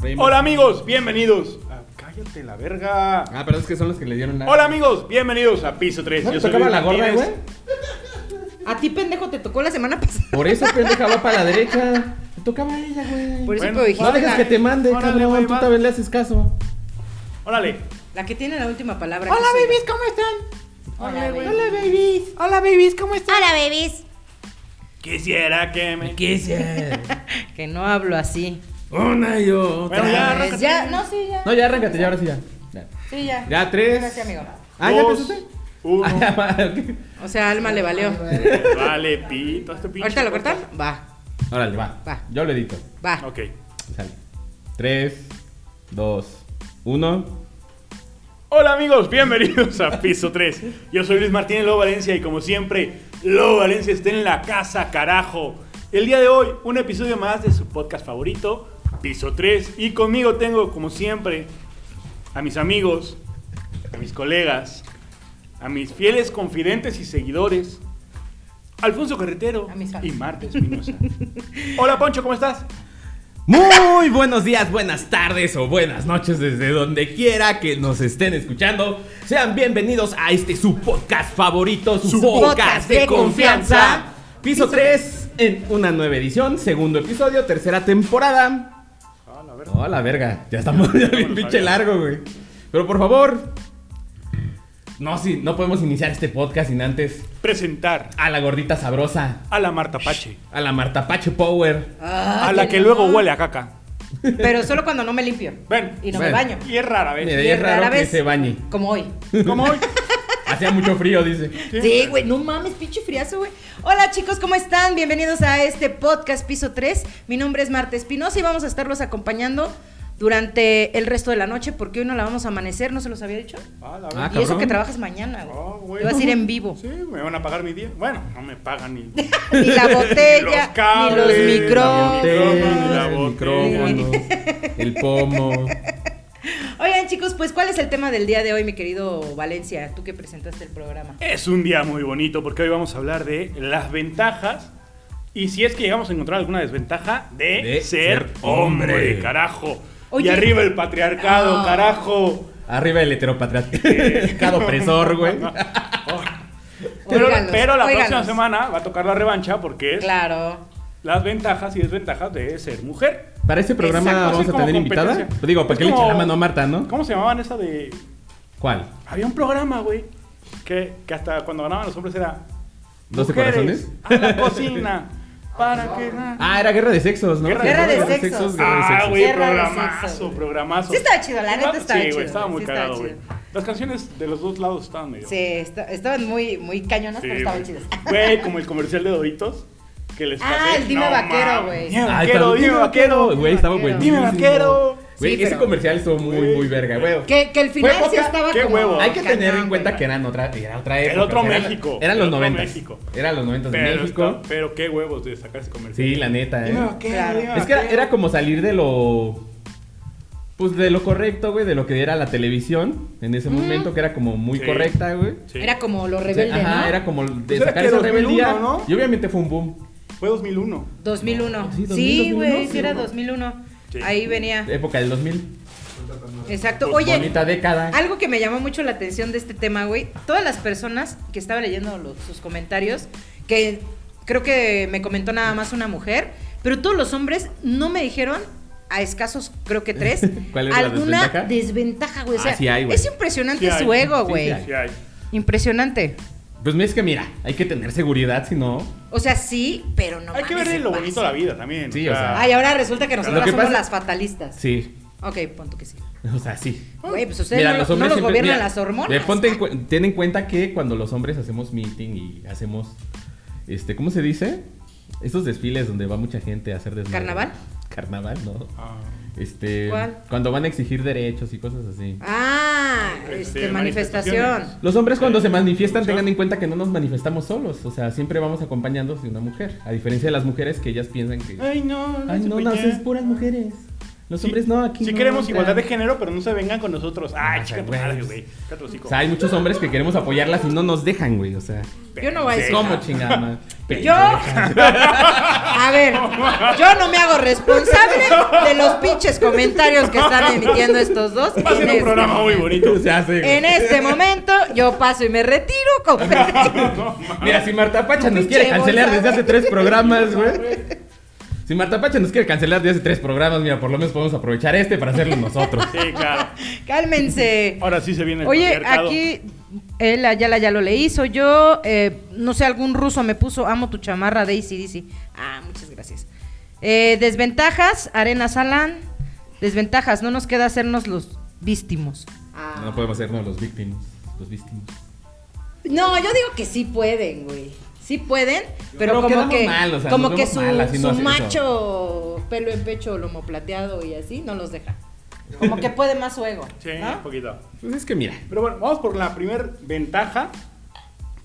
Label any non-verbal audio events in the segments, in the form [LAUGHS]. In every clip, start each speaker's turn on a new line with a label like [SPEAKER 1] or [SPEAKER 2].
[SPEAKER 1] Raymond.
[SPEAKER 2] Hola amigos, bienvenidos. a- cállate la verga.
[SPEAKER 1] Ah, pero es que son los que le dieron la.
[SPEAKER 2] Hola amigos, bienvenidos a Piso 3.
[SPEAKER 1] ¿No te tocaba la gorda, güey?
[SPEAKER 3] A ti, pendejo, te tocó la semana pasada.
[SPEAKER 1] Por eso pendeja va para la derecha. Te tocaba a ella, güey.
[SPEAKER 3] Por eso
[SPEAKER 2] Bueno,
[SPEAKER 3] te dije.
[SPEAKER 1] No dejes que te mande,
[SPEAKER 2] Órale,
[SPEAKER 1] cabrón.
[SPEAKER 2] güey,
[SPEAKER 1] Tú
[SPEAKER 2] va.
[SPEAKER 1] también le haces caso.
[SPEAKER 2] Órale.
[SPEAKER 3] La que tiene la última palabra.
[SPEAKER 4] Hola,
[SPEAKER 3] que soy
[SPEAKER 4] babies, ¿cómo están?
[SPEAKER 3] yo. Hola, baby.
[SPEAKER 4] Hola, babies. Hola, babies, ¿cómo están?
[SPEAKER 5] Hola, babies.
[SPEAKER 2] Quisiera que me.
[SPEAKER 3] Que no hablo así.
[SPEAKER 1] Una y otra.
[SPEAKER 2] Bueno, ya,
[SPEAKER 3] Pues ya, no, sí, ya.
[SPEAKER 1] No, ya arráncate, ya ahora sí, ya. Ya,
[SPEAKER 3] Sí, ya.
[SPEAKER 1] Ya, tres.
[SPEAKER 3] Gracias, amigo.
[SPEAKER 1] Ah, ya
[SPEAKER 2] dos,
[SPEAKER 1] empezaste. [LAUGHS]
[SPEAKER 2] Uno.
[SPEAKER 1] Ah, ya, madre, ok.
[SPEAKER 3] O sea, Alma le valió.
[SPEAKER 2] Vale, pito. este pinche
[SPEAKER 3] ¿Ahorita lo cortan?
[SPEAKER 2] podcast.
[SPEAKER 3] Va,
[SPEAKER 1] Órale, va.
[SPEAKER 3] Va.
[SPEAKER 1] Yo lo edito.
[SPEAKER 3] va.
[SPEAKER 2] Ok.
[SPEAKER 1] Sale. Tres, dos, uno.
[SPEAKER 2] Hola amigos, bienvenidos a Piso 3. Yo soy Luis Martínez Lobo Valencia y como siempre, Lobo Valencia está en la casa, carajo. El día de hoy, un episodio más de su podcast favorito, Piso 3. Y conmigo tengo, como siempre, a mis amigos, a mis colegas, a mis fieles confidentes y seguidores, Alfonso Carretero
[SPEAKER 3] A mis fans.
[SPEAKER 2] y Marta Espinosa. Hola Poncho, ¿cómo estás?
[SPEAKER 1] Muy buenos días, buenas tardes o buenas noches desde donde quiera que nos estén escuchando. Sean bienvenidos a este su podcast favorito, su,
[SPEAKER 2] Su
[SPEAKER 1] podcast,
[SPEAKER 3] podcast
[SPEAKER 1] de
[SPEAKER 3] de
[SPEAKER 1] confianza.
[SPEAKER 3] confianza.
[SPEAKER 1] Piso 3 en una nueva edición, segundo episodio, tercera temporada. Oh, la verga. Ya estamos [LAUGHS] ya bien
[SPEAKER 2] lo
[SPEAKER 1] pinche
[SPEAKER 2] sabía.
[SPEAKER 1] largo, güey. Pero por favor, no, si, no podemos iniciar este podcast sin antes
[SPEAKER 2] Presentar
[SPEAKER 1] a la gordita sabrosa,
[SPEAKER 2] a la Marta Pache,
[SPEAKER 1] a la Marta Pache Power.
[SPEAKER 3] Ah,
[SPEAKER 2] a la
[SPEAKER 3] qué
[SPEAKER 2] que luego
[SPEAKER 3] no.
[SPEAKER 2] huele a caca.
[SPEAKER 3] Pero solo cuando no me limpio.
[SPEAKER 2] Ven.
[SPEAKER 3] Y no
[SPEAKER 1] Ven.
[SPEAKER 3] me baño.
[SPEAKER 2] Y es rara, ¿ves?
[SPEAKER 1] Mira,
[SPEAKER 3] Y
[SPEAKER 1] ya es
[SPEAKER 3] es
[SPEAKER 1] raro
[SPEAKER 3] rara
[SPEAKER 1] que
[SPEAKER 3] vez.
[SPEAKER 1] se bañe.
[SPEAKER 3] Como hoy.
[SPEAKER 2] Como
[SPEAKER 3] [LAUGHS]
[SPEAKER 2] hoy.
[SPEAKER 1] Hacía mucho frío, dice.
[SPEAKER 3] Sí, güey, no mames, pinche friazo, güey. Hola chicos, ¿cómo están? Bienvenidos a este podcast Piso 3. Mi nombre es Marta Espinosa y vamos a estarlos acompañando durante el resto de la noche porque hoy no la vamos a amanecer, ¿no se los había dicho?
[SPEAKER 2] Ah, la
[SPEAKER 1] Ah,
[SPEAKER 2] verdad.
[SPEAKER 3] y eso
[SPEAKER 1] cabrón.
[SPEAKER 3] que trabajas mañana, güey.
[SPEAKER 2] Ah, güey.
[SPEAKER 3] Te vas a ir en vivo.
[SPEAKER 2] Sí, me van a pagar mi día. Bueno, no me pagan ni.
[SPEAKER 3] [LAUGHS]
[SPEAKER 2] [LAUGHS]
[SPEAKER 3] Ni la botella, ni los
[SPEAKER 2] cables, ni la
[SPEAKER 3] micrófonos.
[SPEAKER 2] botella,
[SPEAKER 1] el
[SPEAKER 2] el
[SPEAKER 1] micrófono,
[SPEAKER 2] micrófono,
[SPEAKER 1] el pomo.
[SPEAKER 3] Oigan chicos, pues ¿cuál es el tema del día de hoy, mi querido Valencia? Tú que presentaste el programa.
[SPEAKER 2] Es un día muy bonito porque hoy vamos a hablar de las ventajas y si es que llegamos a encontrar alguna desventaja de,
[SPEAKER 1] De
[SPEAKER 2] ser
[SPEAKER 1] ser
[SPEAKER 2] hombre,
[SPEAKER 1] hombre.
[SPEAKER 2] carajo. Y
[SPEAKER 3] Oye.
[SPEAKER 2] arriba el patriarcado,
[SPEAKER 3] Ah.
[SPEAKER 2] carajo.
[SPEAKER 1] Arriba el [LAUGHS] heteropatriarcado opresor, güey.
[SPEAKER 2] Pero,
[SPEAKER 3] Óiganlos,
[SPEAKER 2] pero la
[SPEAKER 3] óiganlos.
[SPEAKER 2] próxima semana va a tocar la revancha porque es
[SPEAKER 3] Claro.
[SPEAKER 2] las ventajas y desventajas de ser mujer.
[SPEAKER 1] Para este programa
[SPEAKER 2] Exacto,
[SPEAKER 1] vamos
[SPEAKER 2] así
[SPEAKER 1] a
[SPEAKER 2] como
[SPEAKER 1] tener invitada. Pues
[SPEAKER 2] competencia.
[SPEAKER 1] Digo, ¿para
[SPEAKER 2] Es
[SPEAKER 1] qué le echar
[SPEAKER 2] como-
[SPEAKER 1] la mano a Marta, no?
[SPEAKER 2] ¿Cómo se llamaban esa de
[SPEAKER 1] ¿Cuál?
[SPEAKER 2] Había un programa, güey, que, que hasta cuando ganaban los hombres era...
[SPEAKER 1] ¿Doce
[SPEAKER 2] "Mujeres,
[SPEAKER 1] corazones?
[SPEAKER 2] A la cocina. para que... na-".
[SPEAKER 1] Ah, era guerra de sexos, ¿no?
[SPEAKER 2] Guerra
[SPEAKER 3] de sexos.
[SPEAKER 1] guerra de
[SPEAKER 2] Ah,
[SPEAKER 1] sexos.
[SPEAKER 2] güey,
[SPEAKER 3] Guerra de sexo,
[SPEAKER 2] programazo,
[SPEAKER 3] güey.
[SPEAKER 2] programazo. Ah,
[SPEAKER 3] Sí estaba chido, la neta estaba
[SPEAKER 2] Sí,
[SPEAKER 3] chido,
[SPEAKER 2] güey, estaba
[SPEAKER 3] güey,
[SPEAKER 2] muy
[SPEAKER 3] sí estaba
[SPEAKER 2] cagado, güey.
[SPEAKER 3] chido.
[SPEAKER 2] Las canciones de los dos lados estaban medio...
[SPEAKER 3] Sí, esta- estaban muy, muy cañonas,
[SPEAKER 2] Sí,
[SPEAKER 3] pero estaban
[SPEAKER 2] güey.
[SPEAKER 3] chidas.
[SPEAKER 2] [LAUGHS] Güey, como el comercial de Doritos que les
[SPEAKER 3] Ah,
[SPEAKER 2] pasé.
[SPEAKER 3] el Dime Vaquero,
[SPEAKER 2] mames.
[SPEAKER 3] güey.
[SPEAKER 2] Dime
[SPEAKER 1] Ay,
[SPEAKER 2] vaquero,
[SPEAKER 1] también,
[SPEAKER 2] dime vaquero.
[SPEAKER 1] Güey, estaba
[SPEAKER 3] Dime
[SPEAKER 1] bueno.
[SPEAKER 2] vaquero. Dime vaquero.
[SPEAKER 1] Güey,
[SPEAKER 3] Sí,
[SPEAKER 1] ese
[SPEAKER 3] pero-
[SPEAKER 1] comercial estuvo muy,
[SPEAKER 2] Güey.
[SPEAKER 1] muy verga, güey.
[SPEAKER 3] Que, que el
[SPEAKER 1] Fue
[SPEAKER 3] final sí
[SPEAKER 1] poca-
[SPEAKER 3] estaba
[SPEAKER 2] qué
[SPEAKER 3] como...
[SPEAKER 2] huevo.
[SPEAKER 1] Hay que
[SPEAKER 3] cañón,
[SPEAKER 1] tener en cuenta
[SPEAKER 3] güey.
[SPEAKER 1] que eran otra, era otra
[SPEAKER 2] Era
[SPEAKER 1] época.
[SPEAKER 2] otro
[SPEAKER 1] o sea, eran-
[SPEAKER 2] México,
[SPEAKER 1] Eran
[SPEAKER 2] era
[SPEAKER 1] los
[SPEAKER 2] otro
[SPEAKER 1] 90.
[SPEAKER 2] México.
[SPEAKER 1] Eran los 90 de
[SPEAKER 2] Pero,
[SPEAKER 1] México.
[SPEAKER 2] está- pero qué huevos de sacar ese comercial.
[SPEAKER 1] Sí, la neta, eh.
[SPEAKER 2] Dime vaquero,
[SPEAKER 3] Claro.
[SPEAKER 2] dime
[SPEAKER 1] Es que era,
[SPEAKER 2] vaquero.
[SPEAKER 1] era como salir de lo. Pues de lo correcto, güey, de lo que era la televisión en ese momento, que era como muy
[SPEAKER 2] Sí.
[SPEAKER 1] correcta, güey.
[SPEAKER 2] Sí.
[SPEAKER 3] Era como lo
[SPEAKER 1] O sea,
[SPEAKER 3] rebelde,
[SPEAKER 1] ajá,
[SPEAKER 3] ¿no?
[SPEAKER 1] era como de
[SPEAKER 2] Pues era
[SPEAKER 1] sacar
[SPEAKER 2] que
[SPEAKER 1] esa
[SPEAKER 2] 2001,
[SPEAKER 1] rebeldía.
[SPEAKER 2] ¿no?
[SPEAKER 1] Y obviamente fue un boom.
[SPEAKER 2] Fue 2001.
[SPEAKER 3] 2001.
[SPEAKER 1] Sí, 2000,
[SPEAKER 3] Sí,
[SPEAKER 1] 2001,
[SPEAKER 3] güey, sí,
[SPEAKER 1] sí,
[SPEAKER 3] era
[SPEAKER 1] ¿no?
[SPEAKER 3] 2001.
[SPEAKER 2] Sí.
[SPEAKER 3] Ahí venía.
[SPEAKER 1] Época del 2000.
[SPEAKER 3] Exacto. Ah. Oye,
[SPEAKER 1] pues, Bonita década.
[SPEAKER 3] algo que me llamó mucho la atención de este tema, güey. Todas las personas que estaba leyendo los- sus comentarios, que creo que me comentó nada más una mujer, pero todos los hombres no me dijeron a escasos, creo que tres,
[SPEAKER 1] [LAUGHS] ¿Cuál es la
[SPEAKER 3] alguna
[SPEAKER 1] desventaja?
[SPEAKER 3] desventaja, güey. O
[SPEAKER 1] Ah,
[SPEAKER 3] sea,
[SPEAKER 1] sí hay, güey.
[SPEAKER 3] es impresionante
[SPEAKER 2] Sí hay.
[SPEAKER 3] su ego,
[SPEAKER 1] Sí,
[SPEAKER 3] güey.
[SPEAKER 1] sí hay.
[SPEAKER 2] Sí, hay.
[SPEAKER 3] impresionante.
[SPEAKER 1] Pues es que mira, hay que tener seguridad, si no.
[SPEAKER 3] O sea, sí, pero no
[SPEAKER 2] Hay que
[SPEAKER 3] mames,
[SPEAKER 2] ver
[SPEAKER 3] se
[SPEAKER 2] lo bonito de la vida también.
[SPEAKER 1] Sí, o sea.
[SPEAKER 3] Ay, ahora resulta que nosotros
[SPEAKER 1] que
[SPEAKER 3] somos
[SPEAKER 1] pasa-
[SPEAKER 3] las fatalistas.
[SPEAKER 1] Sí.
[SPEAKER 3] Ok, punto que sí.
[SPEAKER 2] Ah.
[SPEAKER 1] O sea, sí.
[SPEAKER 3] Güey, pues ustedes no,
[SPEAKER 1] los
[SPEAKER 3] no
[SPEAKER 1] hombres
[SPEAKER 3] los
[SPEAKER 1] siempre-
[SPEAKER 3] gobiernan
[SPEAKER 1] mira,
[SPEAKER 3] las hormonas.
[SPEAKER 1] eh, ponte en cu- ten en cuenta que cuando los hombres hacemos meeting y hacemos, este, ¿cómo se dice? Estos desfiles donde va mucha gente a hacer desmadre.
[SPEAKER 3] ¿Carnaval?
[SPEAKER 1] Carnaval, no.
[SPEAKER 2] Ah.
[SPEAKER 1] Este,
[SPEAKER 3] ¿Cuál?
[SPEAKER 1] Cuando van a exigir derechos y cosas así.
[SPEAKER 3] Ah,
[SPEAKER 2] Este,
[SPEAKER 3] este,
[SPEAKER 2] manifestaciones.
[SPEAKER 3] manifestación.
[SPEAKER 1] Los hombres cuando se manifestan
[SPEAKER 2] Mucho.
[SPEAKER 1] tengan en cuenta que no nos manifestamos solos, o sea, siempre vamos acompañándonos de una mujer, a diferencia de las mujeres que ellas piensan que
[SPEAKER 2] Ay, Ah, no.
[SPEAKER 1] ay no,
[SPEAKER 2] se
[SPEAKER 1] no,
[SPEAKER 2] puede.
[SPEAKER 1] es puras mujeres. Los
[SPEAKER 2] Sí,
[SPEAKER 1] hombres no, aquí
[SPEAKER 2] Sí
[SPEAKER 1] no.
[SPEAKER 2] queremos igualdad de
[SPEAKER 3] claro.
[SPEAKER 2] género, pero no se vengan con nosotros. Ay,
[SPEAKER 1] Ah,
[SPEAKER 2] chica tu
[SPEAKER 1] güey.
[SPEAKER 2] madre, güey. Chica tu hocico.
[SPEAKER 1] O sea, hay muchos hombres que queremos apoyarlas y no nos dejan, güey. O sea,
[SPEAKER 3] Yo no voy a decir
[SPEAKER 2] Pendeja.
[SPEAKER 1] ¿cómo chingada madre?
[SPEAKER 3] Yo, a
[SPEAKER 2] [LAUGHS]
[SPEAKER 3] ver, yo no me hago responsable de los pinches comentarios que están emitiendo estos dos.
[SPEAKER 2] Va a ser
[SPEAKER 3] en
[SPEAKER 2] un
[SPEAKER 3] este
[SPEAKER 2] programa muy bonito.
[SPEAKER 3] momento.
[SPEAKER 1] [LAUGHS] [LAUGHS] O sea, sí, güey.
[SPEAKER 3] En este momento yo paso y me retiro
[SPEAKER 2] [LAUGHS]
[SPEAKER 3] con
[SPEAKER 1] Mira, si Marta Pacha
[SPEAKER 3] Tu
[SPEAKER 1] nos
[SPEAKER 3] pinche
[SPEAKER 1] quiere cancelar
[SPEAKER 3] bolsa,
[SPEAKER 1] desde hace
[SPEAKER 3] güey.
[SPEAKER 1] tres programas,
[SPEAKER 2] [LAUGHS]
[SPEAKER 1] güey. Si Marta Pacha nos quiere cancelar desde hace tres programas, mira, por lo menos podemos aprovechar este para hacerlo nosotros.
[SPEAKER 2] Sí, claro.
[SPEAKER 3] [LAUGHS] Cálmense.
[SPEAKER 2] Ahora sí se viene el
[SPEAKER 3] Oye,
[SPEAKER 2] patriarcado.
[SPEAKER 3] aquí él Ayala ya lo leí, hizo yo, eh, no sé, algún ruso me puso, amo tu chamarra de ACDC. Ah, muchas gracias. Eh, desventajas, Arena Salán. Desventajas, no nos queda hacernos los víctimos.
[SPEAKER 1] No podemos hacernos los víctimas. Los víctimas.
[SPEAKER 3] No, yo digo que sí pueden, güey. Sí pueden,
[SPEAKER 1] creo
[SPEAKER 3] pero
[SPEAKER 1] que
[SPEAKER 3] como
[SPEAKER 1] damos
[SPEAKER 3] que,
[SPEAKER 1] mal, o sea,
[SPEAKER 3] como
[SPEAKER 1] nos
[SPEAKER 3] que
[SPEAKER 1] vemos
[SPEAKER 3] su,
[SPEAKER 1] mal haciendo
[SPEAKER 3] su
[SPEAKER 1] eso.
[SPEAKER 3] macho pelo en pecho lomo plateado y así no los deja. Como que puede más su ego.
[SPEAKER 2] Sí,
[SPEAKER 3] ¿no?
[SPEAKER 2] un poquito.
[SPEAKER 1] Pues es que mira.
[SPEAKER 2] Pero bueno, vamos por la primera ventaja,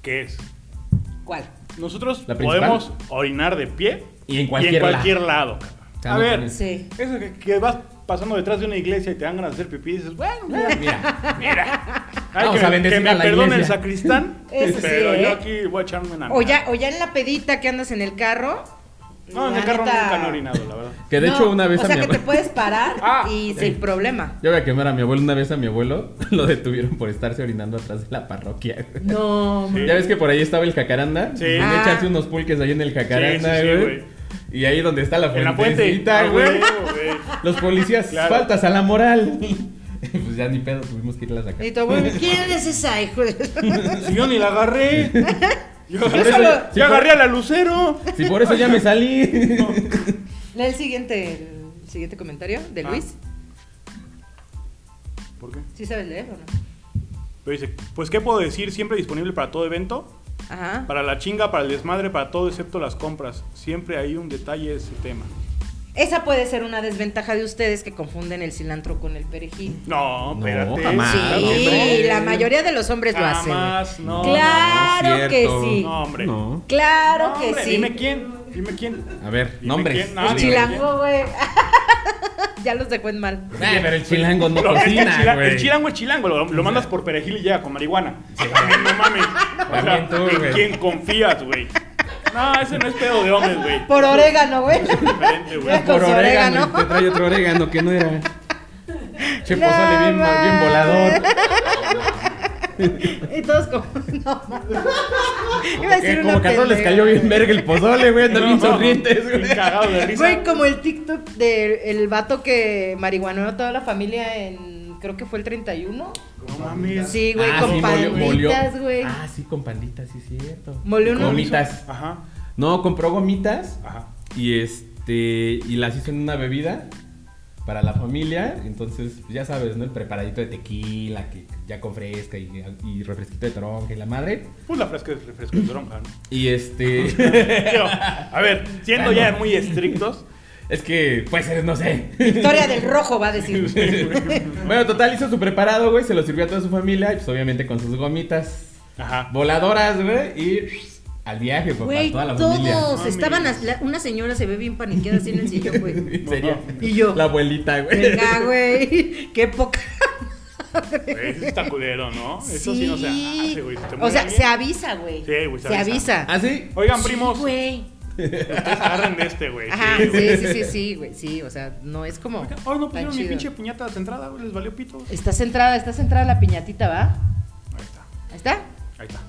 [SPEAKER 2] que es
[SPEAKER 3] ¿Cuál?
[SPEAKER 2] nosotros
[SPEAKER 1] La principal.
[SPEAKER 2] podemos orinar de pie
[SPEAKER 1] Y en cualquier lado.
[SPEAKER 2] cualquier lado.
[SPEAKER 1] sea,
[SPEAKER 2] A
[SPEAKER 1] no
[SPEAKER 2] ver,
[SPEAKER 1] tienes-
[SPEAKER 3] Sí.
[SPEAKER 2] eso que, que vas pasando detrás de una iglesia y te dan ganas de hacer pipí y dices, bueno, mira,
[SPEAKER 1] Mira,
[SPEAKER 2] mira.
[SPEAKER 1] Vamos
[SPEAKER 2] que
[SPEAKER 1] a
[SPEAKER 2] me-
[SPEAKER 1] bendecir
[SPEAKER 2] que me
[SPEAKER 1] a la
[SPEAKER 2] perdone el
[SPEAKER 1] iglesia.
[SPEAKER 3] [LAUGHS]
[SPEAKER 2] sacristán,
[SPEAKER 3] Eso sí,
[SPEAKER 2] pero
[SPEAKER 3] ¿eh?
[SPEAKER 2] yo aquí voy a echarme una
[SPEAKER 3] O ya, o ya en la pedita que andas en el carro.
[SPEAKER 2] No, en
[SPEAKER 3] la
[SPEAKER 2] el carro
[SPEAKER 3] neta-
[SPEAKER 2] nunca he orinado, la verdad.
[SPEAKER 1] que de
[SPEAKER 3] No,
[SPEAKER 1] hecho una vez
[SPEAKER 3] O
[SPEAKER 1] a
[SPEAKER 3] sea
[SPEAKER 1] mi
[SPEAKER 3] que te
[SPEAKER 1] abuelo.
[SPEAKER 3] puedes parar
[SPEAKER 2] [LAUGHS] Ah,
[SPEAKER 3] y sin problema.
[SPEAKER 1] Yo voy a quemar a mi abuelo una vez a mi abuelo. [LAUGHS] Lo detuvieron por estarse orinando atrás de la parroquia. güey.
[SPEAKER 3] No.
[SPEAKER 2] Sí.
[SPEAKER 1] Ya ves que por ahí estaba el jacaranda.
[SPEAKER 2] Sí.
[SPEAKER 1] Sí.
[SPEAKER 3] Ah.
[SPEAKER 1] Echarse unos pulques ahí en el jacaranda,
[SPEAKER 2] Sí, sí, sí,
[SPEAKER 1] güey.
[SPEAKER 2] güey.
[SPEAKER 1] y ahí donde está la
[SPEAKER 2] En la fuente.
[SPEAKER 1] fuentecita,
[SPEAKER 2] Ah,
[SPEAKER 1] güey.
[SPEAKER 2] güey.
[SPEAKER 1] [LAUGHS] Los policías,
[SPEAKER 2] Claro.
[SPEAKER 1] faltas a la moral. [LAUGHS] pues ya ni pedo, tuvimos que irla a sacar.
[SPEAKER 3] Y
[SPEAKER 1] [LAUGHS]
[SPEAKER 3] tu abuelo, ¿quién es esa, hijo de-
[SPEAKER 2] Si yo ni la agarré.
[SPEAKER 1] [LAUGHS]
[SPEAKER 2] Yo, agarré-
[SPEAKER 1] solo-
[SPEAKER 2] yo
[SPEAKER 1] sí,
[SPEAKER 2] agarré a la lucero.
[SPEAKER 1] Si por eso ya me salí.
[SPEAKER 3] Lee el siguiente, el siguiente comentario de
[SPEAKER 2] Ah.
[SPEAKER 3] Luis.
[SPEAKER 2] ¿Por qué?
[SPEAKER 3] ¿Sí sabes leer o no?
[SPEAKER 2] Pero dice, pues qué puedo decir, siempre disponible para todo evento,
[SPEAKER 3] Ajá.
[SPEAKER 2] para la chinga, para el desmadre, para todo excepto las compras. Siempre hay un detalle de ese tema.
[SPEAKER 3] Esa puede ser una desventaja de ustedes que confunden el cilantro con el perejil.
[SPEAKER 2] No,
[SPEAKER 1] No,
[SPEAKER 2] espérate.
[SPEAKER 1] jamás. Ah,
[SPEAKER 3] sí,
[SPEAKER 2] hombre.
[SPEAKER 3] la mayoría de los hombres lo hacen.
[SPEAKER 2] Jamás, [LAUGHS] no.
[SPEAKER 3] claro
[SPEAKER 1] es
[SPEAKER 3] que
[SPEAKER 1] cierto.
[SPEAKER 3] sí.
[SPEAKER 2] No, hombre.
[SPEAKER 1] No.
[SPEAKER 3] Claro
[SPEAKER 2] No,
[SPEAKER 3] que
[SPEAKER 2] hombre,
[SPEAKER 3] sí.
[SPEAKER 2] Dime quién, dime quién.
[SPEAKER 1] A ver,
[SPEAKER 2] Dime
[SPEAKER 1] nombres.
[SPEAKER 2] quién, Ah,
[SPEAKER 3] El
[SPEAKER 2] nadie.
[SPEAKER 3] chilango, güey. [LAUGHS] ya los dejó en mal.
[SPEAKER 1] Eh, pero el chilango
[SPEAKER 2] [LAUGHS]
[SPEAKER 1] no
[SPEAKER 2] Lo- es que el,
[SPEAKER 1] cocina,
[SPEAKER 2] chila-
[SPEAKER 1] güey.
[SPEAKER 2] el chilango es chilango, lo, lo mandas por perejil y llega con marihuana. También, no mames. O sea,
[SPEAKER 1] También tú,
[SPEAKER 2] ¿En
[SPEAKER 1] güey.
[SPEAKER 2] quién confías, güey? No, ese no es pedo de hombres, güey.
[SPEAKER 3] Por orégano, güey. [LAUGHS]
[SPEAKER 2] Diferente,
[SPEAKER 1] Por
[SPEAKER 2] güey.
[SPEAKER 3] con su
[SPEAKER 1] orégano.
[SPEAKER 3] orégano.
[SPEAKER 1] y Te trae otro orégano que no era. Che,
[SPEAKER 3] No
[SPEAKER 1] pozole bien, bien
[SPEAKER 3] mames.
[SPEAKER 1] volador.
[SPEAKER 3] Y todos como. [LAUGHS] No, Iba a decir
[SPEAKER 1] Que
[SPEAKER 3] una
[SPEAKER 1] como que a todos les
[SPEAKER 3] pendeja.
[SPEAKER 1] cayó bien verga el pozole, güey. Andan bien
[SPEAKER 2] No,
[SPEAKER 1] sonrientes, güey.
[SPEAKER 2] bien cagado de risa.
[SPEAKER 3] Güey, como el TikTok del el vato que marihuanó a toda la familia en. Creo que fue el 31.
[SPEAKER 2] No mames.
[SPEAKER 3] Sí, güey,
[SPEAKER 1] Ah,
[SPEAKER 3] con
[SPEAKER 1] sí, molió- molió.
[SPEAKER 3] panditas, güey.
[SPEAKER 1] Ah, sí, con panditas, sí, es cierto.
[SPEAKER 3] Molió unos-
[SPEAKER 1] Gomitas.
[SPEAKER 2] Ajá,
[SPEAKER 1] No, compró gomitas.
[SPEAKER 2] ajá.
[SPEAKER 1] Y este. Y las hizo en una bebida para la familia. Entonces, pues, ya sabes, ¿no? El preparadito de tequila, que ya con fresca y, y refresquito de toronja y la madre.
[SPEAKER 2] Pues la fresca es refresco de tronca, ¿no?
[SPEAKER 1] Y este. [LAUGHS]
[SPEAKER 2] Digo, a ver, siendo
[SPEAKER 1] Bueno.
[SPEAKER 2] ya
[SPEAKER 1] [LAUGHS]
[SPEAKER 2] muy estrictos,
[SPEAKER 1] es que, pues, eh, no sé. [LAUGHS]
[SPEAKER 3] Victoria del Rojo va a decir.
[SPEAKER 1] bueno, total, hizo su preparado, güey. Se lo sirvió a toda su familia. Y pues, obviamente, con sus gomitas
[SPEAKER 2] ajá.
[SPEAKER 1] voladoras, güey. Y al viaje, papá,
[SPEAKER 3] Güey,
[SPEAKER 1] toda la familia.
[SPEAKER 3] todos
[SPEAKER 2] Mami.
[SPEAKER 3] estaban. as- la- una señora se ve bien paniqueada así en el sillón, güey.
[SPEAKER 1] [LAUGHS] En serio.
[SPEAKER 3] Y yo.
[SPEAKER 1] La abuelita, güey.
[SPEAKER 3] Venga, güey. Qué poca.
[SPEAKER 2] Güey, Eso está culero, ¿no? Eso sí, no se hace, güey. se te
[SPEAKER 3] O
[SPEAKER 2] muere
[SPEAKER 3] sea,
[SPEAKER 2] alguien.
[SPEAKER 3] se avisa, güey.
[SPEAKER 2] Sí, güey, se
[SPEAKER 3] Se
[SPEAKER 2] avisa.
[SPEAKER 3] avisa.
[SPEAKER 1] [LAUGHS] ¿Ah, sí?
[SPEAKER 2] Oigan,
[SPEAKER 3] Sí,
[SPEAKER 2] primos,
[SPEAKER 3] güey.
[SPEAKER 2] ustedes agarren de este, güey.
[SPEAKER 3] Ajá,
[SPEAKER 2] sí, güey.
[SPEAKER 3] sí, sí, sí, sí, güey. Sí, o sea, no es como.
[SPEAKER 2] Hoy no
[SPEAKER 3] tan
[SPEAKER 2] pusieron mi
[SPEAKER 3] chido.
[SPEAKER 2] pinche puñata de entrada, güey. Les valió pito. Ahí
[SPEAKER 3] Está centrada, está centrada la piñatita, ¿va?
[SPEAKER 2] está,
[SPEAKER 3] Ahí está.
[SPEAKER 2] ahí está.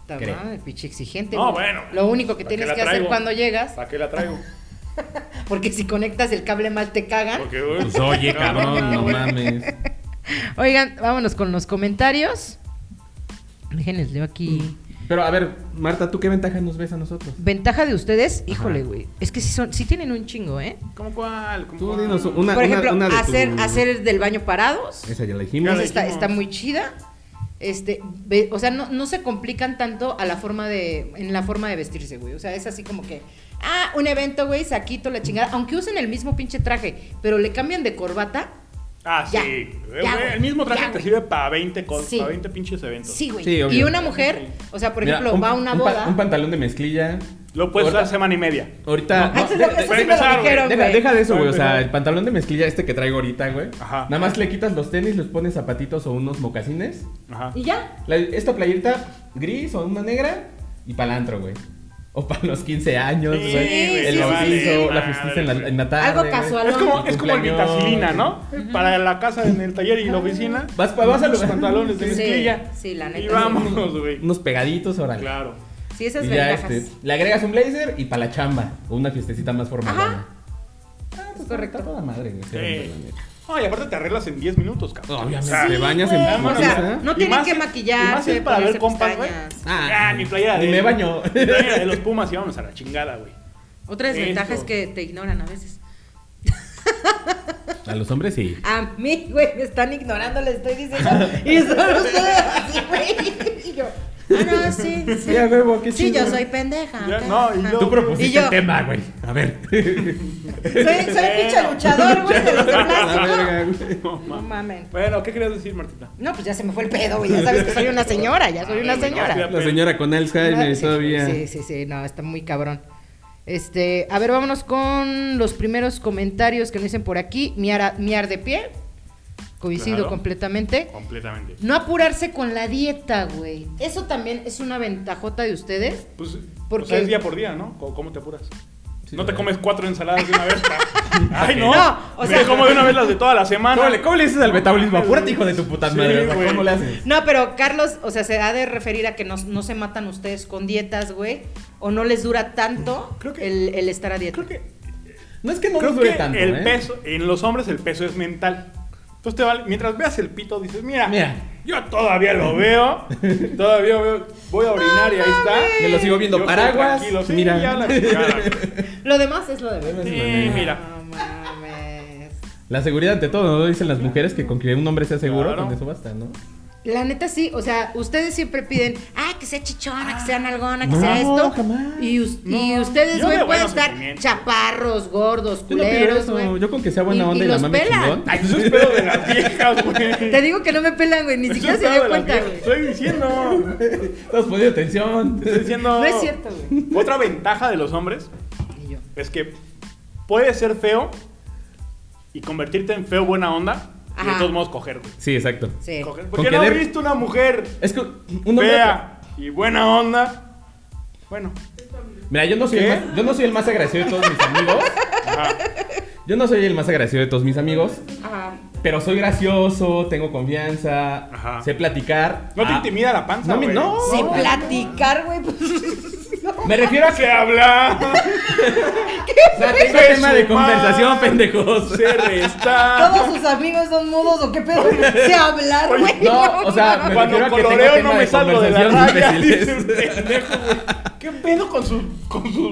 [SPEAKER 3] Está
[SPEAKER 1] Creo.
[SPEAKER 3] mal, pinche exigente.
[SPEAKER 2] No,
[SPEAKER 3] güey.
[SPEAKER 2] bueno.
[SPEAKER 3] Lo único que
[SPEAKER 2] ¿Para qué
[SPEAKER 3] tienes
[SPEAKER 2] la
[SPEAKER 3] que hacer
[SPEAKER 2] traigo?
[SPEAKER 3] cuando llegas,
[SPEAKER 2] ¿Para qué la
[SPEAKER 3] [LAUGHS]
[SPEAKER 2] traigo?
[SPEAKER 3] porque si conectas el cable mal te cagan.
[SPEAKER 2] Porque, güey,
[SPEAKER 1] Pues oye,
[SPEAKER 2] no,
[SPEAKER 1] cabrón, no
[SPEAKER 2] güey.
[SPEAKER 1] mames.
[SPEAKER 3] Oigan, vámonos con los comentarios. Déjenles, leo aquí.
[SPEAKER 1] Pero a ver, Marta, ¿tú qué ventaja nos ves a nosotros?
[SPEAKER 3] Ventaja de ustedes, híjole, güey. Es que sí, son, sí tienen un chingo, ¿eh?
[SPEAKER 2] ¿Cómo cuál? ¿Cómo
[SPEAKER 1] Tú
[SPEAKER 2] cuál?
[SPEAKER 1] dinos una,
[SPEAKER 3] Por ejemplo,
[SPEAKER 1] una, una de
[SPEAKER 3] hacer,
[SPEAKER 1] tu-
[SPEAKER 3] hacer del baño parados.
[SPEAKER 1] Esa ya la
[SPEAKER 2] Ya
[SPEAKER 1] dijimos.
[SPEAKER 2] la
[SPEAKER 3] Esa está,
[SPEAKER 2] dijimos.
[SPEAKER 3] está muy chida. Este, ve- o sea, no, no se complican tanto a la forma de, en la forma de vestirse, güey. O sea, es así como que, ah, un evento, güey, saquito, la chingada. Aunque usen el mismo pinche traje, pero le cambian de corbata.
[SPEAKER 2] Ah,
[SPEAKER 3] Ya,
[SPEAKER 2] sí.
[SPEAKER 3] ya,
[SPEAKER 2] Eh, güey,
[SPEAKER 3] güey,
[SPEAKER 2] el mismo traje
[SPEAKER 3] ya,
[SPEAKER 2] te
[SPEAKER 3] güey.
[SPEAKER 2] sirve para 20 cosas,
[SPEAKER 3] Sí.
[SPEAKER 2] para 20 pinches eventos.
[SPEAKER 3] Sí, güey.
[SPEAKER 1] Sí, obvio.
[SPEAKER 3] y una mujer, o sea, por
[SPEAKER 1] Mira,
[SPEAKER 3] ejemplo,
[SPEAKER 1] un-
[SPEAKER 3] va a una
[SPEAKER 1] un pa-
[SPEAKER 3] boda.
[SPEAKER 1] Un, pantalón de mezclilla,
[SPEAKER 2] Lo puedes
[SPEAKER 1] Ahorita-
[SPEAKER 2] usar semana y media.
[SPEAKER 1] Ahorita.
[SPEAKER 3] Ah, Eso es lo que- eso
[SPEAKER 2] para
[SPEAKER 3] sí me lo
[SPEAKER 2] empezar, güey.
[SPEAKER 3] dijeron,
[SPEAKER 1] Deja,
[SPEAKER 3] güey.
[SPEAKER 1] deja de eso, güey. O sea,
[SPEAKER 2] Empezar.
[SPEAKER 1] el pantalón de mezclilla este que traigo ahorita, güey.
[SPEAKER 2] Ajá.
[SPEAKER 1] Nada más le quitas los tenis, les pones zapatitos o unos mocasines.
[SPEAKER 2] Ajá.
[SPEAKER 3] Y ya.
[SPEAKER 1] La- esta playerita gris o una negra y palantro, güey. O [LAUGHS] para los 15 años,
[SPEAKER 2] Sí,
[SPEAKER 1] güey.
[SPEAKER 3] güey,
[SPEAKER 1] el
[SPEAKER 3] sí,
[SPEAKER 1] bautizo,
[SPEAKER 2] vale,
[SPEAKER 1] la justicia en la,
[SPEAKER 2] madre,
[SPEAKER 1] en la tarde.
[SPEAKER 3] Algo
[SPEAKER 1] güey.
[SPEAKER 3] casual.
[SPEAKER 2] Es como,
[SPEAKER 1] Mi
[SPEAKER 2] es como el
[SPEAKER 1] cumpleaños.
[SPEAKER 2] vitacilina, ¿no? Para la casa, en el taller y la oficina.
[SPEAKER 1] Vas pa- vas a
[SPEAKER 2] los
[SPEAKER 1] los-
[SPEAKER 2] pantalones de
[SPEAKER 3] Sí,
[SPEAKER 2] mezclilla.
[SPEAKER 3] sí, la neta,
[SPEAKER 2] Y
[SPEAKER 3] sí.
[SPEAKER 2] vámonos, güey.
[SPEAKER 1] Unos pegaditos, órale.
[SPEAKER 2] Claro.
[SPEAKER 3] Sí, esas
[SPEAKER 1] Y ya
[SPEAKER 3] ventajas.
[SPEAKER 1] este, le agregas un blazer y para la chamba. O una fiestecita más formal.
[SPEAKER 3] Ajá.
[SPEAKER 1] güey. Ah, pues
[SPEAKER 3] Correcto.
[SPEAKER 1] correcto. Toda madre, güey.
[SPEAKER 2] Sí. No, y aparte te arreglas en 10 minutos, cabrón.
[SPEAKER 1] Obviamente.
[SPEAKER 2] O sea,
[SPEAKER 1] te bañas en
[SPEAKER 3] güey,
[SPEAKER 1] pijama,
[SPEAKER 3] o sea,
[SPEAKER 1] ¿eh?
[SPEAKER 3] no
[SPEAKER 2] Y
[SPEAKER 3] tienen
[SPEAKER 2] más
[SPEAKER 3] que
[SPEAKER 2] si- y más si
[SPEAKER 3] maquillarse,
[SPEAKER 2] es para
[SPEAKER 3] ponerse
[SPEAKER 2] ver compas, güey.
[SPEAKER 3] pestañas.
[SPEAKER 2] Ah, mi playera de.
[SPEAKER 1] Ni me baño.
[SPEAKER 2] Mi playera de los Pumas y vámonos a la chingada, güey.
[SPEAKER 3] Otra
[SPEAKER 2] Eso.
[SPEAKER 3] desventaja es que te ignoran a veces.
[SPEAKER 1] [LAUGHS] A los hombres sí.
[SPEAKER 3] A mí, güey, me están ignorando, le estoy diciendo.
[SPEAKER 1] [LAUGHS]
[SPEAKER 3] Y solo ustedes así, güey. Y yo, ah, no, sí, sí.
[SPEAKER 1] Ya, huevo, qué
[SPEAKER 3] Sí,
[SPEAKER 1] chido.
[SPEAKER 3] yo soy pendeja.
[SPEAKER 2] Ya,
[SPEAKER 3] ok,
[SPEAKER 2] no, y
[SPEAKER 3] ajá.
[SPEAKER 2] luego-
[SPEAKER 1] Tú propusiste
[SPEAKER 3] Y yo-
[SPEAKER 1] el tema, güey. A ver.
[SPEAKER 2] [LAUGHS]
[SPEAKER 3] Soy,
[SPEAKER 1] Eh,
[SPEAKER 3] soy pinche luchador, güey, de los
[SPEAKER 1] [LAUGHS]
[SPEAKER 3] de
[SPEAKER 1] La
[SPEAKER 3] plástico.
[SPEAKER 1] verga, güey.
[SPEAKER 2] No,
[SPEAKER 3] No
[SPEAKER 2] mames.
[SPEAKER 3] mamen.
[SPEAKER 2] Bueno, ¿qué querías decir, Martita?
[SPEAKER 3] No, pues ya se me fue el pedo, güey. Ya sabes que soy una señora, ya soy una
[SPEAKER 2] Ay, Ah, güey, no,
[SPEAKER 3] señora.
[SPEAKER 2] cuidado.
[SPEAKER 1] La señora con Alzheimer
[SPEAKER 3] Ah, Sí,
[SPEAKER 1] todavía.
[SPEAKER 3] Sí, sí, sí, no, está muy cabrón. Este, a ver, vámonos con los primeros comentarios que nos dicen por aquí. Miara, miar de pie. Coincido
[SPEAKER 2] Claro.
[SPEAKER 3] completamente.
[SPEAKER 2] Completamente.
[SPEAKER 3] No apurarse con la dieta, güey. Eso también es una ventajota de ustedes.
[SPEAKER 2] Pues,
[SPEAKER 3] ¿Por
[SPEAKER 2] o sea,
[SPEAKER 3] qué?
[SPEAKER 2] es día por día, ¿no? ¿Cómo, cómo te apuras?
[SPEAKER 1] Sí,
[SPEAKER 2] no te
[SPEAKER 1] güey.
[SPEAKER 2] comes cuatro ensaladas de una
[SPEAKER 1] [LAUGHS]
[SPEAKER 2] vez. pa. Ay, no.
[SPEAKER 3] No, o sea-
[SPEAKER 2] Me como de una vez las de toda la semana.
[SPEAKER 1] ¿Cómo le, cómo le dices al metabolismo? Apúrate, hijo de tu puta
[SPEAKER 2] Sí,
[SPEAKER 1] madre. o sea,
[SPEAKER 2] güey.
[SPEAKER 1] ¿Cómo le haces?
[SPEAKER 3] No, pero Carlos, o sea, se ha de referir a que no, no se matan ustedes con dietas, güey. O no les dura tanto
[SPEAKER 2] Creo que-
[SPEAKER 3] el, el estar a dieta.
[SPEAKER 2] Creo que,
[SPEAKER 1] No es que no
[SPEAKER 2] creo
[SPEAKER 1] nos dure
[SPEAKER 2] que
[SPEAKER 1] tanto,
[SPEAKER 2] el
[SPEAKER 1] ¿eh?
[SPEAKER 2] peso, en los hombres el peso es mental. Entonces te vale, mientras veas el pito dices, mira,
[SPEAKER 1] Mira.
[SPEAKER 2] yo todavía
[SPEAKER 1] [LAUGHS]
[SPEAKER 2] lo veo, todavía veo, voy a orinar y ahí está.
[SPEAKER 1] Me lo sigo viendo
[SPEAKER 2] Yo estoy
[SPEAKER 1] paraguas.
[SPEAKER 2] tranquilo, sí,
[SPEAKER 1] mira.
[SPEAKER 2] ya
[SPEAKER 1] [LAUGHS]
[SPEAKER 2] la chingada.
[SPEAKER 3] Lo demás es lo de menos.
[SPEAKER 1] Sí,
[SPEAKER 2] Sí, mira.
[SPEAKER 3] No mames.
[SPEAKER 1] La seguridad ante todo, ¿no? Dicen las mujeres que con que un hombre sea seguro,
[SPEAKER 2] Claro.
[SPEAKER 1] con eso basta, ¿no? [LAUGHS]
[SPEAKER 3] La neta sí, o sea, ustedes siempre piden, ah, que sea chichona, que sea nalgona, que
[SPEAKER 1] Ah. No,
[SPEAKER 3] sea esto.
[SPEAKER 1] jamás.
[SPEAKER 3] Y, us- y
[SPEAKER 2] No.
[SPEAKER 3] ustedes,
[SPEAKER 2] Yo
[SPEAKER 3] güey,
[SPEAKER 2] de
[SPEAKER 3] pueden
[SPEAKER 2] buenos
[SPEAKER 3] estar
[SPEAKER 2] sentimientos.
[SPEAKER 3] chaparros, gordos,
[SPEAKER 1] Yo no pido
[SPEAKER 3] culeros,
[SPEAKER 1] eso.
[SPEAKER 3] güey.
[SPEAKER 1] Yo con que sea buena
[SPEAKER 3] Y-
[SPEAKER 1] onda
[SPEAKER 3] y
[SPEAKER 1] y, la
[SPEAKER 3] los
[SPEAKER 1] mame
[SPEAKER 3] pelan.
[SPEAKER 1] chingón.
[SPEAKER 2] Ay, eso es pedo de las viejas, güey.
[SPEAKER 3] Te digo que no me pelan,
[SPEAKER 1] [LAUGHS]
[SPEAKER 3] güey, ni
[SPEAKER 2] Eso es
[SPEAKER 3] siquiera se
[SPEAKER 2] pedo
[SPEAKER 3] dio
[SPEAKER 2] de las
[SPEAKER 3] cuenta,
[SPEAKER 2] viejas,
[SPEAKER 3] güey.
[SPEAKER 2] Estoy diciendo.
[SPEAKER 1] Estás poniendo atención.
[SPEAKER 2] Estoy diciendo.
[SPEAKER 3] No es cierto, güey.
[SPEAKER 2] Otra ventaja de los hombres
[SPEAKER 3] Y yo,
[SPEAKER 2] es que puedes ser feo y convertirte en feo buena onda y de
[SPEAKER 3] Ajá.
[SPEAKER 2] todos modos coger, güey.
[SPEAKER 1] Sí, exacto.
[SPEAKER 3] sí.
[SPEAKER 2] Coger.
[SPEAKER 1] Con
[SPEAKER 2] Porque
[SPEAKER 1] que
[SPEAKER 2] no he
[SPEAKER 1] de-
[SPEAKER 2] visto una mujer
[SPEAKER 1] Es que un hombre.
[SPEAKER 2] fea y buena onda. Bueno,
[SPEAKER 1] Mira, yo no soy
[SPEAKER 2] ¿Qué?
[SPEAKER 1] el más, yo no soy el más agradecido de todos mis amigos. [LAUGHS]
[SPEAKER 2] ajá.
[SPEAKER 1] Yo no soy el más agradecido de todos mis amigos.
[SPEAKER 3] Ajá.
[SPEAKER 1] Pero soy gracioso, tengo confianza,
[SPEAKER 2] Ajá.
[SPEAKER 1] sé platicar.
[SPEAKER 2] no te
[SPEAKER 1] Ah,
[SPEAKER 2] intimida la panza.
[SPEAKER 1] No, mi-
[SPEAKER 2] güey.
[SPEAKER 1] no.
[SPEAKER 3] Sin platicar, güey. pues,
[SPEAKER 1] Me refiero a
[SPEAKER 2] [LAUGHS] Se
[SPEAKER 1] que. [LAUGHS]
[SPEAKER 2] habla,
[SPEAKER 1] O sea, tengo
[SPEAKER 2] Se
[SPEAKER 1] tema de
[SPEAKER 2] suma.
[SPEAKER 1] conversación, pendejos.
[SPEAKER 2] se resta.
[SPEAKER 3] Todos sus amigos son mudos o
[SPEAKER 1] [LAUGHS]
[SPEAKER 3] qué pedo. Se hablar,
[SPEAKER 2] Oye,
[SPEAKER 3] güey.
[SPEAKER 1] No, o sea, me
[SPEAKER 2] Cuando
[SPEAKER 1] refiero a que tengo
[SPEAKER 2] coloreo
[SPEAKER 1] tema
[SPEAKER 2] no me
[SPEAKER 1] de
[SPEAKER 2] salgo de la
[SPEAKER 1] conversación,
[SPEAKER 2] raya.
[SPEAKER 1] imbéciles.
[SPEAKER 2] dice el pendejo, güey. ¿Qué pedo con sus. con sus.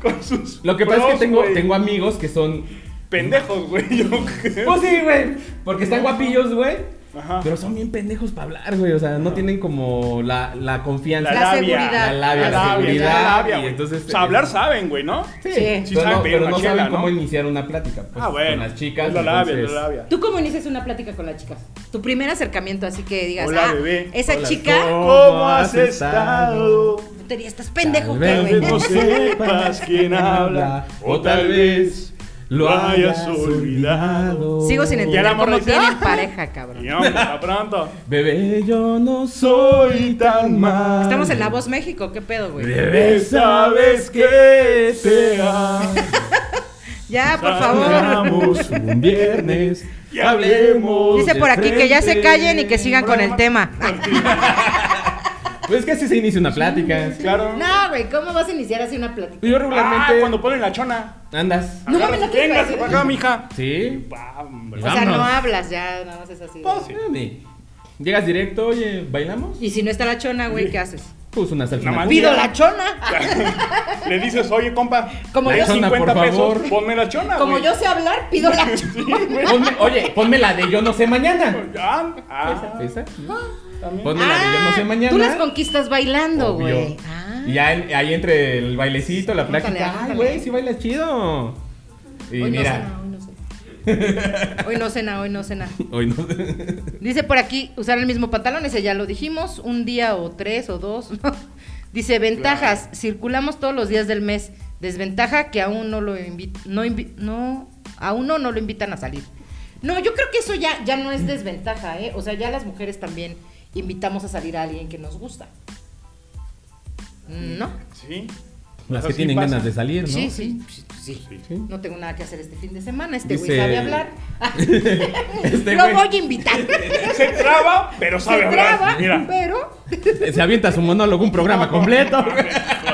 [SPEAKER 2] con sus.
[SPEAKER 1] Lo que pasa es
[SPEAKER 2] bros,
[SPEAKER 1] que tengo,
[SPEAKER 2] güey?
[SPEAKER 1] tengo amigos que son.
[SPEAKER 2] pendejos, güey. Yo
[SPEAKER 1] [LAUGHS]
[SPEAKER 2] creo.
[SPEAKER 1] Pues sí, güey. Porque están guapillos, güey.
[SPEAKER 2] Ajá.
[SPEAKER 1] Pero son bien pendejos para hablar, güey. O sea, no tienen como la, la confianza.
[SPEAKER 3] La seguridad.
[SPEAKER 1] La labia, la seguridad. y entonces,
[SPEAKER 2] entonces, o sea,
[SPEAKER 1] eh,
[SPEAKER 2] hablar saben, güey, ¿no?
[SPEAKER 1] Sí,
[SPEAKER 3] Sí.
[SPEAKER 1] pero
[SPEAKER 2] Sí saben
[SPEAKER 1] no,
[SPEAKER 2] pedir
[SPEAKER 1] pero
[SPEAKER 2] una
[SPEAKER 1] no
[SPEAKER 2] chela,
[SPEAKER 1] saben
[SPEAKER 2] ¿no?
[SPEAKER 1] cómo iniciar una plática. Pues,
[SPEAKER 2] ah, bueno.
[SPEAKER 1] Con las chicas.
[SPEAKER 2] Es la labia, es
[SPEAKER 1] entonces-
[SPEAKER 2] la labia.
[SPEAKER 3] ¿Tú cómo inicias una plática con las chicas? Tu primer acercamiento, así que digas,
[SPEAKER 2] Hola,
[SPEAKER 3] ah,
[SPEAKER 2] bebé.
[SPEAKER 3] esa
[SPEAKER 1] Hola,
[SPEAKER 3] chica,
[SPEAKER 1] ¿cómo
[SPEAKER 2] ¿Cómo has
[SPEAKER 1] has
[SPEAKER 2] estado?
[SPEAKER 3] putería, estás pendejo,
[SPEAKER 1] Tal
[SPEAKER 3] ¿qué,
[SPEAKER 1] vez
[SPEAKER 3] güey.
[SPEAKER 2] No
[SPEAKER 1] [LAUGHS]
[SPEAKER 2] sepas quién habla, o tal vez lo hayas olvidado.
[SPEAKER 3] Sigo sin
[SPEAKER 2] Y el
[SPEAKER 3] entender
[SPEAKER 2] amor
[SPEAKER 3] cómo
[SPEAKER 2] dice,
[SPEAKER 3] tienen
[SPEAKER 2] "Ah".
[SPEAKER 3] pareja, cabrón.
[SPEAKER 2] Y no, hasta pronto.
[SPEAKER 1] Bebé, yo no soy tan mal.
[SPEAKER 3] Estamos en La Voz México, ¿qué pedo, güey?
[SPEAKER 1] Bebé, Pues, sabes que te amo.
[SPEAKER 3] Ya, por favor.
[SPEAKER 1] Salgamos un viernes [LAUGHS] y hablemos.
[SPEAKER 3] Dice
[SPEAKER 1] de
[SPEAKER 3] por aquí que ya se
[SPEAKER 1] frente.
[SPEAKER 3] callen y que sigan con el tema.
[SPEAKER 1] Pues es que así se inicia una plática. Pues
[SPEAKER 2] Claro.
[SPEAKER 3] [LAUGHS] No, güey, ¿cómo vas a iniciar así una plática?
[SPEAKER 1] Yo
[SPEAKER 2] Ah,
[SPEAKER 1] Ah, regularmente.
[SPEAKER 2] cuando ponen la chona.
[SPEAKER 1] Andas.
[SPEAKER 3] No mames, no te
[SPEAKER 2] Venga,
[SPEAKER 3] pases.
[SPEAKER 2] para acá, mija.
[SPEAKER 1] Sí.
[SPEAKER 2] Ah, hombre.
[SPEAKER 3] O sea, no
[SPEAKER 1] Vámonos.
[SPEAKER 3] hablas, ya, nada más es así.
[SPEAKER 1] Pues, eh, Llegas directo, oye, ¿bailamos?
[SPEAKER 3] Y si no está la chona, güey, ¿qué haces?
[SPEAKER 1] Pues una salsa.
[SPEAKER 2] Nada más.
[SPEAKER 3] Pido la chona.
[SPEAKER 2] Le dices, oye, compa,
[SPEAKER 3] Como
[SPEAKER 2] como
[SPEAKER 1] La
[SPEAKER 2] yo
[SPEAKER 1] chona,
[SPEAKER 2] 50
[SPEAKER 1] por
[SPEAKER 2] pesos,
[SPEAKER 1] favor.
[SPEAKER 2] ponme la chona.
[SPEAKER 3] Ah, Como
[SPEAKER 2] güey.
[SPEAKER 3] yo sé hablar, pido la
[SPEAKER 2] Sí,
[SPEAKER 1] [LAUGHS]
[SPEAKER 3] chona.
[SPEAKER 2] güey.
[SPEAKER 1] Ponme- oye, ponme la de yo no sé mañana.
[SPEAKER 2] Ah, ah,
[SPEAKER 1] Esa.
[SPEAKER 2] también.
[SPEAKER 1] Ponme la de Pues yo no sé mañana.
[SPEAKER 3] Ah, tú las conquistas bailando,
[SPEAKER 1] Obvio.
[SPEAKER 3] güey. Ah.
[SPEAKER 1] Y ya en- ahí entre el bailecito, la
[SPEAKER 3] Ándale,
[SPEAKER 1] plática. Ay,
[SPEAKER 3] ándale.
[SPEAKER 1] güey, sí bailas chido. Y
[SPEAKER 3] hoy
[SPEAKER 1] mira,
[SPEAKER 3] no cena, hoy no cena. Hoy no cena, hoy no cena.
[SPEAKER 1] hoy no.
[SPEAKER 3] Dice por aquí, usar el mismo pantalón, ese ya lo dijimos, un día o tres o dos. Dice, ventajas, circulamos todos los días del mes. Desventaja que aún no lo invi- no, invi- no, a uno no lo invitan a salir. No, yo creo que eso ya, ya no es desventaja, ¿eh? O sea, ya las mujeres también invitamos a salir a alguien que nos gusta. ¿No?
[SPEAKER 2] Sí.
[SPEAKER 1] [LAUGHS] Las
[SPEAKER 2] Eso
[SPEAKER 1] que
[SPEAKER 2] sí
[SPEAKER 1] tienen
[SPEAKER 2] pasa.
[SPEAKER 1] ganas de salir, ¿no?
[SPEAKER 3] Sí, sí, sí, sí. [LAUGHS]
[SPEAKER 1] Sí.
[SPEAKER 3] No tengo nada que hacer este fin de semana. Este güey
[SPEAKER 1] Dice-
[SPEAKER 3] sabe hablar.
[SPEAKER 1] Este
[SPEAKER 3] lo
[SPEAKER 1] güey.
[SPEAKER 3] voy a invitar. Se
[SPEAKER 2] Se traba, pero sabe hablar.
[SPEAKER 3] traba,
[SPEAKER 2] Mira.
[SPEAKER 3] pero.
[SPEAKER 1] Se avienta su monólogo, un [LAUGHS] programa
[SPEAKER 3] [LAUGHS]
[SPEAKER 1] completo.
[SPEAKER 2] Hijo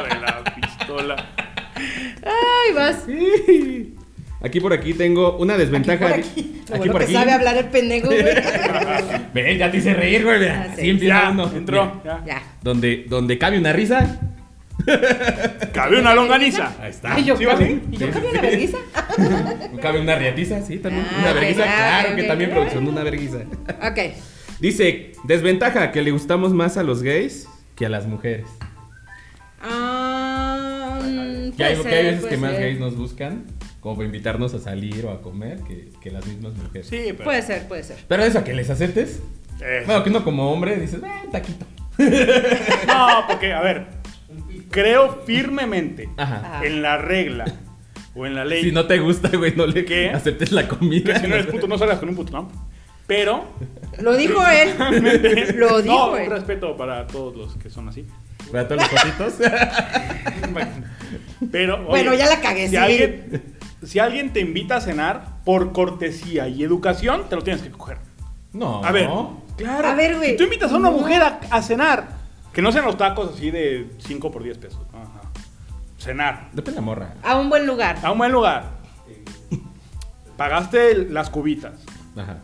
[SPEAKER 2] de la pistola.
[SPEAKER 3] Ay, vas.
[SPEAKER 1] Sí. Aquí por aquí tengo una desventaja.
[SPEAKER 3] Por aquí. Lo bueno que sabe hablar el pendejo, güey.
[SPEAKER 1] Ven, ya te hice reír, güey. mira.
[SPEAKER 3] Ah, sí.
[SPEAKER 1] Así empieza
[SPEAKER 2] Ya,
[SPEAKER 1] uno.
[SPEAKER 2] entró.
[SPEAKER 1] Mira,
[SPEAKER 2] ya.
[SPEAKER 3] [LAUGHS] ya.
[SPEAKER 1] Donde, donde cabe una risa.
[SPEAKER 2] Cabe una longaniza.
[SPEAKER 1] Ahí está.
[SPEAKER 3] Ay, yo
[SPEAKER 2] ¿Sí,
[SPEAKER 3] cabe-
[SPEAKER 2] vale?
[SPEAKER 3] ¿Y yo cabe una vergüenza?
[SPEAKER 1] Cabe una riatiza, sí, también.
[SPEAKER 3] Ah,
[SPEAKER 1] una verguiza,
[SPEAKER 3] ok, ah,
[SPEAKER 1] claro
[SPEAKER 3] ok,
[SPEAKER 1] que
[SPEAKER 3] ok,
[SPEAKER 1] también
[SPEAKER 3] ok.
[SPEAKER 1] producción, una verguiza.
[SPEAKER 3] Ok.
[SPEAKER 1] Dice, desventaja, que le gustamos más a los gays que a las mujeres.
[SPEAKER 3] Ah, mm,
[SPEAKER 1] Que hay,
[SPEAKER 3] puede
[SPEAKER 1] que hay
[SPEAKER 3] ser,
[SPEAKER 1] veces
[SPEAKER 3] puede
[SPEAKER 1] que más
[SPEAKER 3] ser.
[SPEAKER 1] gays nos buscan, como para invitarnos a salir o a comer, que, que las mismas mujeres.
[SPEAKER 2] Sí, pero.
[SPEAKER 3] Puede ser, puede ser.
[SPEAKER 1] Pero eso, que les aceptes.
[SPEAKER 2] Eh,
[SPEAKER 1] Bueno, que uno como hombre dices, eh, un taquito.
[SPEAKER 2] No, porque, a ver. Creo firmemente
[SPEAKER 1] Ajá.
[SPEAKER 2] en la regla o en la ley.
[SPEAKER 1] Si no te gusta, güey, no le
[SPEAKER 2] ¿Qué?
[SPEAKER 1] aceptes la
[SPEAKER 2] [LAUGHS] que
[SPEAKER 1] comida.
[SPEAKER 2] si no eres puto, no salgas con un puto, ¿no? Pero.
[SPEAKER 3] Lo dijo él. [LAUGHS] Lo
[SPEAKER 2] No,
[SPEAKER 3] dijo
[SPEAKER 2] un
[SPEAKER 3] él.
[SPEAKER 2] respeto para todos los que son así. [LAUGHS]
[SPEAKER 1] Para todos los fotitos.
[SPEAKER 2] Pero. oye,
[SPEAKER 3] Bueno, ya la cagué,
[SPEAKER 2] Si,
[SPEAKER 3] sí.
[SPEAKER 2] alguien, si alguien te invita a cenar, por cortesía y educación, te lo tienes que coger.
[SPEAKER 1] No.
[SPEAKER 2] A ver,
[SPEAKER 1] no.
[SPEAKER 2] claro.
[SPEAKER 3] A ver, güey.
[SPEAKER 2] Si tú invitas a una
[SPEAKER 3] No.
[SPEAKER 2] mujer a, a cenar, que no sean los tacos así de 5 por 10 pesos. Ajá. Cenar.
[SPEAKER 1] Depende de la morra.
[SPEAKER 3] A un buen lugar.
[SPEAKER 2] A un buen lugar. Pagaste el- las cubitas.
[SPEAKER 1] Ajá.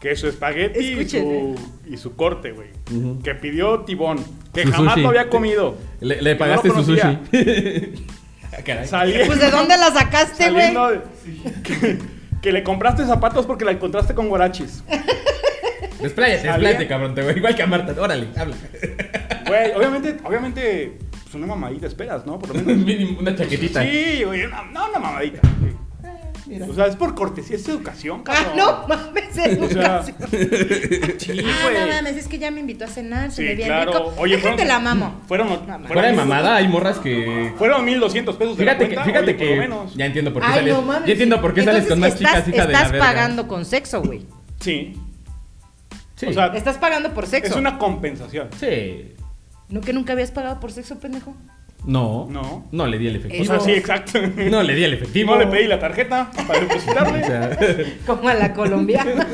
[SPEAKER 2] Que su espagueti y
[SPEAKER 3] Escuchen,
[SPEAKER 2] su, y su corte, güey.
[SPEAKER 1] Ujú.
[SPEAKER 2] Que pidió tibón. Que
[SPEAKER 1] Su
[SPEAKER 2] jamás
[SPEAKER 1] sushi.
[SPEAKER 2] lo había comido.
[SPEAKER 1] Le, le
[SPEAKER 2] Que
[SPEAKER 1] pagaste
[SPEAKER 2] no lo
[SPEAKER 1] su
[SPEAKER 2] conocía.
[SPEAKER 1] sushi. [LAUGHS] Ah, Caray.
[SPEAKER 2] Sali-
[SPEAKER 3] Pues de dónde la sacaste,
[SPEAKER 2] [LAUGHS]
[SPEAKER 3] güey.
[SPEAKER 2] saliendo de- que, que le compraste zapatos porque la encontraste con guarachis.
[SPEAKER 1] Despláyate,
[SPEAKER 2] Salía.
[SPEAKER 1] despláyate, cabrón, te güey. Igual que a Marta. Órale, habla.
[SPEAKER 2] Güey, obviamente, obviamente, pues una mamadita esperas, ¿no? Por
[SPEAKER 1] [LAUGHS]
[SPEAKER 2] lo
[SPEAKER 1] [LAUGHS]
[SPEAKER 2] menos.
[SPEAKER 1] Mínimo una chaquetita.
[SPEAKER 2] Sí, güey, una- no, una mamadita.
[SPEAKER 1] mira.
[SPEAKER 2] O sea, es por cortesía, es educación,
[SPEAKER 3] Ah,
[SPEAKER 2] cabrón.
[SPEAKER 3] no mames, es
[SPEAKER 1] [LAUGHS]
[SPEAKER 2] O sea,
[SPEAKER 3] educación.
[SPEAKER 2] Sí,
[SPEAKER 3] Ah,
[SPEAKER 2] güey.
[SPEAKER 3] no mames, es que ya me invitó a cenar, se
[SPEAKER 2] Sí,
[SPEAKER 3] me viene
[SPEAKER 2] claro.
[SPEAKER 3] rico.
[SPEAKER 2] Oye,
[SPEAKER 3] Oye,
[SPEAKER 2] fueron-
[SPEAKER 3] te la mamo.
[SPEAKER 2] Fueron,
[SPEAKER 3] mames.
[SPEAKER 1] Fuera de
[SPEAKER 2] fueron-
[SPEAKER 1] mamada, hay morras que.
[SPEAKER 2] Fueron 1200 pesos de la
[SPEAKER 1] Fíjate que,
[SPEAKER 2] cuenta,
[SPEAKER 1] fíjate
[SPEAKER 2] oye, por
[SPEAKER 1] que.
[SPEAKER 2] lo menos.
[SPEAKER 1] Ya entiendo por qué
[SPEAKER 3] Ay,
[SPEAKER 1] sales.
[SPEAKER 3] no mames.
[SPEAKER 1] ya entiendo por qué sales
[SPEAKER 3] Entonces
[SPEAKER 1] con más
[SPEAKER 3] estás-
[SPEAKER 1] chicas, hija de la
[SPEAKER 3] Estás
[SPEAKER 1] verga.
[SPEAKER 3] pagando con sexo, güey.
[SPEAKER 2] Sí.
[SPEAKER 1] Sí.
[SPEAKER 2] O sea,
[SPEAKER 3] Estás pagando por sexo.
[SPEAKER 2] es una compensación.
[SPEAKER 1] Sí.
[SPEAKER 3] ¿No que nunca habías pagado por sexo, pendejo? [LAUGHS]
[SPEAKER 1] No.
[SPEAKER 2] No.
[SPEAKER 1] No le di el
[SPEAKER 2] O
[SPEAKER 1] efectivo.
[SPEAKER 2] sea, Ah, sí, exacto.
[SPEAKER 1] No le di el
[SPEAKER 2] Y
[SPEAKER 1] efectivo.
[SPEAKER 2] no le pedí la tarjeta para
[SPEAKER 1] [LAUGHS]
[SPEAKER 2] depositarle.
[SPEAKER 1] O sea,
[SPEAKER 3] Como a la colombiana.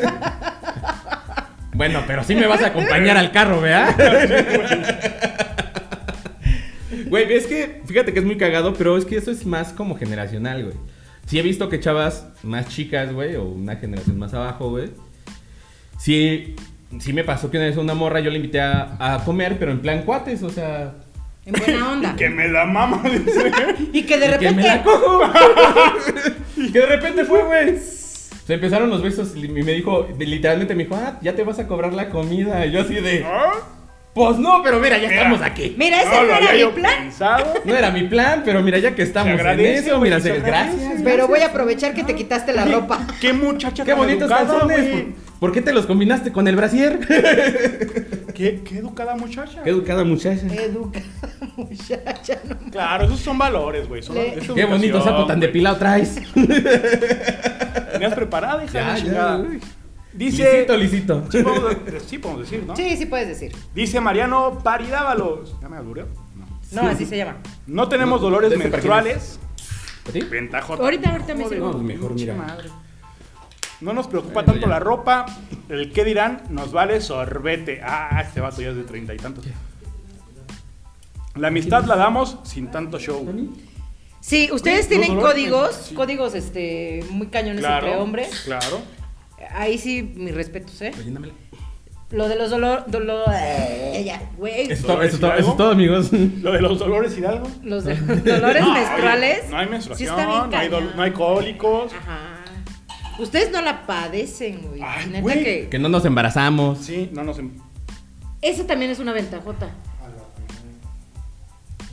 [SPEAKER 1] bueno, pero sí me vas a acompañar al carro, ¿verdad? Güey, es que, fíjate que es muy cagado, pero es que eso es más como generacional, güey. Sí he visto que chavas más chicas, güey, o una generación más abajo, güey. Sí, sí me pasó que una vez una morra yo la invité a, a comer, pero en plan cuates, o sea...
[SPEAKER 3] En buena onda.
[SPEAKER 2] que me la mama,
[SPEAKER 1] [LAUGHS]
[SPEAKER 2] dice.
[SPEAKER 3] Y que de
[SPEAKER 1] y Que
[SPEAKER 3] repente.
[SPEAKER 1] me la cojo. [LAUGHS] que de repente fue, güey. Se empezaron los besos y me dijo, literalmente me dijo, ah, ya te vas a cobrar la comida. Y yo así de,
[SPEAKER 2] ¿Ah?
[SPEAKER 1] pues no, pero mira, ya
[SPEAKER 2] Mira.
[SPEAKER 1] estamos aquí.
[SPEAKER 3] Mira, ese
[SPEAKER 2] No
[SPEAKER 3] no,
[SPEAKER 2] lo
[SPEAKER 3] era
[SPEAKER 2] había
[SPEAKER 3] mi
[SPEAKER 2] yo
[SPEAKER 3] plan.
[SPEAKER 2] pensado.
[SPEAKER 1] No era mi plan, pero mira, ya que estamos
[SPEAKER 2] agradece,
[SPEAKER 1] en eso,
[SPEAKER 2] güey,
[SPEAKER 1] mira,
[SPEAKER 2] se
[SPEAKER 1] se-
[SPEAKER 2] agradece.
[SPEAKER 1] gracias.
[SPEAKER 3] Pero voy a aprovechar que te quitaste la [LAUGHS] ropa.
[SPEAKER 2] Qué muchacha
[SPEAKER 1] Qué
[SPEAKER 2] tan
[SPEAKER 1] bonitos
[SPEAKER 2] educada,
[SPEAKER 1] calzones.
[SPEAKER 2] güey.
[SPEAKER 1] ¿Por, por qué te los combinaste con el [LAUGHS] brasier?
[SPEAKER 2] Qué, qué educada muchacha.
[SPEAKER 1] Qué educada muchacha.
[SPEAKER 3] [LAUGHS] Educa, [LAUGHS] muchacha. no.
[SPEAKER 2] Claro, esos son valores, güey. son-
[SPEAKER 3] Le-
[SPEAKER 2] es
[SPEAKER 1] Qué
[SPEAKER 2] educación,
[SPEAKER 1] bonito sapo tan
[SPEAKER 2] güey.
[SPEAKER 1] depilado traes.
[SPEAKER 2] Tenías preparada,
[SPEAKER 1] [LAUGHS]
[SPEAKER 2] hija de
[SPEAKER 1] Ya,
[SPEAKER 2] la
[SPEAKER 1] ya,
[SPEAKER 2] chingada.
[SPEAKER 1] uy.
[SPEAKER 2] Dice.
[SPEAKER 1] Licito, licito.
[SPEAKER 2] Sí podemos, de- sí podemos decir, ¿no?
[SPEAKER 3] Sí, sí puedes decir.
[SPEAKER 2] Dice Mariano Paridábalos. ¿Ya me albureo? No.
[SPEAKER 3] No, así se llama.
[SPEAKER 2] No tenemos dolores
[SPEAKER 1] de ese
[SPEAKER 2] menstruales.
[SPEAKER 1] ¿Sí?
[SPEAKER 2] Ventaja.
[SPEAKER 3] Ahorita, ahorita me
[SPEAKER 1] No,
[SPEAKER 3] sigo.
[SPEAKER 1] mejor
[SPEAKER 2] Pinche
[SPEAKER 1] mira.
[SPEAKER 2] madre. No nos preocupa
[SPEAKER 1] Bueno,
[SPEAKER 2] tanto
[SPEAKER 1] ya.
[SPEAKER 2] la ropa. El qué dirán nos vale sorbete. Ah, este vato ya es de treinta y tantos. La amistad la damos sin tanto show.
[SPEAKER 3] Sí, ustedes
[SPEAKER 2] Güey,
[SPEAKER 3] tienen
[SPEAKER 2] los dolores,
[SPEAKER 3] códigos,
[SPEAKER 2] sí.
[SPEAKER 3] códigos este muy cañones entre
[SPEAKER 2] Claro.
[SPEAKER 3] hombres.
[SPEAKER 2] Claro.
[SPEAKER 3] Ahí sí, mis respetos, ¿eh?
[SPEAKER 1] Rellénamela.
[SPEAKER 3] Lo de los dolor, dolor, eh, ya, güey.
[SPEAKER 1] Eso, es
[SPEAKER 2] ¿Dolores
[SPEAKER 1] todo- eso es todo-
[SPEAKER 2] Hidalgo?
[SPEAKER 1] eso es todo, amigos. [LAUGHS]
[SPEAKER 2] Lo de los dolores Hidalgo. [LAUGHS]
[SPEAKER 3] Los de- dolores
[SPEAKER 2] No,
[SPEAKER 3] menstruales.
[SPEAKER 2] oye, no hay menstruación,
[SPEAKER 3] sí está bien
[SPEAKER 2] no, hay dol-
[SPEAKER 3] cañón.
[SPEAKER 2] no hay cólicos.
[SPEAKER 3] Ajá. Ustedes no la padecen, güey.
[SPEAKER 2] Ay,
[SPEAKER 3] Neta
[SPEAKER 2] güey.
[SPEAKER 1] Que no nos embarazamos.
[SPEAKER 2] Sí, no
[SPEAKER 1] [LAUGHS]
[SPEAKER 2] nos. em-
[SPEAKER 3] Esa también es una ventajota.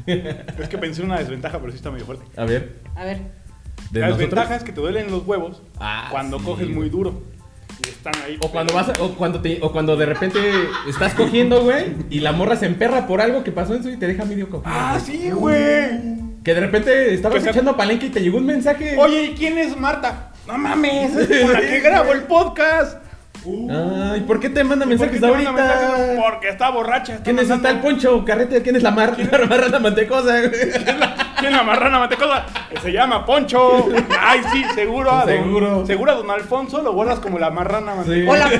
[SPEAKER 2] Es que pensé en una desventaja, pero sí está medio fuerte.
[SPEAKER 1] A ver,
[SPEAKER 3] A ver.
[SPEAKER 1] de
[SPEAKER 2] la
[SPEAKER 1] nosotros.
[SPEAKER 2] desventaja es que te duelen los huevos
[SPEAKER 1] Ah,
[SPEAKER 2] cuando
[SPEAKER 1] sí,
[SPEAKER 2] coges
[SPEAKER 1] güey.
[SPEAKER 2] muy duro. Y están ahí.
[SPEAKER 1] O cuando vas a- o cuando te- o cuando de repente estás cogiendo, güey, y la morra se emperra por algo que pasó en su y te deja medio cogido.
[SPEAKER 2] Ah,
[SPEAKER 1] güey.
[SPEAKER 2] sí, güey.
[SPEAKER 1] Que de repente estabas
[SPEAKER 2] Que se-
[SPEAKER 1] echando palenque y te llegó un mensaje.
[SPEAKER 2] Oye, ¿y quién es Marta? No mames, es con
[SPEAKER 1] [LAUGHS]
[SPEAKER 2] la que grabo el podcast. Uh.
[SPEAKER 1] Ay, ¿por qué te manda
[SPEAKER 2] ¿Y por qué
[SPEAKER 1] mensajes
[SPEAKER 2] te manda
[SPEAKER 1] ahorita?
[SPEAKER 2] mensajes? Porque está borracha. está
[SPEAKER 1] ¿Quién es
[SPEAKER 2] mandando-
[SPEAKER 1] está el poncho carrete? ¿Quién es la mar? [LAUGHS] La marrana mantecosa, güey.
[SPEAKER 2] [LAUGHS] ¿Quién la marrana matecosa? Que Eh, Se llama
[SPEAKER 1] [LAUGHS]
[SPEAKER 2] Poncho. Ay, sí, seguro. a don-
[SPEAKER 1] Seguro.
[SPEAKER 2] Seguro a don Alfonso lo guardas como la marrana
[SPEAKER 1] Sí.
[SPEAKER 2] matecosa.
[SPEAKER 3] O la